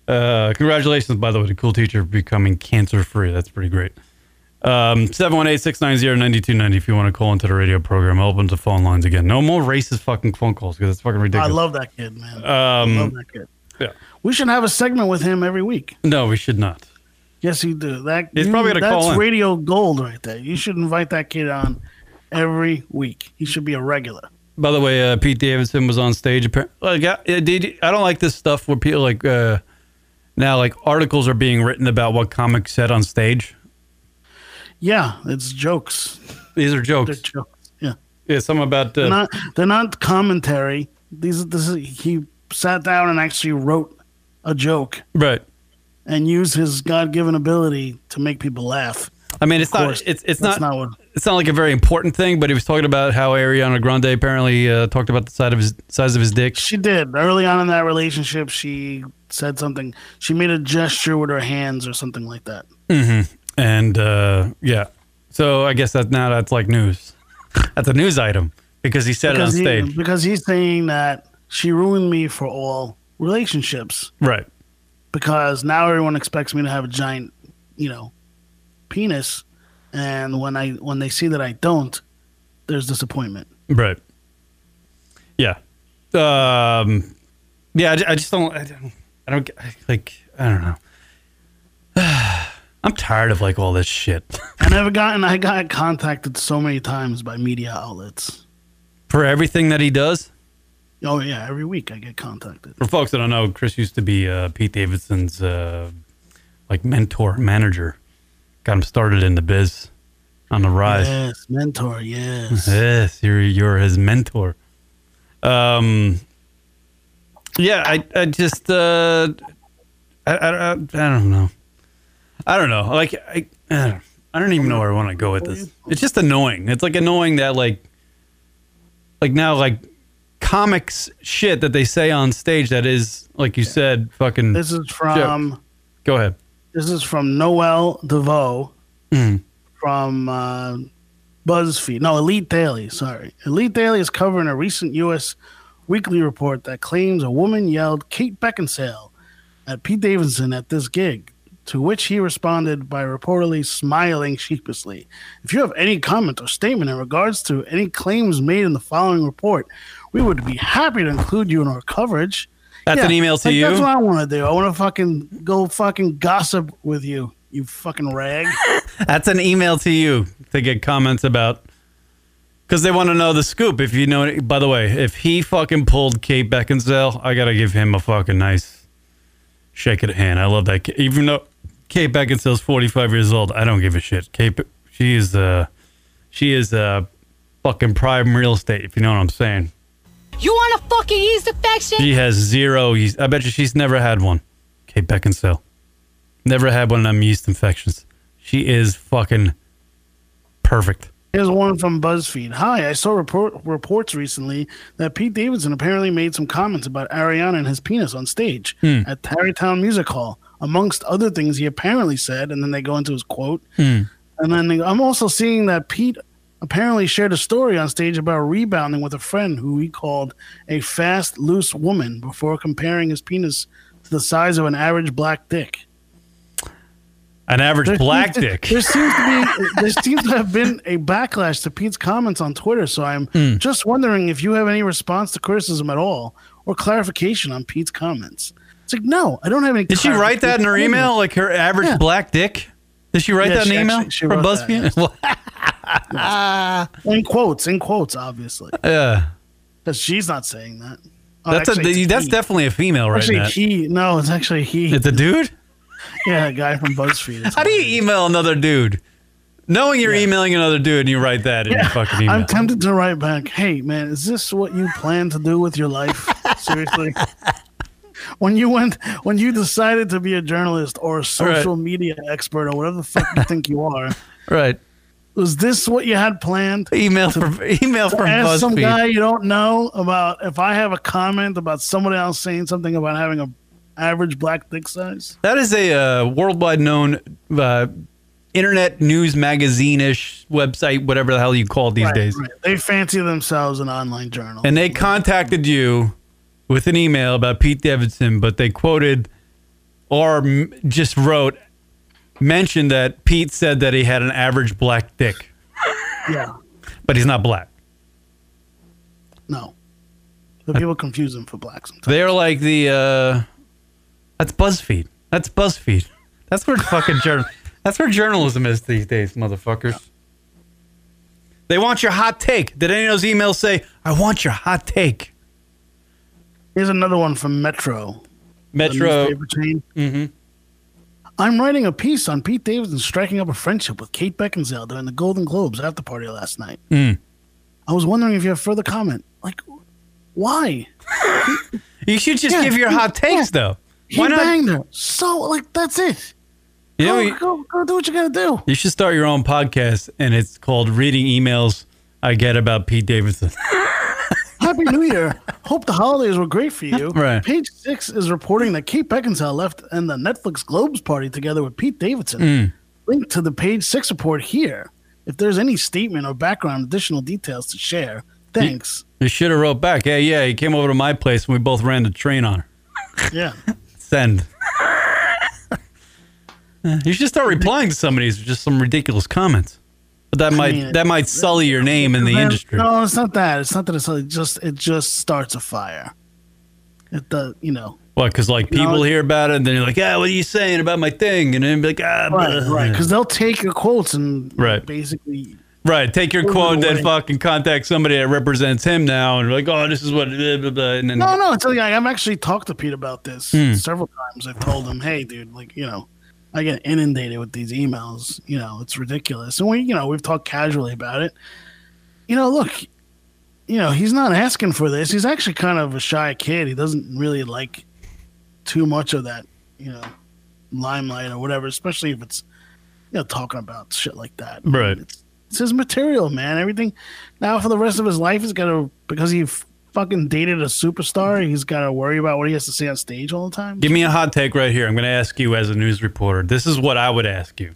S2: Uh, congratulations, by the way, to Cool Teacher for becoming cancer free. That's pretty great. Um, 718-690-9290 if you want to call into the radio program. I'll open the phone lines again. No more racist fucking phone calls because it's fucking ridiculous.
S3: I love that kid, man.
S2: Um,
S3: I love that kid.
S2: Yeah.
S3: We should have a segment with him every week.
S2: No, we should not.
S3: Yes, you do. That
S2: He's
S3: you-
S2: probably gonna
S3: that's
S2: call in.
S3: radio gold right there. You should invite that kid on every week. He should be a regular.
S2: By the way, uh, Pete Davidson was on stage. appar- Like, I, uh, did, I don't like this stuff where people like uh, now like articles are being written about what comics said on stage.
S3: Yeah, it's jokes.
S2: These are
S3: They're
S2: jokes.
S3: jokes. Yeah.
S2: Yeah, some about uh,
S3: they're not they're not commentary. These this is, he sat down and actually wrote a joke
S2: right.
S3: and used his God given ability to make people laugh.
S2: I mean, it's
S3: Of
S2: not.
S3: course,
S2: It's it's
S3: that's
S2: not.
S3: not what-
S2: it's not like a very important thing, but he was talking about how Ariana Grande apparently uh, talked about the side of his size of his dick.
S3: She did early on in that relationship. She said something. She made a gesture with her hands or something like that.
S2: hmm And uh, yeah, so I guess that now that's like news. [laughs] that's a news item because he said
S3: because,
S2: it on
S3: he,
S2: stage,
S3: because he's saying that she ruined me for all relationships
S2: right?
S3: because now everyone expects me to have a giant, you know, penis, and when I when they see that I don't, there's disappointment.
S2: Right. Yeah. Um, yeah. I, ju- I just don't. I don't. I don't get- I- like. I don't know. [sighs] I'm tired of like all this shit. [laughs]
S3: I never gotten. I got contacted so many times by media outlets.
S2: For everything that he does,
S3: Oh yeah, every week I get contacted.
S2: for folks that don't know, Chris used to be uh, Pete Davidson's uh, like mentor manager. Got him started in the biz on the rise.
S3: Yes,
S2: [laughs]
S3: mentor. Yes.
S2: Yes, you're you're his mentor. Um, yeah, I I just uh, I, I, I I don't know, I don't know. Like I I don't, I don't even know where I want to go with this. It's just annoying. It's like annoying that like like now like comics shit that they say on stage that is like you said fucking.
S3: This is from-
S2: joke. Go ahead.
S3: This is from Noel DeVoe
S2: Mm.
S3: from uh, BuzzFeed. No, Elite Daily. Sorry. Elite Daily is covering a recent U.S. weekly report that claims a woman yelled Kate Beckinsale at Pete Davidson at this gig, to which he responded by reportedly smiling sheepishly. If you have any comment or statement in regards to any claims made in the following report, we would be happy to include you in our coverage.
S2: That's an email to
S3: like, That's
S2: you?
S3: what I want to do. I want to fucking go fucking gossip with you, you fucking rag.
S2: [laughs] That's an email to you to get comments about because they want to know the scoop. If you know, by the way, if he fucking pulled Kate Beckinsale, I gotta give him a fucking nice shake of the hand. I love that. ki- Even though Kate Beckinsale's forty five years old, I don't give a shit. Kate, she is uh, she is uh, fucking prime real estate. If you know what I'm saying,
S6: You want a fucking yeast infection?
S2: she has zero. yeast- I bet you she's never had one. Kate Beckinsale never had one of them yeast infections. She is fucking perfect.
S3: Here's one from BuzzFeed. Hi, I saw report, reports recently that Pete Davidson apparently made some comments about Ariana and his penis on stage
S12: Hmm.
S3: at Tarrytown Music Hall. Amongst other things, he apparently said, and then they go into his quote. And then they, I'm also seeing that Pete apparently shared a story on stage about rebounding with a friend who he called a fast, loose woman before comparing his penis to the size of an average black dick.
S2: An average
S3: There
S2: black
S3: seems to-
S2: dick.
S3: [laughs] There seems to be there seems to have been a backlash to Pete's comments on Twitter, so I'm
S2: Hmm.
S3: just wondering if you have any response to criticism at all or clarification on Pete's comments. It's like no, I don't have any.
S2: Did she write that in her
S3: clarification.
S2: email? Like her average
S3: Yeah.
S2: black dick? Did she write
S3: Yeah,
S2: that in
S3: she
S2: an email
S3: actually- she
S2: from
S3: wrote that,
S2: [laughs] BuzzFeed?
S3: in quotes, in quotes, obviously,
S2: yeah,
S3: because she's not saying that. Oh,
S2: that's
S3: actually, it's
S2: a, that's
S3: he.
S2: definitely a female right
S3: Actually,
S2: now.
S3: he. No, it's actually he.
S2: It's a dude.
S3: [laughs] Yeah, a guy from BuzzFeed.
S2: How do you email another dude? Knowing you're emailing another dude and you write that in your fucking email.
S3: I'm tempted to write back, hey man, is this what you plan to do with
S2: [laughs]
S3: your life? Seriously. When you went when you decided to be a journalist or a social media expert or whatever the fuck you think you are,
S2: right.
S3: was this what you had planned?
S2: Email from [laughs] email
S3: to
S2: from
S3: ask some
S2: BuzzFeed.
S3: guy you don't know about if I have a comment about somebody else saying something about having a average black dick size?
S2: That is a uh, worldwide known uh, internet news magazine ish website, whatever the hell you call it these
S3: Right,
S2: days.
S3: right. They fancy themselves an online journal.
S2: And they contacted you with an email about Pete Davidson, but they quoted or m- just wrote, mentioned that Pete said that he had an average black dick,
S3: Yeah.
S2: but he's not black.
S3: No. But people confuse them for black sometimes.
S2: They're like the, uh, that's BuzzFeed. That's BuzzFeed. That's where fucking journal. [laughs] That's where journalism is these days, motherfuckers. They want your hot take. Did any of those emails say, "I want your hot take"?
S3: Here's another one from Metro.
S2: Metro.
S3: The newspaper chain.
S2: Mm-hmm.
S3: I'm writing a piece on Pete Davidson striking up a friendship with Kate Beckinsale during the Golden Globes after party last night.
S2: Mm.
S3: I was wondering if you have further comment. Like, why?
S2: You should just
S3: Yeah,
S2: give your
S3: he-
S2: hot takes, though.
S3: He banged her. So, like, that's it.
S2: You know,
S3: go,
S2: you-
S3: go, go do what you gotta do.
S2: You should start your own podcast, and it's called "Reading Emails I Get About Pete Davidson." [laughs]
S3: Happy New Year. Hope the holidays were great for you.
S2: Right.
S3: Page six is reporting that Kate Beckinsale left and the Netflix Globes party together with Pete Davidson.
S2: Mm.
S3: Link to the page six report here. If there's any statement or background additional details to share,
S2: [laughs]
S3: thanks.
S2: You should have wrote back, "Hey, yeah, he came over to my place, and we both ran the train on her."
S3: Yeah.
S2: Send. [laughs] Eh, you should start replying to somebody's just some ridiculous comments, but that
S3: I
S2: might
S3: mean,
S2: that might sully your name in the
S3: Well,
S2: industry.
S3: No, it's not that. It's not that it's it just it just starts a fire. It the you know
S2: What? Because like
S3: No.
S2: people hear about it, and they're like, "Yeah, what are you saying about my thing?" And then be like, "Ah,
S3: right
S2: blah."
S3: right because they'll take your quotes and
S2: Right.
S3: basically
S2: Right. Take your
S3: Over
S2: quote and
S3: the
S2: then
S3: way.
S2: fucking contact somebody that represents him now and be like, oh, this is what, blah, blah, blah. And then,
S3: no no it's like I've actually talked to Pete about this
S2: Hmm.
S3: several times. I've told him, hey dude, like you know I get inundated with these emails. You know, it's ridiculous. And we, you know, we've talked casually about it. You know, look, you know, he's not asking for this. He's actually kind of a shy kid. He doesn't really like too much of that, you know, limelight or whatever, especially if it's, you know, talking about shit like that.
S2: Right.
S3: It's his material, man. Everything now for the rest of his life, he's got to, because he f- fucking dated a superstar, he's got to worry about what he has to say on stage all the time.
S2: Give me a hot take right here. I'm going to ask you as a news reporter. This is what I would ask you.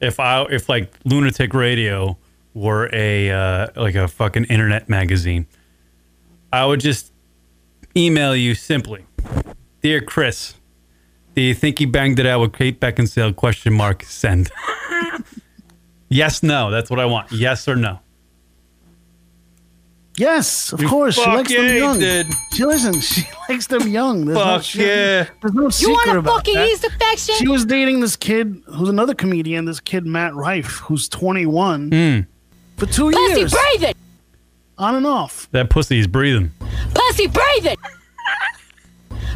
S2: If I if like Lunatic Radio were a uh, like a fucking internet magazine, I would just email you simply. Dear Chris, do you think he banged it out with Kate Beckinsale question mark send? [laughs] yes, no. That's what I want. Yes or no.
S3: Yes, of course. She
S2: fuck
S3: likes
S2: yeah,
S3: them
S2: you
S3: young.
S2: did.
S3: She listen. [laughs] She likes them young. There's no,
S2: Fuck
S3: she-
S2: yeah.
S3: There's no
S6: You want
S3: secret
S6: a
S3: about
S6: fucking
S3: that.
S6: yeast infection?
S3: She was dating this kid who's another comedian. This kid Matt Rife, who's 21,
S2: Hmm.
S3: for two
S6: Pussy
S3: years,
S6: breathing.
S3: on and off.
S2: That pussy's breathing.
S6: Pussy breathing.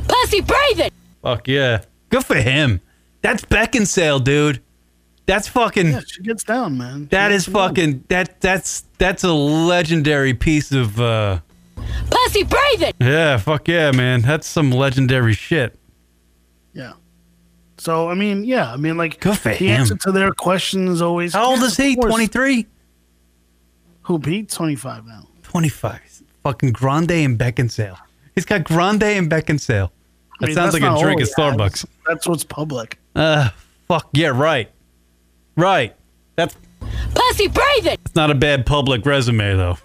S6: Pussy breathing.
S2: Fuck yeah. Good for him. That's Beckinsale, dude. That's fucking.
S3: Yeah, she gets down, man.
S2: That is fucking that that's that's a legendary piece of uh
S6: Pussy breathing.
S2: yeah, fuck yeah, man. That's some legendary shit.
S3: Yeah. So I mean, yeah, I mean, like
S2: Good for
S3: the
S2: him.
S3: answer to their questions always.
S2: How old
S3: Yeah,
S2: is
S3: of
S2: he?
S3: course.
S2: 23?
S3: Who beat 25 now?
S2: 25. Fucking Grande and Beckinsale. He's got Grande and Beckinsale. That
S3: I mean,
S2: sounds
S3: that's
S2: like a
S3: not
S2: drink
S3: old,
S2: at
S3: yeah,
S2: Starbucks.
S3: That's what's public.
S2: Uh fuck yeah, right. Right. That's
S6: Pussy breathing.
S2: that's not a bad public resume though. To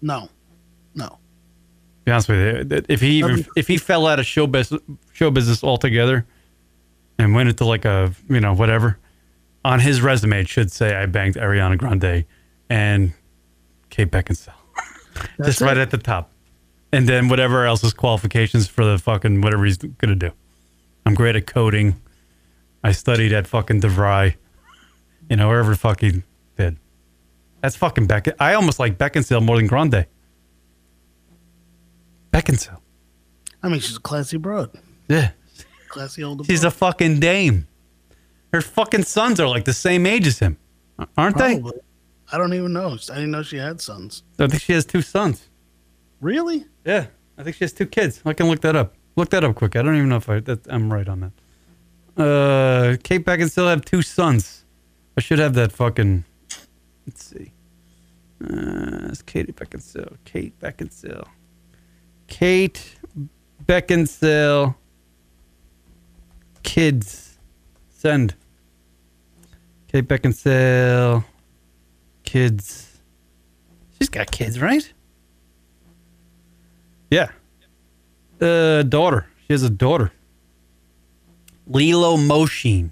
S3: No, no.
S2: be honest with you. If he even, Um, if he fell out of show business show business altogether and went into like a you know, whatever. on his resume it should say I banged Ariana Grande and Kate [laughs] Beckinsale. Just right at the top. And then whatever else is qualifications for the fucking whatever he's gonna do. I'm great at coding. I studied at fucking DeVry. You know, wherever the fuck he did. That's fucking Beck. I almost like Beckinsale more than Grande. Beckinsale.
S3: I mean, she's a classy broad,
S2: Yeah.
S3: classy older.
S2: She's a fucking dame. Her fucking sons are like the same age as him. Aren't they?
S3: Probably. I don't even know. I didn't know she had sons.
S2: I think she has two sons.
S3: Really?
S2: Yeah, I think she has two kids. I can look that up. Look that up quick. I don't even know if I that, I'm right on that. Uh, Kate Beckinsale have two sons. I should have that fucking. Let's see. Uh, it's Katie Beckinsale. Kate Beckinsale. Kate Beckinsale. Kids, send. Kate Beckinsale. Kids. She's got kids, right? Yeah. Uh, daughter. She has a daughter. Lilo Moshin.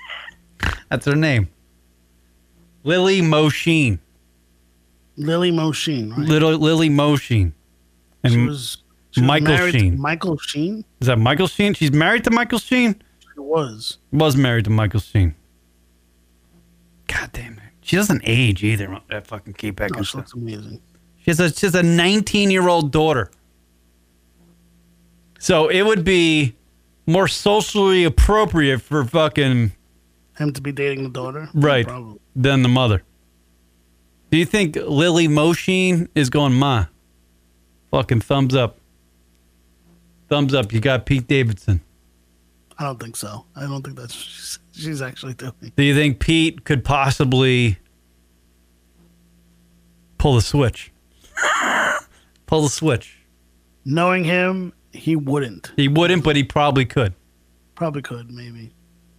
S2: [laughs] That's her name. Lily Moshin.
S3: Lily Moshin, right?
S2: Little Lily Moshin. And
S3: she was, she was
S2: Michael
S3: married to
S2: Sheen.
S3: Michael Sheen?
S2: Is that Michael Sheen? She's married to Michael Sheen?
S3: She was.
S2: Was married to Michael Sheen. God damn it. She doesn't age either. That fucking Kate
S3: Oh, she
S2: Beckinsale.
S3: looks amazing.
S2: She has a she has a 19 year old daughter. So it would be more socially appropriate for fucking
S3: Him to be dating the daughter?
S2: right
S3: Probably.
S2: than the mother. Do you think Lily Moshin is going ma? Fucking thumbs up. Thumbs up. You got Pete Davidson.
S3: I don't think so. I don't think that's what she's, she's actually doing.
S2: Do you think Pete could possibly pull the switch? [laughs] pull the switch.
S3: Knowing him, he wouldn't.
S2: He wouldn't, but he probably could.
S3: Probably could, maybe.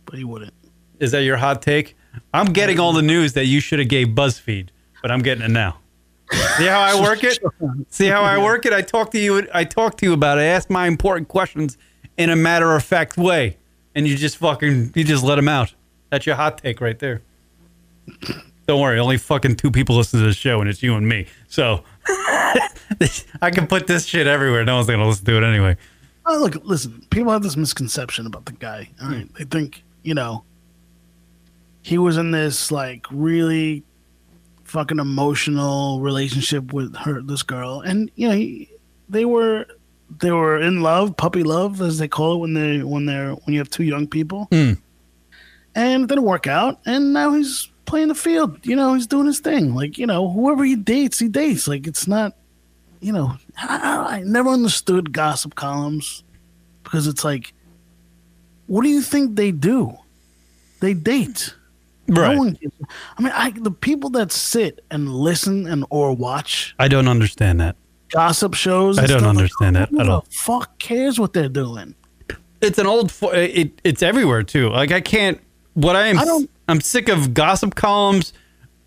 S3: But he wouldn't.
S2: Is that your hot take? I'm getting all the news that you should have gave BuzzFeed, but I'm getting it now. See how I work it? See how I work it? I talk to you. I talk to you about it. I ask my important questions in a matter of fact way, and you just fucking you just let them out. That's your hot take right there. Don't worry, only fucking two people listen to this show, and it's you and me. So [laughs] I can put this shit everywhere. No one's gonna listen to it anyway.
S3: Oh, look, listen, people have this misconception about the guy. All right. They think, you know, he was in this like really fucking emotional relationship with her this girl and you know, he, they were they were in love, puppy love as they call it when they when they're when you have two young people. and it didn't work out. And now he's playing the field. You know, he's doing his thing. Like you know, whoever he dates, he dates. Like it's not. You know, I, I never understood gossip columns because it's like, what do you think they do? They date.
S2: Right.
S3: No one gives- I mean, I, the people that sit and listen and or watch
S2: I don't understand that.
S3: gossip shows.
S2: I
S3: and
S2: don't
S3: stuff, like,
S2: understand that
S3: who
S2: at
S3: the
S2: all.
S3: Fuck cares what they're doing.
S2: It's an old. fo- It it's everywhere too. Like I can't. What I am. I
S3: don't-
S2: am sick of gossip columns,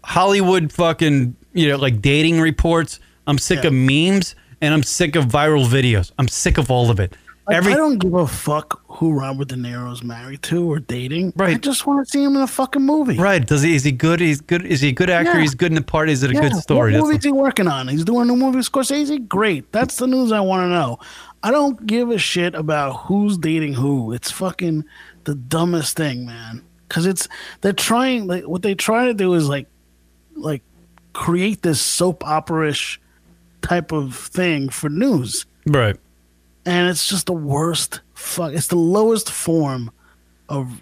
S2: Hollywood fucking. You know, like dating reports. I'm sick
S3: Yeah.
S2: of memes, and I'm sick of viral videos. I'm sick of all of it.
S3: Like,
S2: Every
S3: I don't give a fuck who Robert De Niro's married to or dating. Right. I just want to see him in a fucking movie.
S2: right? Does he? Is he good? He's good. Is he a good actor?
S3: Yeah.
S2: He's good in the part. Is it a good
S3: Yeah,
S2: story?
S3: What
S2: That's
S3: movie is
S2: the-
S3: he working on? He's doing a new movie with Scorsese? Great. That's the news I want to know. I don't give a shit about who's dating who. It's fucking the dumbest thing, man. Because it's they're trying like what they try to do is like like create this soap opera-ish type of thing for news,
S2: right.
S3: and it's just the worst. Fuck, it's the lowest form of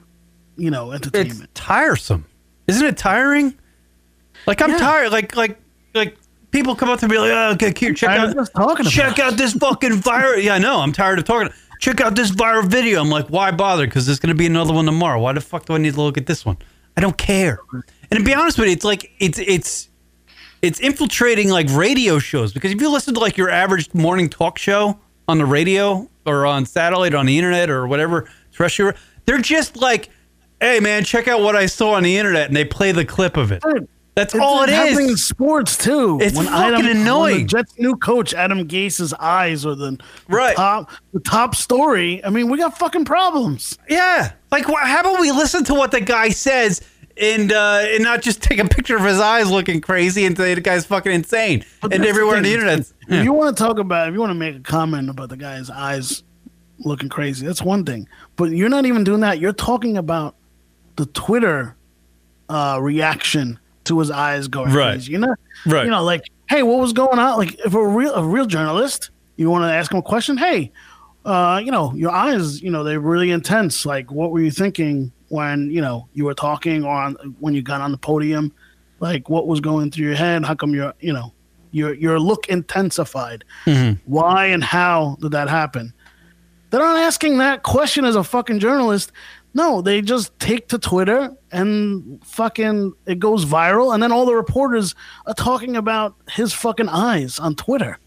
S3: you know entertainment.
S2: tiresome. Isn't it tiring? Like I'm tired. Like like like people come up to me like, oh, okay, here, check
S3: tired of
S2: out
S3: just talking about
S2: check out this fucking viral. yeah, I know. I'm tired of talking. Check out this viral video. I'm like, why bother? Because there's gonna be another one tomorrow. Why the fuck do I need to look at this one? I don't care. And to be honest with you, it's like it's it's it's infiltrating like radio shows because if you listen to like your average morning talk show on the radio or on satellite or on the internet or whatever terrestrial, they're just like, "Hey man, check out what I saw on the internet," and they play the clip of it. That's
S3: It's
S2: all it
S3: happening in
S2: is.
S3: sports too.
S2: It's fucking
S3: when
S2: annoying.
S3: the Jets' new coach Adam Gase's eyes are the
S2: Right.
S3: top, the top story. I mean, we got fucking problems.
S2: Yeah, like wh- how about we listen to what the guy says and uh, and not just [laughs] take a picture of his eyes looking crazy and say the guy's fucking insane
S3: But
S2: and
S3: that's
S2: everywhere on the
S3: thing.
S2: internet. [laughs]
S3: If you want to talk about, if you want to make a comment about the guy's eyes looking crazy, that's one thing. But you're not even doing that. You're talking about the Twitter uh, reaction to his eyes going
S2: Right.
S3: crazy. You know,
S2: Right.
S3: You know, like, hey, what was going on? Like, if a real a real journalist, you want to ask him a question. Hey, uh, you know, your eyes, you know, they're really intense. Like, what were you thinking when you know you were talking or on, when you got on the podium? Like, what was going through your head? How come your you know your your look intensified? Why and how did that happen? They're not asking that question as a fucking journalist. No, they just take to Twitter and fucking it goes viral, and then all the reporters are talking about his fucking eyes
S2: [laughs]
S3: on Twitter.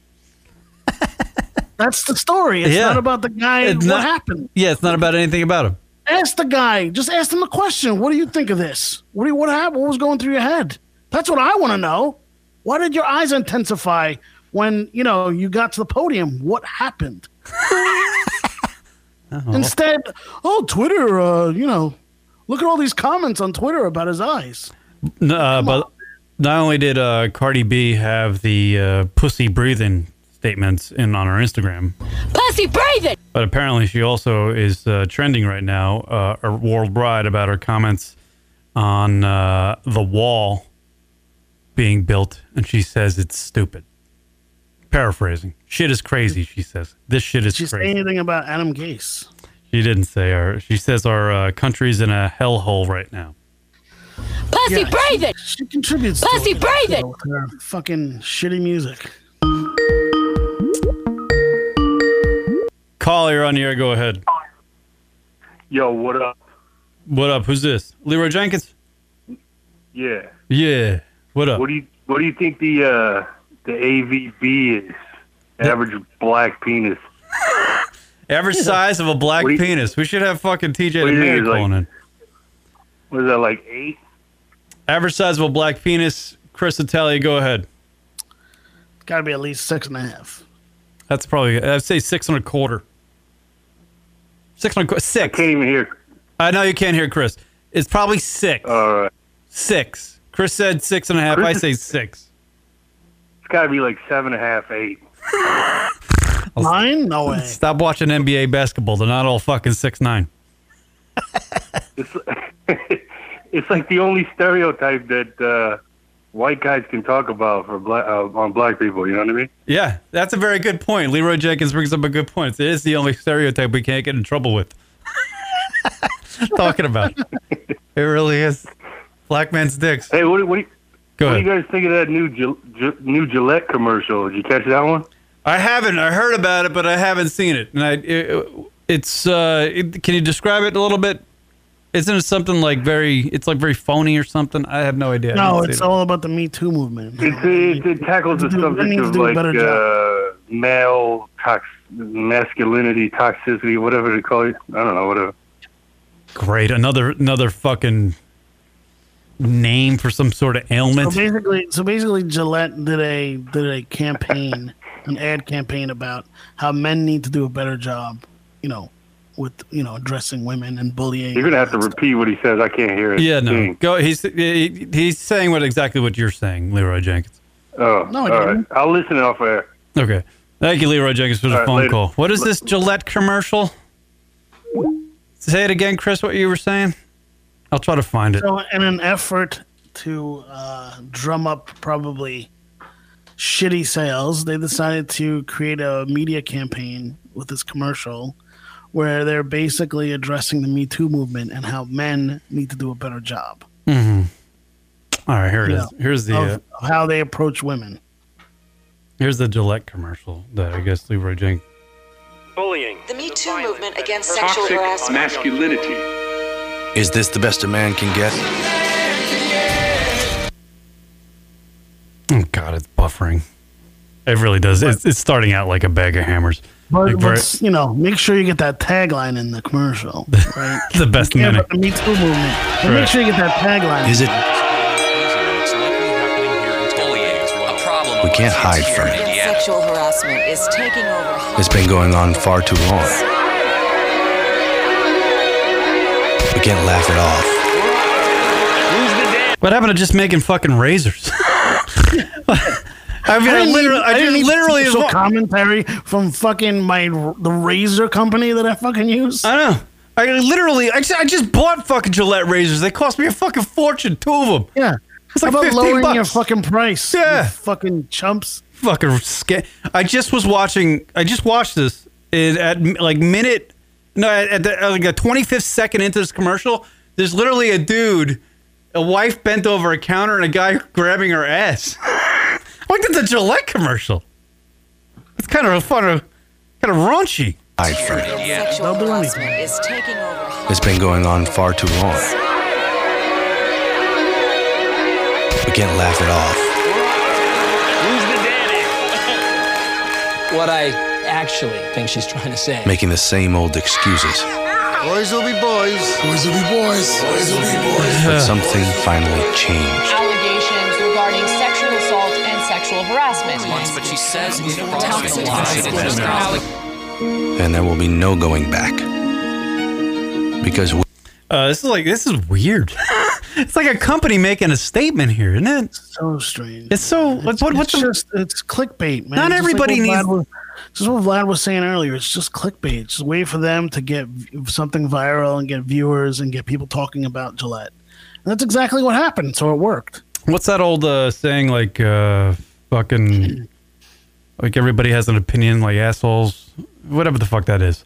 S3: That's the story. It's
S2: Yeah.
S3: not about the guy.
S2: It's
S3: what
S2: not-
S3: happened?
S2: Yeah, it's not about anything about him.
S3: Ask the guy. Just ask him the question. What do you think of this? What do you, what happened? What was going through your head? That's what I want to know. Why did your eyes intensify when you know you got to the podium? What happened? Instead, oh Twitter, uh, you know, look at all these comments on Twitter about his eyes.
S2: N- uh, but not only did uh, Cardi B have the uh, pussy breathing statements in on her Instagram,
S6: Pussy breathing.
S2: but apparently she also is uh, trending right now uh, or worldwide about her comments on uh, the wall being built, and she says it's stupid. Paraphrasing, shit is crazy. She says this shit is
S3: Did she say
S2: crazy.
S3: anything about Adam Gase?
S2: She didn't say our. She says our uh, country's in a hellhole right now.
S6: Pussy breathing.
S3: She contributes.
S6: Pussy
S3: to it,
S6: breathing.
S3: you know, with her fucking shitty music.
S2: Call you're on the air. Go ahead.
S12: Yo, what up?
S2: What up? Who's this? Leroy Jenkins.
S12: Yeah.
S2: Yeah. What up?
S12: What do you What do you think the uh, the AVB is? Average black penis.
S2: Average size of a black penis. We should have fucking TJ
S12: What do you
S2: the
S12: think
S2: man
S12: it's like?
S2: calling in.
S12: What is that like eight?
S2: Average size of a black penis. Chris Italia, go ahead.
S3: Got to be at least six and a half.
S2: That's probably. I'd say six and a quarter. Six and a quarter. Six. I can't
S12: even hear.
S2: I know you can't hear Chris. It's probably six.
S12: All right.
S2: Six. Chris said six and a half. I
S12: Oh. Chris-
S2: say six.
S12: It's got to be like seven and a half, eight.
S3: Nine? No way.
S2: Stop watching NBA basketball. They're not all fucking six nine.
S12: [laughs] It's like the only stereotype that uh, white guys can talk about for black uh, on black people. You know what I mean?
S2: Yeah, that's a very good point. Leroy Jenkins brings up a good point. It [laughs] is the only stereotype we can't get in trouble with. Talking about. It really is. Black man's dicks.
S12: Hey, what, do- what, do, you,
S2: Go
S12: what do you guys think of that new Gil, Gi- new Gillette commercial? Did you catch that one?
S2: I haven't. I heard about it, but I haven't seen it. And I, it, it's. Uh, it, can you describe it a little bit? Isn't it something like very? It's like very phony or something. I have no idea. I
S3: no,
S2: haven't
S3: it's
S2: seen
S3: all about the Me Too movement.
S12: It's, it, it tackles the
S3: Do- we
S12: subject
S3: need to
S12: of
S3: do a
S12: like
S3: better
S12: uh, male tox- masculinity, toxicity, whatever they call it. I don't know, whatever.
S2: it. great. Another another fucking name for some sort of ailment.
S3: So basically, so basically, Gillette did a did a campaign, an ad campaign about how men need to do a better job, you know, with you know addressing women and bullying.
S12: You're gonna have to repeat what he says. I can't hear it.
S2: Yeah, no.
S12: Dang.
S2: Go. He's he, he's saying what exactly what you're saying, Leroy Jenkins.
S12: Oh,
S3: No,
S12: all
S3: I
S12: right.
S3: didn't.
S12: I'll listen off air.
S2: Okay. Thank you, Leroy Jenkins, for the
S12: All right,
S2: phone
S12: later.
S2: call. What is this Gillette commercial? Say it again, Chris. What you were saying? I'll try to find it.
S3: So, in an effort to uh, drum up probably shitty sales, they decided to create a media campaign with this commercial where they're basically addressing the Me Too movement and how men need to do a better job.
S2: Mhm. All right, here it
S3: you
S2: is.
S3: know,
S2: Here's the
S3: of-
S2: uh,
S3: of how they approach women.
S2: here's the Gillette commercial that I guess Leroy Jenkins.
S13: Bullying. The Me Too movement against
S14: sexual
S13: toxic
S14: harassment.
S13: masculinity.
S15: Is this the best a man can get?
S2: Oh God, it's buffering. It really does. It's, it's starting out like a bag of hammers.
S3: But,
S2: Like very-
S3: but, you know, make sure you get that tagline in the commercial, right?
S2: the best
S3: yeah,
S2: minute.
S3: but the Me Too movement. But
S2: Right.
S3: Make sure you get that tagline.
S15: Is it? We can't hide from it.
S13: Against sexual harassment is taking over.
S15: It's been going on far too long. We can't laugh it off.
S2: What happened to just making fucking razors? [laughs] I mean, I
S3: didn't
S2: literally-
S3: need-
S2: I didn't
S3: didn't need
S2: literally
S3: social
S2: involve-
S3: commentary from fucking my the razor company that I fucking use.
S2: I know. I literally, I just, I just bought fucking Gillette razors. They cost me a fucking fortune, two of them.
S3: Yeah.
S2: It's
S3: How
S2: like
S3: about
S2: 15
S3: lowering your
S2: bucks.
S3: fucking price? Yeah, fucking chumps.
S2: fucking sca- I just was watching. I just watched this it, at m- like minute. No, at, at the, at like a twenty fifth second into this commercial, there's literally a dude, a wife bent over a counter, and a guy grabbing her ass. [laughs] Look at the Gillette commercial. It's kind of fun, of kind of raunchy.
S15: Hide from it.
S13: Sexual harassment is taking over.
S15: It's been going on far too long. We can't laugh it off.
S16: What I actually think she's trying to say.
S15: Making the same old excuses.
S16: Boys will be boys. Boys will be boys. Boys will be boys.
S15: But something finally changed.
S13: Allegations regarding sexual assault and sexual harassment. Once, but she says toxic
S15: And there will be no going back. Because we.
S2: Uh, this is like this is weird. [laughs] it's like a company making a statement here, isn't it?
S3: So strange.
S2: It's so. It's, what, what's
S3: it's
S2: the-
S3: just it's clickbait, man.
S2: Not
S3: Just like
S2: everybody
S3: what
S2: needs-
S3: Vlad was- Just what Vlad was saying earlier. It's just clickbait. Just wait for them to get v- something viral and get viewers and get people talking about Gillette. And that's exactly what happened. So it worked.
S2: What's that old uh, saying? Like uh, fucking, like everybody has an opinion. Like assholes, whatever the fuck that is.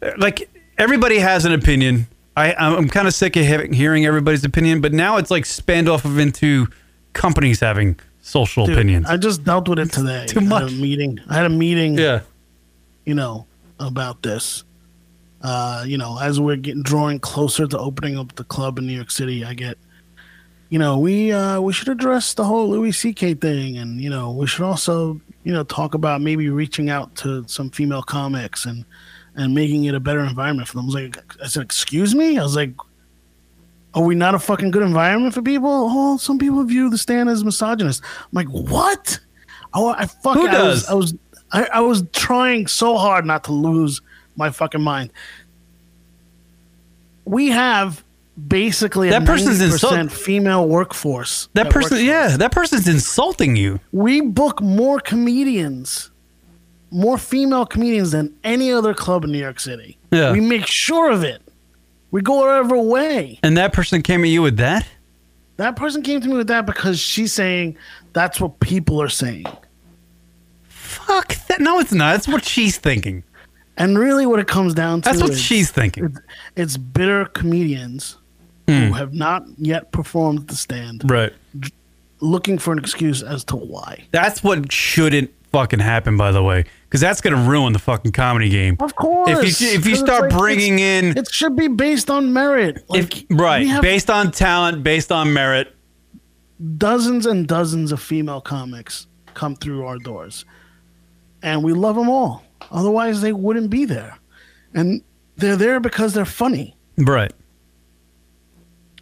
S2: Uh, Like everybody has an opinion. I I'm, I'm kind of sick of hearing hearing everybody's opinion, but now it's like spanned off of into companies having social
S3: Dude,
S2: opinions.
S3: I just dealt with it today. Too much. meeting. I had a meeting.
S2: Yeah.
S3: You know about this. Uh, you know, as we're getting drawing closer to opening up the club in New York City, I get, you know, we uh, we should address the whole Louis C.K. thing, and you know, we should also you know talk about maybe reaching out to some female comics and and making it a better environment for them. I was like, I said, excuse me. I was like, are we not a fucking good environment for people? Oh, some people view the stand as misogynist. I'm like, what? Oh, I fucking
S2: Who does?
S3: I was I was I, I was trying so hard not to lose my fucking mind. We have basically
S2: That
S3: a
S2: person's
S3: 90%
S2: insult-
S3: female workforce.
S2: that person,
S3: works-
S2: yeah, that person's insulting you.
S3: we book more comedians, more female comedians than any other club in New York City.
S2: Yeah.
S3: We make sure of it. We go our ever way.
S2: And that person came at you with that?
S3: That person came to me with that because she's saying that's what people are saying.
S2: Fuck that. No, it's not. That's what she's thinking.
S3: And really, what it comes down to
S2: That's what
S3: is
S2: she's thinking.
S3: it's bitter comedians
S2: Hmm.
S3: who have not yet performed at the stand,
S2: Right.
S3: looking for an excuse as to why.
S2: That's what shouldn't fucking happen, by the way, because that's going to ruin the fucking comedy game.
S3: Of course.
S2: If you, if you
S3: 'cause it's
S2: start
S3: like-
S2: bringing in
S3: it should be based on merit. Like
S2: right
S3: we have
S2: based on talent, based on merit,
S3: dozens and dozens of female comics come through our doors, and we love them all. Otherwise, they wouldn't be there, and they're there because they're funny.
S2: right?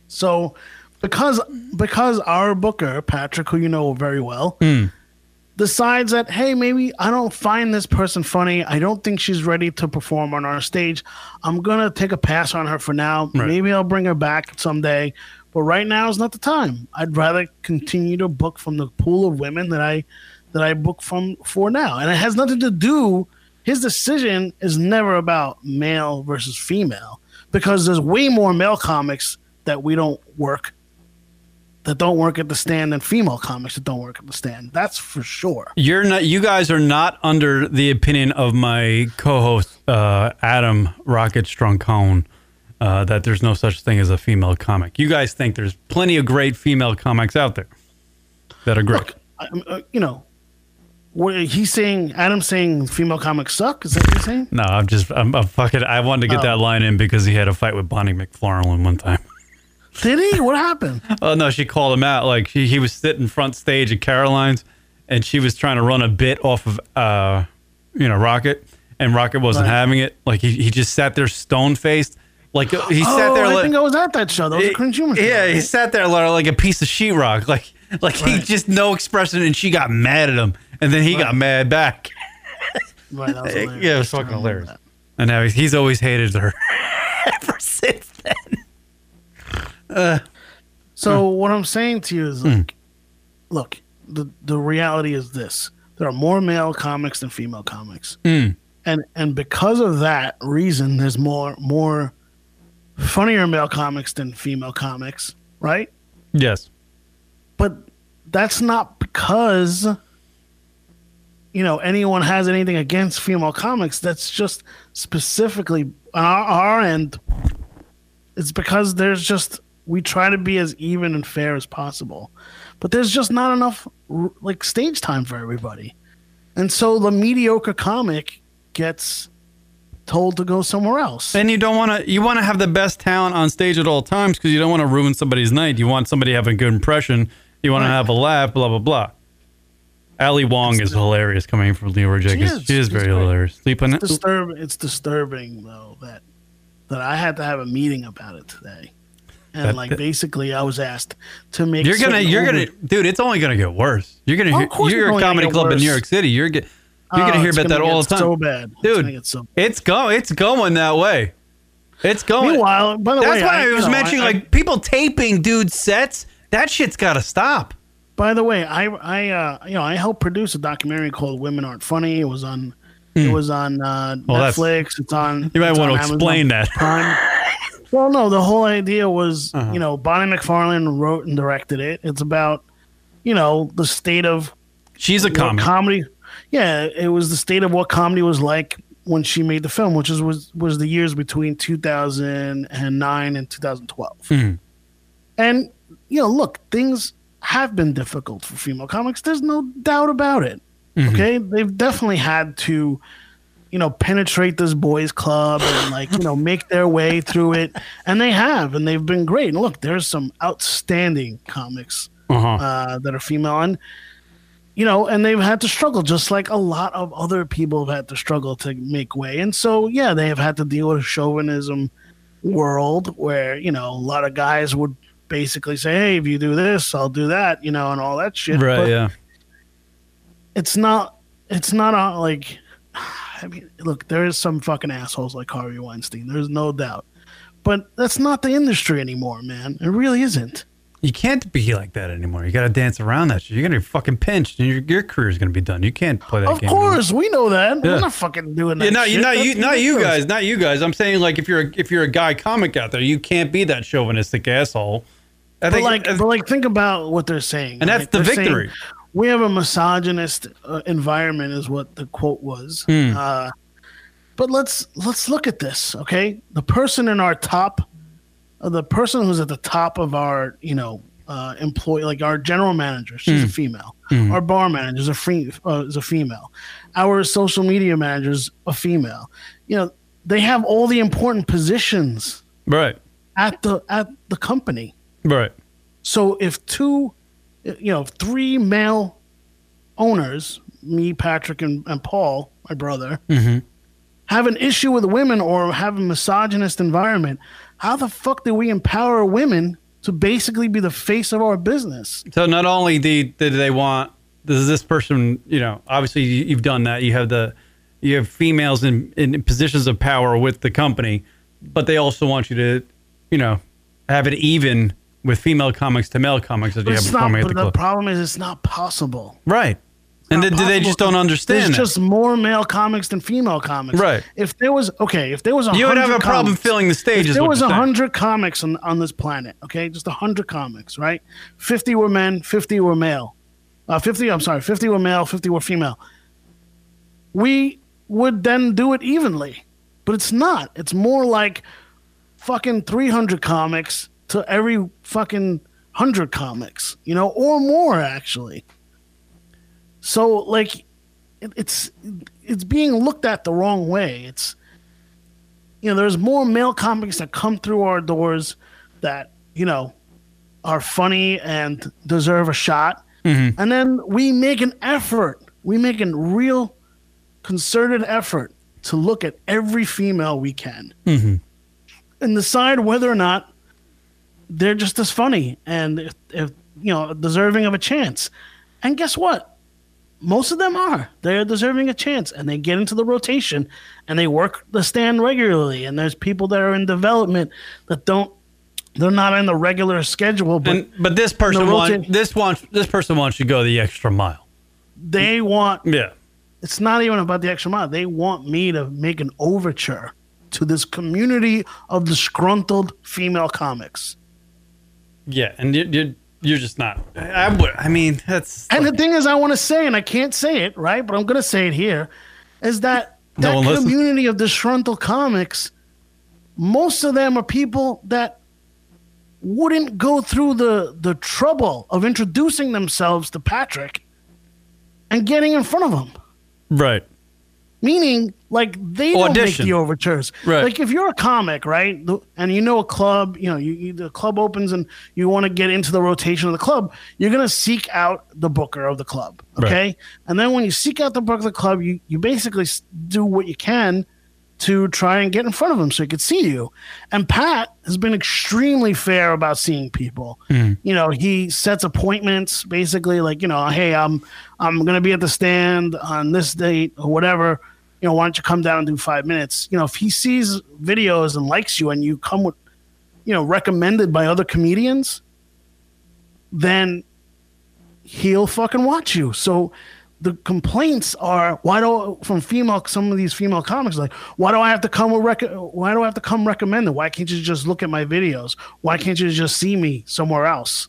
S3: So, because because our booker Patrick, who you know very well, decides that hey, maybe I don't find this person funny. I don't think she's ready to perform on our stage. I'm gonna take a pass on her for now.
S2: Right.
S3: Maybe I'll bring her back someday. But right now is not the time. I'd rather continue to book from the pool of women that I that I book from for now, and it has nothing to do. His decision is never about male versus female because there's way more male comics that we don't work that don't work at the stand than female comics that don't work at the stand. That's for sure.
S2: You're not. You guys are not under the opinion of my co-host uh, Adam Rocket Struncone uh, that there's no such thing as a female comic. You guys think there's plenty of great female comics out there that are great.
S3: I, I'm, uh, you know, what he's saying, Adam's saying female comics suck. Is that what he's saying?
S2: No, I'm just. I'm, I'm fucking. I wanted to get
S3: Oh.
S2: that line in because he had a fight with Bonnie McFarlane one time.
S3: Did he?
S2: [laughs]
S3: What happened?
S2: Oh no, she called him out. Like she, he was sitting front stage at Caroline's, and she was trying to run a bit off of, uh, you know, Rocket, and Rocket wasn't
S3: Right.
S2: having it. Like he, he just sat there stone faced. Like he
S3: oh,
S2: sat there
S3: I
S2: like
S3: think I was at that show. That was a cringe humor.
S2: yeah, he sat there like like a piece of sheetrock. Like like he just no expression, and she got mad at him, and then he got mad back. [laughs]
S3: Right, that was hilarious.
S2: yeah, it was fucking hilarious. And now he's, he's always hated her. [laughs] Ever since then. Uh,
S3: So what I'm saying to you
S2: Hmm.
S3: is, like, look, the the reality is this: there are more male comics than female comics.
S2: mm.
S3: and and because of that reason there's more more funnier male comics than female comics right
S2: Yes.
S3: but that's not because you know anyone has anything against female comics that's just specifically on our, our end it's because there's just we try to be as even and fair as possible but there's just not enough r- like stage time for everybody and so the mediocre comic gets told to go somewhere else
S2: And you don't want to. You want to have the best talent on stage at all times because you don't want to ruin somebody's night. You want somebody to have a good impression. You want to have a laugh. Blah blah blah. Ali Wong is hilarious coming from Leroy Jenkins. She is,
S3: is.
S2: very hilarious. Sleep on it.
S3: It's disturbing. It's disturbing though that that I had to have a meeting about it today, and
S2: That-
S3: like basically I was asked to make.
S2: You're gonna.
S3: certain
S2: You're
S3: over-
S2: gonna. Dude, it's only gonna get worse. You're gonna.
S3: Oh, Of
S2: hear-
S3: course
S2: you're
S3: it's
S2: a
S3: only gonna
S2: comedy
S3: get
S2: club in New
S3: worse.
S2: York City. You're get, You're
S3: Oh,
S2: gonna hear
S3: it's
S2: about that
S3: gonna
S2: all
S3: get
S2: the time.
S3: So bad, It's
S2: dude.
S3: gonna get so-
S2: It's go. It's going that way. It's going.
S3: Meanwhile, by the
S2: That's
S3: way,
S2: why I,
S3: I-
S2: was
S3: no, I-
S2: mentioning
S3: I-
S2: like people taping dude sets. That shit's gotta stop.
S3: By the way, I I uh, you know I helped produce a documentary called "Women Aren't Funny." It was on. It
S2: Hmm.
S3: was on uh,
S2: Well, that's-
S3: Netflix. It's on.
S2: [laughs] You might
S3: it's
S2: want
S3: on
S2: to
S3: Amazon
S2: explain that.
S3: Prime. Well, no, the whole idea was,
S2: Uh-huh.
S3: you know, Bonnie McFarlane wrote and directed it. It's about, you know, the state of
S2: She's a
S3: what
S2: comic.
S3: comedy. Yeah, it was the state of what comedy was like when she made the film, which is was was the years between 2009 and 2012.
S2: Mm.
S3: And you know, look, things have been difficult for female comics. There's no doubt about it. Okay, they've definitely had to, you know, penetrate this boys' club and like you know make their way through it, and they have, and they've been great. And look, there's some outstanding comics
S2: Uh-huh.
S3: uh, that are female, and you know, and they've had to struggle just like a lot of other people have had to struggle to make way. And so, yeah, they have had to deal with chauvinism world where you know a lot of guys would basically say, "Hey, if you do this, I'll do that," you know, and all that shit.
S2: Right.
S3: But
S2: yeah.
S3: It's not. It's not a, like. [sighs] I mean, look, there is some fucking assholes like Harvey Weinstein. There's no doubt, but that's not the industry anymore, man. It really isn't.
S2: You can't be like that anymore. You got to dance around that shit. You're gonna be fucking pinched, and your, your career's gonna be done. You can't play that
S3: Of
S2: game.
S3: course, we know that.
S2: Yeah.
S3: We're not fucking doing that.
S2: Yeah, not you,
S3: shit.
S2: not
S3: That's
S2: you, not you
S3: ridiculous.
S2: guys, not you guys. I'm saying like if you're a, if you're a guy comic out there, you can't be that chauvinistic asshole. I
S3: but
S2: think
S3: like, but like, think about what they're saying,
S2: And that's
S3: Like,
S2: the
S3: they're saying,
S2: victory.
S3: we have a misogynist uh, environment, is what the quote was.
S2: Hmm.
S3: Uh, but let's let's look at this, okay? The person in our top uh, the person who's at the top of our, you know, uh, employee, like our general manager, she's a
S2: Hmm.
S14: Mm.
S3: female.
S14: Mm.
S3: Our bar manager is a free, uh, is a female. Our social media manager is a female. You know, they have all the important positions
S2: Right.
S3: at the at the company.
S2: Right.
S3: So if two, you know, three male owners, me, Patrick, and, and Paul, my brother,
S2: Mm-hmm.
S3: have an issue with women or have a misogynist environment, how the fuck do we empower women to basically be the face of our business?
S2: So not only the, did they want does this person, you know, obviously you- you've done that. You have the you have females in, in positions of power with the company, but they also want you to, you know, have it even with female comics to male comics that
S3: But
S2: you have
S3: it's not,
S2: performing
S3: but
S2: at the
S3: the
S2: club.
S3: problem is it's not possible.
S2: right. And they, they just don't understand
S3: There's
S2: that.
S3: just more male comics than female comics.
S2: Right.
S3: If there was okay, if there was a
S2: You would have a problem filling the stage,
S3: If
S2: is
S3: there
S2: what
S3: was
S2: you're saying.
S3: hundred comics on on this planet, okay, just hundred comics, right? Fifty were men, fifty were male. Uh, fifty, I'm sorry, fifty were male, fifty were female. We would then do it evenly, but it's not. It's more like fucking three hundred comics to every fucking hundred comics, you know, or more actually. So like it, it's it's being looked at the wrong way. It's you know, there's more male comics that come through our doors that, you know, are funny and deserve a shot.
S14: Mhm.
S3: And then we make an effort. We make a real concerted effort to look at every female we can
S14: Mm-hmm.
S3: and decide whether or not they're just as funny and if, if you know deserving of a chance. And guess what? Most of them are. They're deserving a chance, and they get into the rotation, and they work the stand regularly. And there's people that are in development that don't. They're not in the regular schedule, but
S2: And, but this person
S3: the
S2: wants
S3: rotate-
S2: this wants this person wants you to go the extra mile.
S3: they want.
S2: Yeah.
S3: It's not even about the extra mile. They want me to make an overture to this community of disgruntled female comics.
S2: Yeah, and you you you're just not. I, I would. I mean, that's
S3: And the thing is, I want to say, and I can't say it, right? But I'm going to say it here, is that
S2: No
S3: that
S2: one listens.
S3: community of disgruntled comics, most of them are people that wouldn't go through the the trouble of introducing themselves to Patrick and getting in front of him.
S2: right.
S3: Meaning, like they don't make
S2: Audition.
S3: the overtures.
S2: Right.
S3: Like if you're a comic, right, th- and you know a club, you know, you, you the club opens and you want to get into the rotation of the club, you're gonna seek out the booker of the club,
S14: Right.
S3: okay? And then when you seek out the booker of the club, you you basically s- do what you can to try and get in front of him so he could see you. And Pat has been extremely fair about seeing people you know he sets appointments basically like you know hey i'm i'm gonna be at the stand on this date or whatever you know why don't you come down and do five minutes you know if he sees videos and likes you and you come with you know recommended by other comedians then he'll fucking watch you so the complaints are why do from female some of these female comics like why do I have to come with rec- why do I have to come recommended why can't you just look at my videos why can't you just see me somewhere else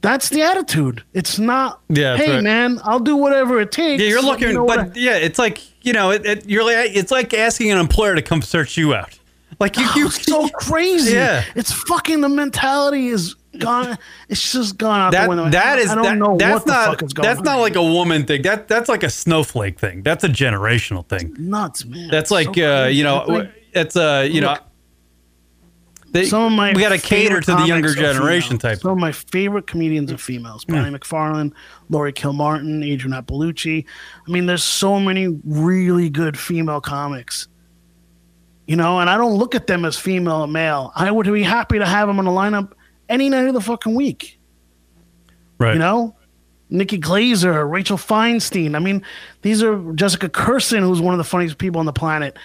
S3: that's the attitude it's not
S2: Yeah, that's
S3: hey
S2: right.
S3: man I'll do whatever it takes
S2: Yeah, you're
S3: Let me
S2: looking,
S3: know what
S2: but
S3: I-
S2: yeah, it's like you know, it, it, you're like, it's like asking an employer to come search you out. Like
S3: [laughs]
S2: you, you
S3: so
S2: [laughs]
S3: crazy
S2: Yeah.
S3: it's fucking the mentality is gone it's just gone out the window
S2: That that is
S3: I don't
S2: that,
S3: know
S2: that's
S3: what the
S2: not
S3: fuck is going
S2: that's
S3: on.
S2: not like a woman thing. That that's like a snowflake thing. That's a generational thing.
S3: nuts man
S2: That's like uh, you know, w- it's uh, you know, they,
S3: some of my
S2: we got to cater
S3: favorite
S2: to the younger
S3: comics are
S2: generation
S3: female.
S2: type. Hmm.
S3: Some of my favorite comedians are females: Brian McFarlane, Laurie Kilmartin, Adrian Appalucci. I mean, there's so many really good female comics. You know, and I don't look at them as female or male. I would be happy to have them on the lineup any night of the fucking week.
S2: Right.
S3: You know, Nikki Glazer, Rachel Feinstein. I mean, these are Jessica Kirsten, who's one of the funniest people on the planet.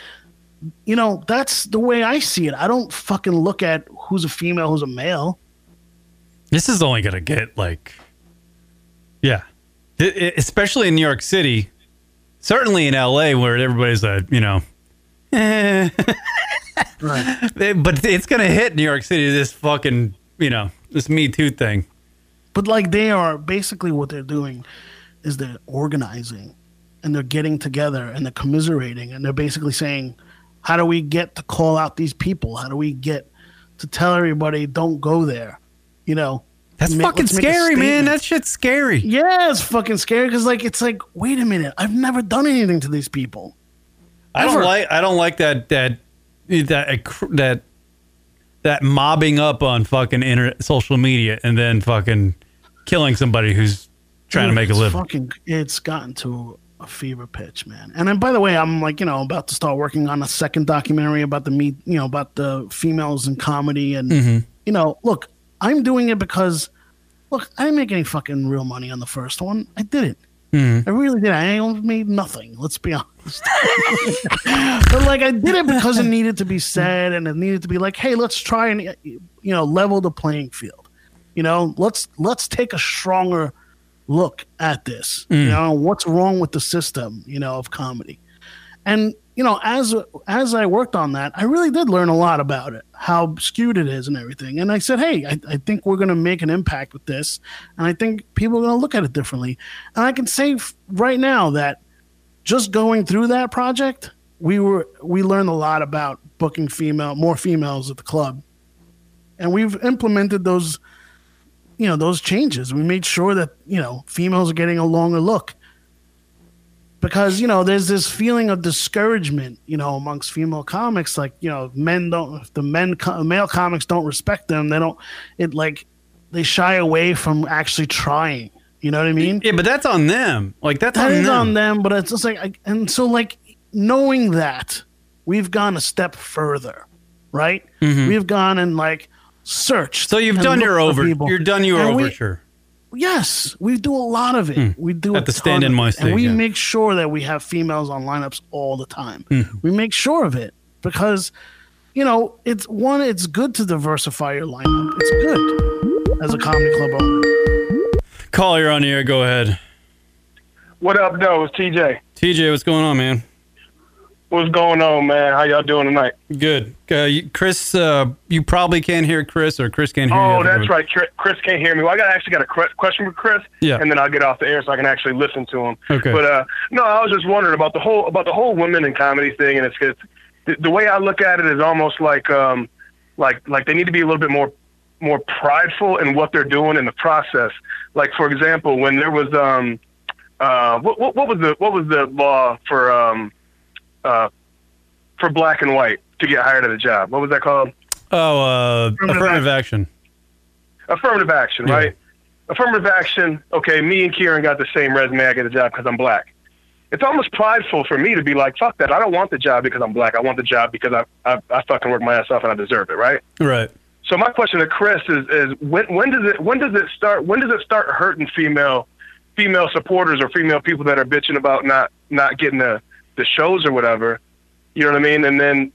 S3: You know, that's the way I see it. I don't fucking look at who's a female, who's a male.
S2: This is only gonna get like, yeah, Th- e- especially in New York City, certainly in L.A. where everybody's a you know, [laughs] eh. They- Eh, but it's gonna hit New York City. This fucking you know this Me Too thing.
S3: But like they are basically what they're doing is they're organizing and they're getting together and they're commiserating and they're basically saying, How do we get to call out these people? How do we get to tell everybody don't go there. You know,
S2: That's
S3: ma-
S2: fucking
S3: let's make a
S2: scary, man.
S3: statement.
S2: That shit's scary.
S3: yeah, it's fucking scary because like it's like wait a minute, I've never done anything to these people.
S2: I don't
S3: Ever.
S2: like I don't like that that that that that mobbing up on fucking internet social media and then fucking killing somebody who's trying to
S3: Dude,
S2: make a
S3: it's
S2: living.
S3: Fucking, it's gotten to a fever pitch, man. And then, by the way, I'm like, you know, about to start working on a second documentary about the me, you know, about the females in comedy, and
S14: Mhm.
S3: you know, look, I'm doing it because, look, I didn't make any fucking real money on the first one. I did it. I really did. I ain't made nothing. Let's be honest. [laughs] but like, I did it because it needed to be said, and it needed to be like, hey, let's try and you know level the playing field. You know, let's let's take a stronger look at this. You
S14: Mm.
S3: know, what's wrong with the system? You know, of comedy, and you know, as as I worked on that, I really did learn a lot about it, how skewed it is, and everything. And I said, hey, I, I think we're going to make an impact with this, and I think people are going to look at it differently. And I can say f- right now that just going through that project, we were we learned a lot about booking female more females at the club. And we've implemented those you know, those changes. We made sure that, you know, females are getting a longer look. Because, you know, there's this feeling of discouragement, you know, amongst female comics like, you know, if men don't if the men co- male comics don't respect them, they don't it like they shy away from actually trying. You know what I mean?
S2: Yeah, but that's on them. Like that's
S3: That
S2: on
S3: is
S2: them.
S3: on them, but it's just like, I, and so like knowing that, we've gone a step further, right?
S2: Mhm.
S3: We've gone and like searched.
S2: so you've
S3: and
S2: done
S3: looked
S2: your
S3: for
S2: over.
S3: people.
S2: You're done your
S3: And we-
S2: overture.
S3: yes, we do a lot of it.
S2: Hmm.
S3: We do a
S2: At the
S3: ton
S2: stand-in
S3: of it.
S2: mic stage,
S3: and we
S2: yeah.
S3: make sure that we have females on lineups all the time.
S2: Hmm.
S3: We make sure of it because, you know, it's one. It's good to diversify your lineup. It's good as a comedy club owner.
S2: Call you're on the air. Go ahead.
S17: What up, though? It's TJ.
S2: TJ, what's going on, man?
S17: What's going on, man? How y'all doing tonight?
S2: Good. Uh, you, Chris, uh, you probably can't hear Chris, or Chris can't hear you. I
S17: Oh,
S2: think it
S17: that's
S2: was-
S17: right. Chri- Chris can't hear me. Well, I got actually got a cre- question for Chris,
S2: Yeah.
S17: and then I'll get off the air so I can actually listen to him.
S2: Okay.
S17: But uh, no, I was just wondering about the whole about the whole women in comedy thing, and it's it's the, the way I look at it is almost like um like like they need to be a little bit more more prideful in what they're doing in the process. Like for example, when there was um uh what what, what was the what was the law for um uh for black and white to get hired at a job? What was that called?
S2: Oh, uh,
S17: Affirmative
S2: affirmative action.
S17: affirmative action, right? Affirmative action. Okay, me and Kieran got the same resume. I get the job because I'm black. It's almost prideful for me to be like, "Fuck that! I don't want the job because I'm black. I want the job because I I, I fucking work my ass off and I deserve it." Right.
S2: Right.
S17: So my question to Chris is is when when does it when does it start when does it start hurting female female supporters or female people that are bitching about not not getting the the shows or whatever, you know what I mean? And then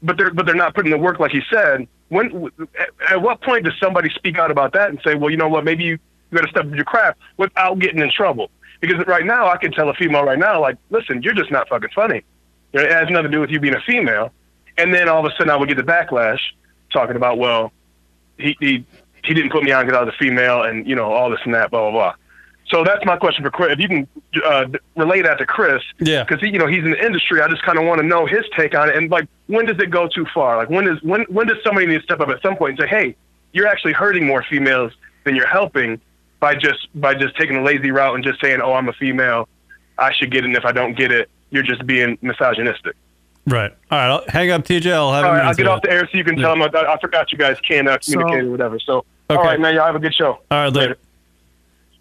S17: but they're but they're not putting the work like he said. When at, at what point does somebody speak out about that and say, well, you know what, maybe you, you got to step up your craft without getting in trouble? Because right now, I can tell a female right now, like, listen, you're just not fucking funny. You know, it has nothing to do with you being a female. And then all of a sudden, I would get the backlash talking about, well, he he, he didn't put me on because I was a female, and you know all this and that, blah blah blah. So that's my question for Chris. If you can uh, d- relay that to Chris,
S2: Yeah.
S17: because you know he's in the industry. I just kind of want to know his take on it, and like when does it go too far? Like when does when when does somebody need to step up at some point and say, hey, you're actually hurting more females than you're helping by just by just taking a lazy route and just saying, oh, I'm a female, I should get it, and if I don't get it, you're just being misogynistic.
S2: Right. All right. I'll hang up, TJ. I'll have
S17: All
S2: him
S17: right, I'll
S2: answer
S17: get
S2: that.
S17: off the air so you can tell them I, I forgot you guys can uh, communicate
S3: So-
S17: or whatever. So, all right, man, y'all have a good show.
S2: All right, later.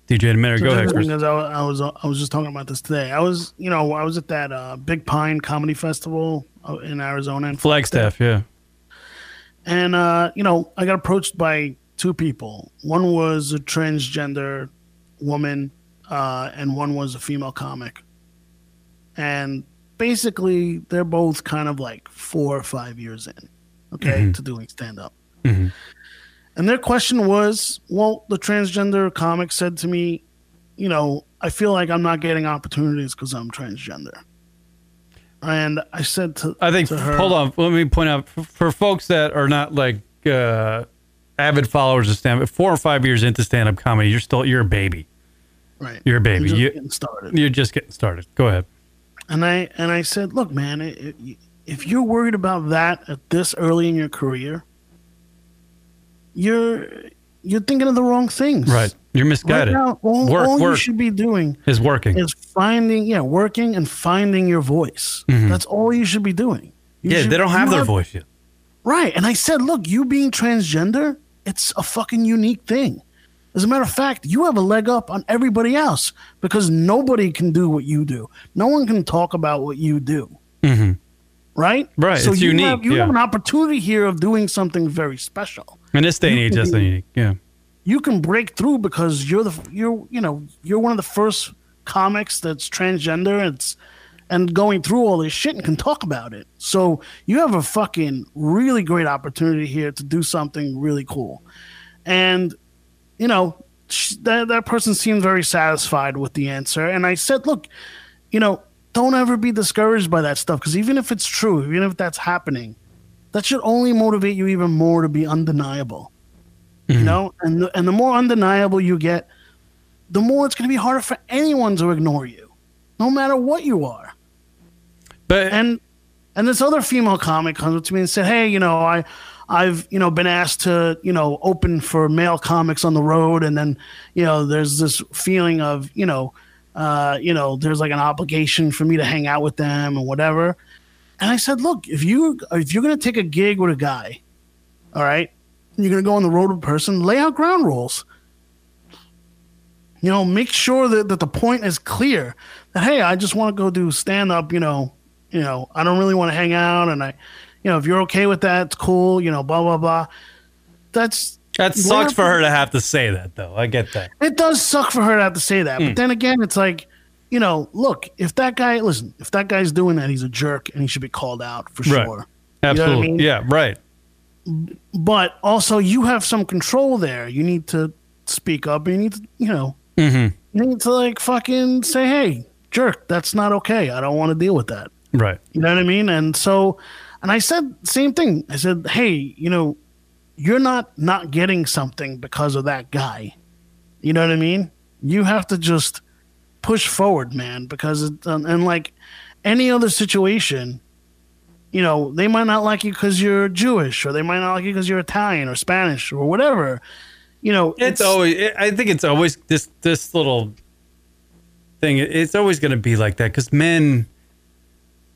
S2: DJ in a minute.
S3: So
S2: Go
S3: it's
S2: ahead, Chris.
S3: interesting 'cause I, was- uh, I was I was just talking about this today. I was you know I was at that uh, Big Pine Comedy Festival uh, in Arizona in
S2: Flagstaff, yeah.
S3: and uh, you know I got approached by two people. One was a transgender woman, uh, and one was a female comic. And basically, they're both kind of like four or five years in, okay,
S2: Mm-hmm.
S14: Mhm.
S3: to doing stand up. And their question was, well, the transgender comic said to me, you know, I feel like I'm not getting opportunities because I'm transgender. And I said to,
S2: I think.
S3: to her,
S2: Hold on. Let me point out for, for folks that are not like uh, avid followers of stand-up. Four or five years into stand-up comedy, you're still you're a baby.
S3: Right.
S2: You're a baby.
S3: just
S2: you,
S3: getting started.
S2: You're just getting started. Go ahead.
S3: And I and I said, look, man, i- i- if you're worried about that at this early in your career, you're you're thinking of the wrong things.
S2: Right. You're misguided.
S3: Right now, all,
S2: work,
S3: all you
S2: work
S3: should be doing
S2: is working.
S3: is finding, yeah, working and finding your voice.
S2: Mhm.
S3: That's all you should be doing. You
S2: yeah,
S3: should-
S2: they don't
S3: you
S2: have their
S3: are-
S2: voice yet.
S3: Right. And I said, look, you being transgender, it's a fucking unique thing. As a matter of fact, you have a leg up on everybody else because nobody can do what you do. No one can talk about what you do.
S2: Mm-hmm.
S3: Right?
S2: Right,
S3: So
S2: it's
S3: you
S2: unique,
S3: Have, you
S2: yeah.
S3: have an opportunity here of doing something very special.
S2: In this day and age, that's not unique. Yeah.
S3: You can break through because you're the you're you know, you're one of the first comics that's transgender and it's and going through all this shit and can talk about it. So you have a fucking really great opportunity here to do something really cool. And you know, sh- that that person seemed very satisfied with the answer. And I said, look, you know, don't ever be discouraged by that stuff because even if it's true, even if that's happening, that should only motivate you even more to be undeniable. You know, and the, and the more undeniable you get, the more it's going to be harder for anyone to ignore you, no matter what you are.
S2: But
S3: and and this other female comic comes up to me and said, "Hey, you know, I I've you know been asked to you know open for male comics on the road, and then you know there's this feeling of you know uh, you know there's like an obligation for me to hang out with them and whatever." And I said, "Look, if you if you're going to take a gig with a guy, all right, and you're going to go on the road with a person, lay out ground rules." you know make sure that, that the point is clear that hey i just want to go do stand up you know you know i don't really want to hang out and i you know if you're okay with that it's cool you know blah blah blah that's
S2: That sucks for her to have to say that, though. I get that.
S3: it does suck for her to have to say that
S2: Hmm.
S3: but then again it's like you know look if that guy listen if that guy's doing that he's a jerk and he should be called out for
S2: Right.
S3: sure
S2: Absolutely.
S3: mean?
S2: Yeah, right.
S3: but also you have some control there you need to speak up you need to you know
S2: Mm-hmm.
S3: need to like fucking say, hey, jerk, that's not okay. I don't want to deal with that.
S2: Right.
S3: You know what I mean? And so, and I said same thing. I said, hey, you know, you're not not getting something because of that guy. You know what I mean? You have to just push forward, man, because it, and, and like any other situation, you know, they might not like you because you're Jewish, or they might not like you because you're Italian or Spanish or whatever. You know,
S2: It's, always. It, I think it's always this this little thing. it- it's always going to be like that because men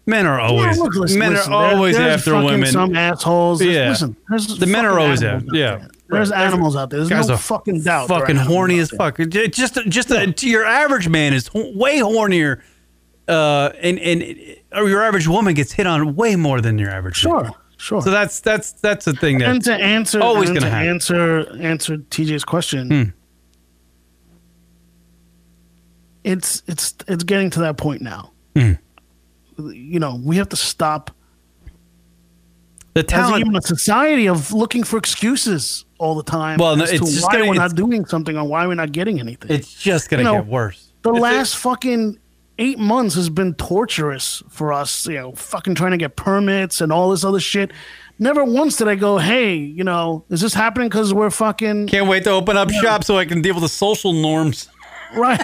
S2: men are always
S3: Yeah, look, listen,
S2: men
S3: listen,
S2: are
S3: there-
S2: always
S3: there's
S2: after
S3: fucking
S2: women.
S3: Some assholes. There's-
S2: yeah.
S3: Listen, there's
S2: the men are
S3: fucking
S2: always
S3: animals
S2: after. Yeah.
S3: There's animals out there. There's
S2: Guys
S3: no
S2: are
S3: fucking doubt. there are
S2: fucking
S3: animals
S2: horny
S3: out
S2: as fuck. J- Just just a, to your average man is ho- way hornier, uh, and and or your average woman gets hit on way more than your average. Sure,
S3: sure.
S2: So that's that's that's the thing that
S3: and to answer,
S2: always
S3: and
S2: going
S3: to
S2: happen.
S3: answer, answer TJ's question. It's it's it's getting to that point now.
S2: Hmm.
S3: You know, we have to stop
S2: The
S3: as
S2: talent.
S3: even a society of looking for excuses all the time.
S2: Well, no,
S3: as
S2: it's
S3: to
S2: just
S3: why
S2: gonna-
S3: we're
S2: it's-
S3: not doing something or why we're not getting anything.
S2: It's just going to
S3: you know,
S2: get worse.
S3: The
S2: It's-
S3: last fucking eight months has been torturous for us, you know, fucking trying to get permits and all this other shit. Never once did I go, hey, you know, is this happening because we're fucking.
S2: Can't wait to open up shop so I can deal with the social norms.
S3: [laughs] Right.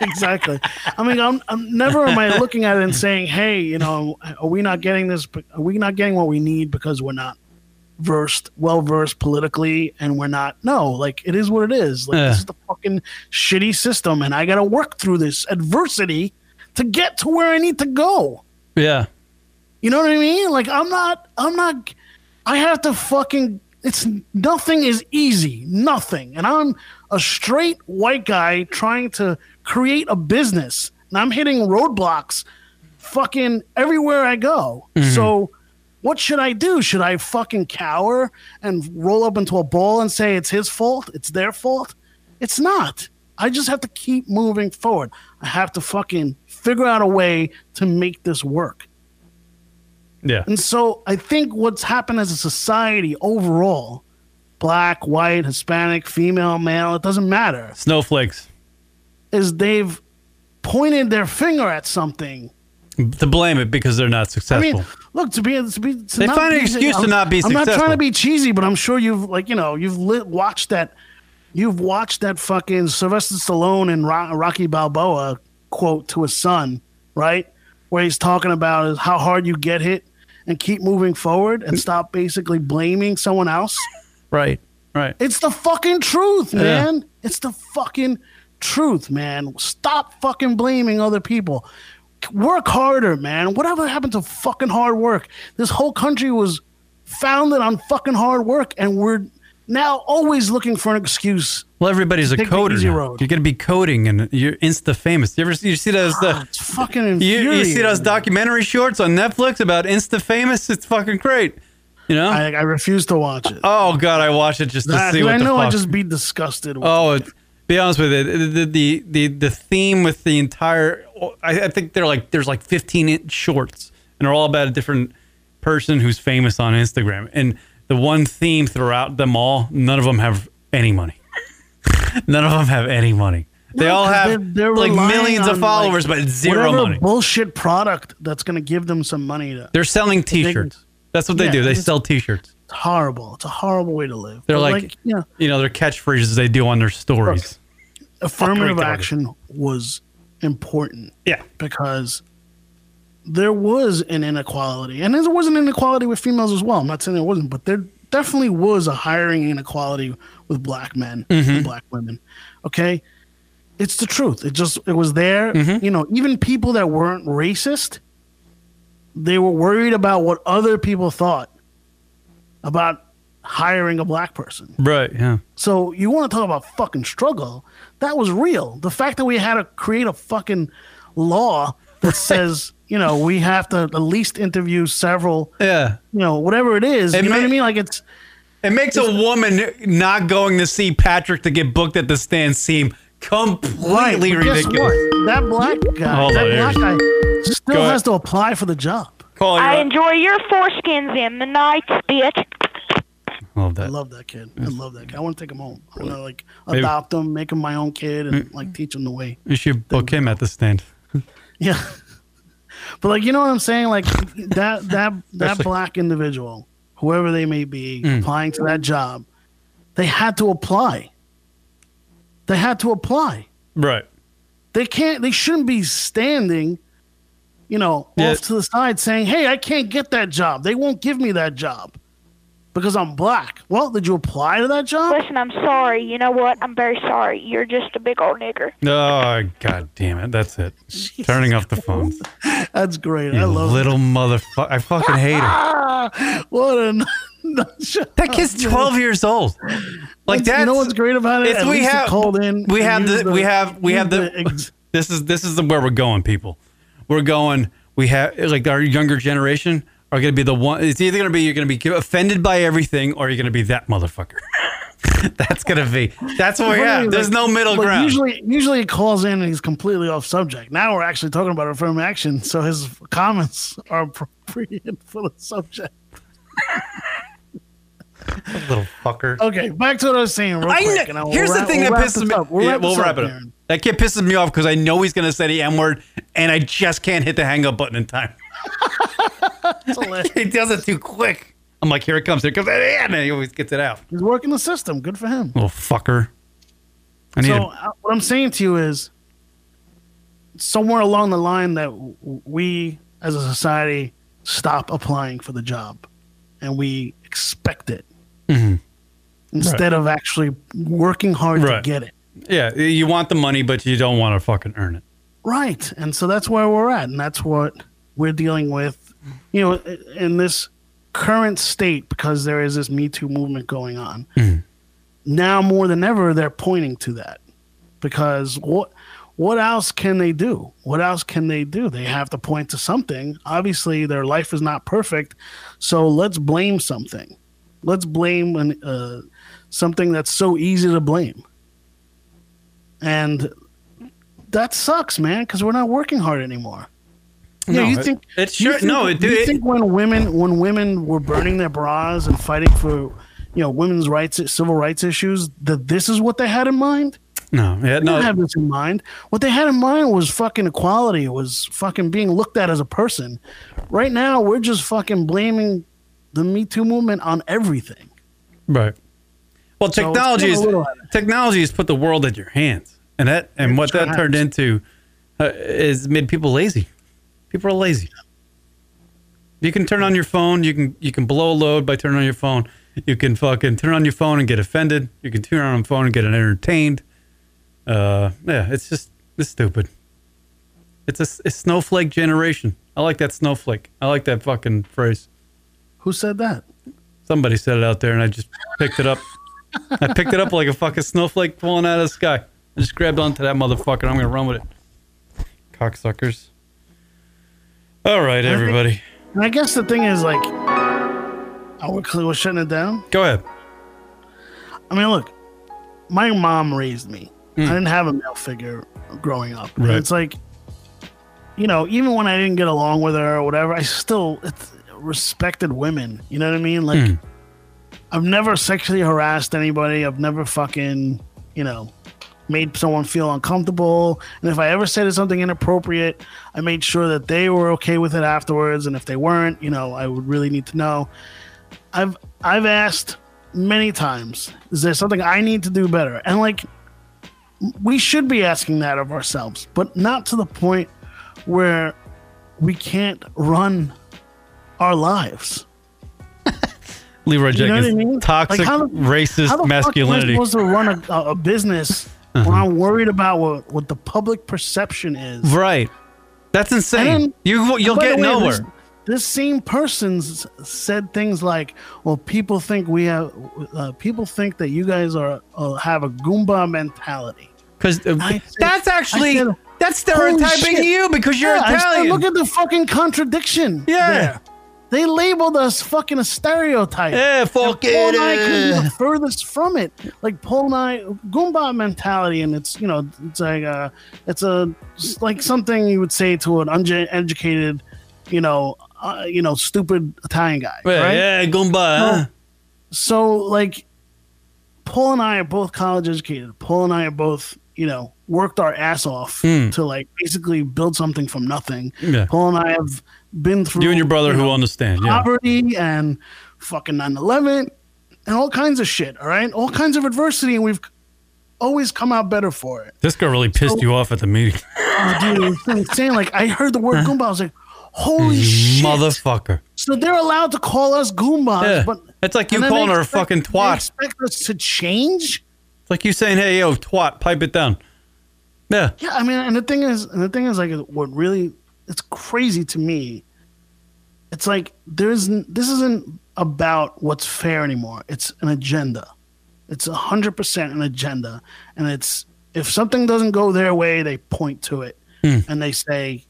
S3: exactly. I mean, I'm, I'm never am I looking at it and saying, "Hey, you know, are we not getting this? Are we not getting what we need because we're not versed, well versed politically, and we're not?" No, like it is what it is. Like
S2: Yeah.
S3: this is the fucking shitty system, and I got to work through this adversity to get to where I need to go.
S2: Yeah.
S3: You know what I mean? Like I'm not I'm not I have to fucking it's nothing is easy. Nothing. And I'm a straight white guy trying to create a business and I'm hitting roadblocks fucking everywhere I go.
S2: Mhm.
S3: So what should I do? Should I fucking cower and roll up into a ball and say it's his fault? It's their fault? It's not. I just have to keep moving forward. I have to fucking figure out a way to make this work.
S2: Yeah.
S3: And so I think what's happened as a society overall, black, white, Hispanic, female, male, it doesn't matter,
S2: Snowflakes.
S3: is they've pointed their finger at something.
S2: To blame it because they're not
S3: I
S2: successful.
S3: mean, look to be to be to
S2: They
S3: not
S2: find an
S3: be-
S2: excuse to
S3: I'm-
S2: not be
S3: I'm not
S2: successful.
S3: trying to be cheesy, but I'm sure you've like you know you've lit, watched that, you've watched that fucking Sylvester Stallone and Ro- Rocky Balboa quote to his son, right? Where he's talking about is how hard you get hit and keep moving forward and stop basically blaming someone else.
S2: right. Right.
S3: It's the fucking truth,
S2: Yeah.
S3: man. It's the fucking truth, man. Stop fucking blaming other people. Work harder, man. Whatever happened to fucking hard work? This whole country was founded on fucking hard work, and we're now always looking for an excuse.
S2: Well, everybody's a
S3: Take the
S2: coder.
S3: easy
S2: now.
S3: road.
S2: You're going to be coding, and you're insta famous. You ever see- you see those the
S3: It's fucking
S2: you, you see
S3: infuriating.
S2: those documentary shorts on Netflix about insta famous? It's fucking great. You know,
S3: I, I refuse to watch
S2: [laughs]
S3: it.
S2: Oh God, I watch it just to
S3: That-
S2: see what
S3: I
S2: the
S3: know
S2: fuck.
S3: I'd just be disgusted. With
S2: Oh, it- be honest with you, the the the the theme with the entire, I, I think they're like there's like 15 inch shorts, and they're all about a different person who's famous on Instagram. And the one theme throughout them all, none of them have any money. [laughs] none of them have any money. they all
S3: 'cause
S2: have
S3: they're
S2: like
S3: relying
S2: millions
S3: on,
S2: of followers,
S3: like,
S2: but zero
S3: whatever
S2: money.
S3: Bullshit product that's gonna give them some money. To,
S2: They're selling T-shirts. That's what they
S3: Yeah,
S2: do. They
S3: it's-
S2: sell T-shirts.
S3: it's horrible. It's a horrible way to live.
S2: They're
S3: But,
S2: like,
S3: yeah.
S2: you know, their catchphrases they do on their stories.
S3: affirmative
S2: retarded.
S3: action was important.
S2: Yeah.
S3: Because there was an inequality. And there was an inequality with females as well. I'm not saying there wasn't, but there definitely was a hiring inequality with black men
S14: Mhm.
S2: Mm-hmm.
S3: and black women. Okay. It's the truth. It just it was there.
S2: Mm-hmm.
S3: You know, even people that weren't racist, they were worried about what other people thought about hiring a black person.
S2: Right. Yeah.
S3: So you want to talk about fucking struggle? That was real. The fact that we had to create a fucking law that
S2: [laughs]
S3: says you know we have to at least interview several,
S2: yeah,
S3: you know whatever it is.
S2: It
S3: you know
S2: ma-
S3: what I mean? Like it's
S2: It makes a woman not going to see Patrick to get booked at the stand seem
S3: right.
S2: completely
S3: but guess
S2: ridiculous.
S3: what? That black guy,
S2: Hold
S3: that
S2: on,
S3: black guy still
S2: Go ahead.
S3: has to apply for the job.
S2: Call
S7: I enjoy your foreskins in the night, bitch.
S2: Love that.
S3: I love that kid. I love that kid. I want to take him home. I want to like
S2: Maybe- Mm.
S3: adopt him, make him my own kid, and like teach him the way.
S2: You should book him at the stand.
S3: Yeah. But like you know what I'm saying? Like
S2: [laughs]
S3: that that that
S2: Especially-
S3: black individual, whoever they may be,
S2: Mm.
S3: applying to that job, they had to apply. They had to apply.
S2: Right.
S3: They can't they shouldn't be standing, you know,
S2: Yeah.
S3: off to the side saying, Hey, I can't get that job. They won't give me that job. Because I'm black. Well, did you apply to
S2: [laughs]
S3: that job?
S7: Listen, I'm sorry. You know what? I'm very sorry. You're just a big old nigger.
S2: Oh god damn it. That's it. Turning off the phones.
S3: That's great.
S2: You
S3: I love
S2: little motherfucker. I fucking hate her.
S3: her. what a [laughs] that
S2: That kid's 12 years old. Like
S3: that.
S2: that's
S3: You know what's great about it?
S2: It's-
S3: At
S2: we
S3: least it
S2: have
S3: called in.
S2: We
S3: and
S2: have
S3: used
S2: the, we have we have
S3: used
S2: the, this is this is the, where we're going, people. We're going. We have like our younger generation are going to be the one. It's either going to be you're going to be offended by everything, or you're going to be that motherfucker. [laughs] that's going to be. That's where we're
S3: Right,
S2: at. oh, There's
S3: like-
S2: no middle
S3: like,
S2: ground.
S3: Usually, usually he calls in and he's completely off subject. Now we're actually talking about affirmative action, so his comments are [laughs] appropriate for the subject.
S2: little fucker.
S3: Okay, back to what I was saying. Real
S2: Oh, I
S3: quick,
S2: kn-
S3: and I will
S2: here's the
S3: wrap-
S2: thing
S3: we'll
S2: that
S3: wrap
S2: pisses
S3: this
S2: me.
S3: up. We'll
S2: yeah,
S3: wrap
S2: we'll
S3: this
S2: wrap it up.
S3: Darren.
S2: That kid pisses me off because I know he's going to say the M word, and I just can't hit the hang up button in time. [laughs] he does it too quick. I'm like, here it comes, here it comes, [laughs] and he always gets it out.
S3: He's working the system. Good for him.
S2: Little fucker. I need.
S3: so
S2: a-
S3: uh, what I'm saying to you is, somewhere along the line that w- we as a society stop applying for the job, and we expect it
S2: Mhm.
S3: instead of actually working hard
S2: Right.
S3: to get it.
S2: Yeah, you want the money, but you don't want to fucking earn it.
S3: Right. And so that's where we're at. And that's what we're dealing with, you know, in this current state because there is this Me Too movement going on. Now more than ever, they're pointing to that because what. What else can they do? What else can they do? They have to point to something. Obviously, their life is not perfect, so let's blame something. Let's blame an, uh, something that's so easy to blame. And that sucks, man, because we're not working hard anymore. Yeah,
S2: No,
S3: you
S2: it-
S3: think
S2: it's
S3: you
S2: sure- [laughs]
S3: think-
S2: no, it-
S3: you
S2: it-
S3: think when women when women were burning their bras and fighting for you know women's rights, civil rights issues, that this is what they had in mind?
S2: No, yeah,
S3: They didn't
S2: no,
S3: have this in mind. What they had in mind was fucking equality. It was fucking being looked at as a person. Right now, we're just fucking blaming the Me Too movement on everything.
S2: right. Well,
S3: So it's
S2: technology
S3: been a
S2: is
S3: little-
S2: technology has put the world in your hands, and that and what
S3: sure
S2: that
S3: has.
S2: turned into uh, is made people lazy. People are lazy. You can turn on your phone. You can you can blow a load by turning on your phone, You can fucking turn on your phone and get offended. You can turn on your phone and get entertained. Uh, yeah, it's just it's stupid. It's a, s- a snowflake generation. I like that snowflake. I like that fucking phrase.
S3: Who said that?
S2: Somebody said it out there, and I just picked it up. I picked it up like a fucking snowflake falling out of the sky. I just grabbed onto that motherfucker. and I'm gonna run with it. Cocksuckers. All right,
S3: I think-
S2: everybody.
S3: And I guess the thing is like, oh, we're, cl- we're shutting it down.
S2: Go ahead.
S3: I mean, look, my mom raised me. I didn't have a male figure growing up. And
S2: Right.
S3: It's like, you know, even when I didn't get along with her or whatever, I still it's, respected women. You know what I mean? Like, I've never sexually harassed anybody. I've never fucking, you know, made someone feel uncomfortable. And if I ever said something inappropriate, I made sure that they were okay with it afterwards. And if they weren't, you know, I would really need to know. I've I've asked many times, is there something I need to do better? And like we should be asking that of ourselves, but not to the point where we can't run our lives.
S2: Leroy Jenkins. Toxic
S3: Like, how the-
S2: racist
S3: how the fuck am I
S2: masculinity.
S3: supposed to run a, a- a business when I'm worried about what, what the public perception is.
S2: Right. That's insane.
S3: And then-
S2: you
S3: and
S2: you'll
S3: by
S2: get
S3: the way,
S2: nowhere.
S3: This, this same person's said things like, "Well, people think we have, uh, people think that you guys are uh, have a Goomba mentality."
S2: Because
S3: that's
S2: uh, actually- that's stereotyping you because you're Italian."
S3: look at the fucking contradiction.
S2: Yeah.
S3: there. They labeled us fucking a stereotype.
S2: Yeah,
S3: And
S2: fuck
S3: Paul
S2: it,
S3: and I couldn't
S2: uh.
S3: be the furthest from it. Like Paul and I, Goomba mentality, and it's you know, it's like uh, it's a it's like something you would say to an uneducated, you know, uh, you know, stupid Italian guy,
S2: Yeah,
S3: right?
S2: yeah, Goomba. huh?
S3: So like, Paul and I are both college educated. Paul and I are both, you know, worked our ass off
S2: Hmm.
S3: to like basically build something from nothing.
S2: Yeah.
S3: Paul and I have been through
S2: You and your brother
S3: you
S2: who
S3: know,
S2: understand. Yeah.
S3: poverty and fucking 9-11 and all kinds of shit. All right, all kinds of adversity, and we've always come out better for
S2: [laughs]
S3: it.
S2: This girl really pissed you off at the meeting.
S3: Oh, dude, it was insane. Like I heard the word Goomba, I was like, holy
S2: Mm-hmm.
S3: shit.
S2: Motherfucker.
S3: So they're allowed to call us Goombas,
S2: Yeah.
S3: but
S2: It's like you
S3: and then
S2: calling
S3: they
S2: her a
S3: expect-
S2: fucking
S3: they
S2: twat.
S3: Expect us to change?
S2: It's like you saying, hey, yo, twat, pipe it down. Yeah.
S3: Yeah, I mean, and the thing is, and the thing is, like, what really, it's crazy to me. It's like there's n- this isn't about what's fair anymore. It's an agenda. It's hundred percent an agenda, and it's if something doesn't go their way, they point to it
S2: Hmm.
S3: and they say,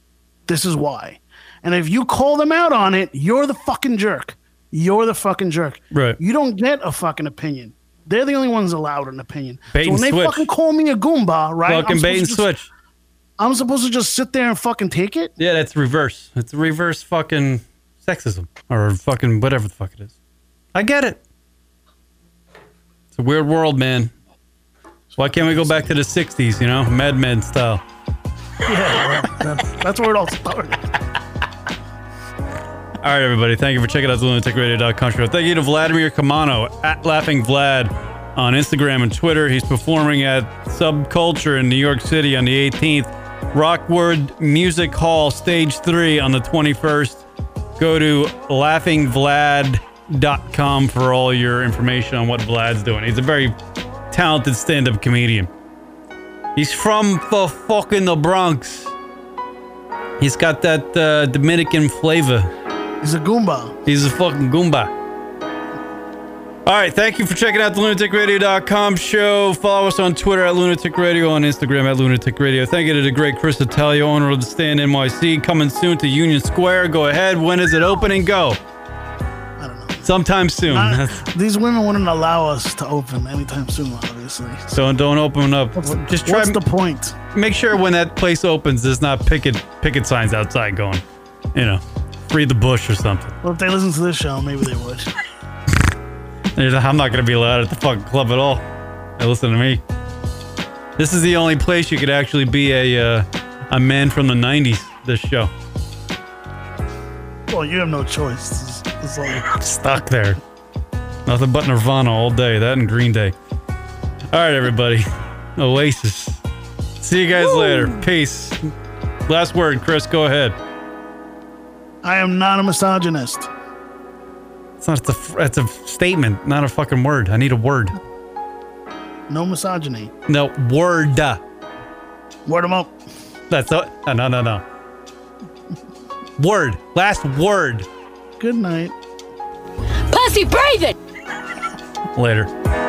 S3: "This is why." And if you call them out on it, you're the fucking jerk. You're the fucking jerk.
S2: Right.
S3: You don't get a fucking opinion. They're the only ones allowed an opinion.
S2: Bait
S3: so
S2: and
S3: when they
S2: switch.
S3: fucking call me a Goomba, right? I'm
S2: fucking bait and
S3: supposed to just-
S2: switch.
S3: I'm supposed to just sit there and fucking take it?
S2: Yeah, that's reverse. It's reverse fucking sexism or fucking whatever the fuck it is. I get it. It's a weird world, man. Why can't we go back to the 60s, you know? Mad Men style.
S3: Yeah, that's, that's where it all started.
S2: All right, everybody. Thank you for checking out the lunaticradio.com show. Thank you to Vladimir Kamano at Laughing Vlad on Instagram and Twitter. He's performing at Subculture in New York City on the 18th, Rockwood Music Hall, Stage 3 on the 21st. Go to laughingvlad.com for all your information on what Vlad's doing. He's a very talented stand up comedian. He's from the fucking the Bronx. He's got that uh, Dominican flavor.
S3: He's a Goomba.
S2: He's a fucking Goomba. All right, thank you for checking out the lunaticradio.com show. Follow us on Twitter at Lunatic Radio, on Instagram at Lunatic Radio. Thank you to the great Chris Italia, owner of the Stand NYC. Coming soon to Union Square. Go ahead. When is it open and go? I don't know. Sometime soon. [laughs]
S3: These women wouldn't allow us to open anytime soon, obviously.
S2: so don't open up. Just try.
S3: What's the point?
S2: Make sure when that place opens, there's not picket picket signs outside going, you know, free the bush or something.
S3: Well, if they listen to this show, maybe they would.
S2: There's- I'm not going to be allowed at the fucking club at all. Now listen to me. This is the only place you could actually be a uh, a man from the '90s. This show
S3: Well, you have no choice. This is- this is all you-
S2: stuck there. Nothing but Nirvana all day. That and Green Day. All right, everybody. Oasis. See you guys later. Peace. Last word, Chris. Go ahead.
S3: I am not a misogynist.
S2: It's not. It's a. It's a statement, not a fucking word. I need a word.
S3: No misogyny.
S2: No word.
S3: Word them up.
S2: That's a, no, no, no, no. Word. Last word.
S3: Good night.
S6: Pussy breathing.
S2: Later.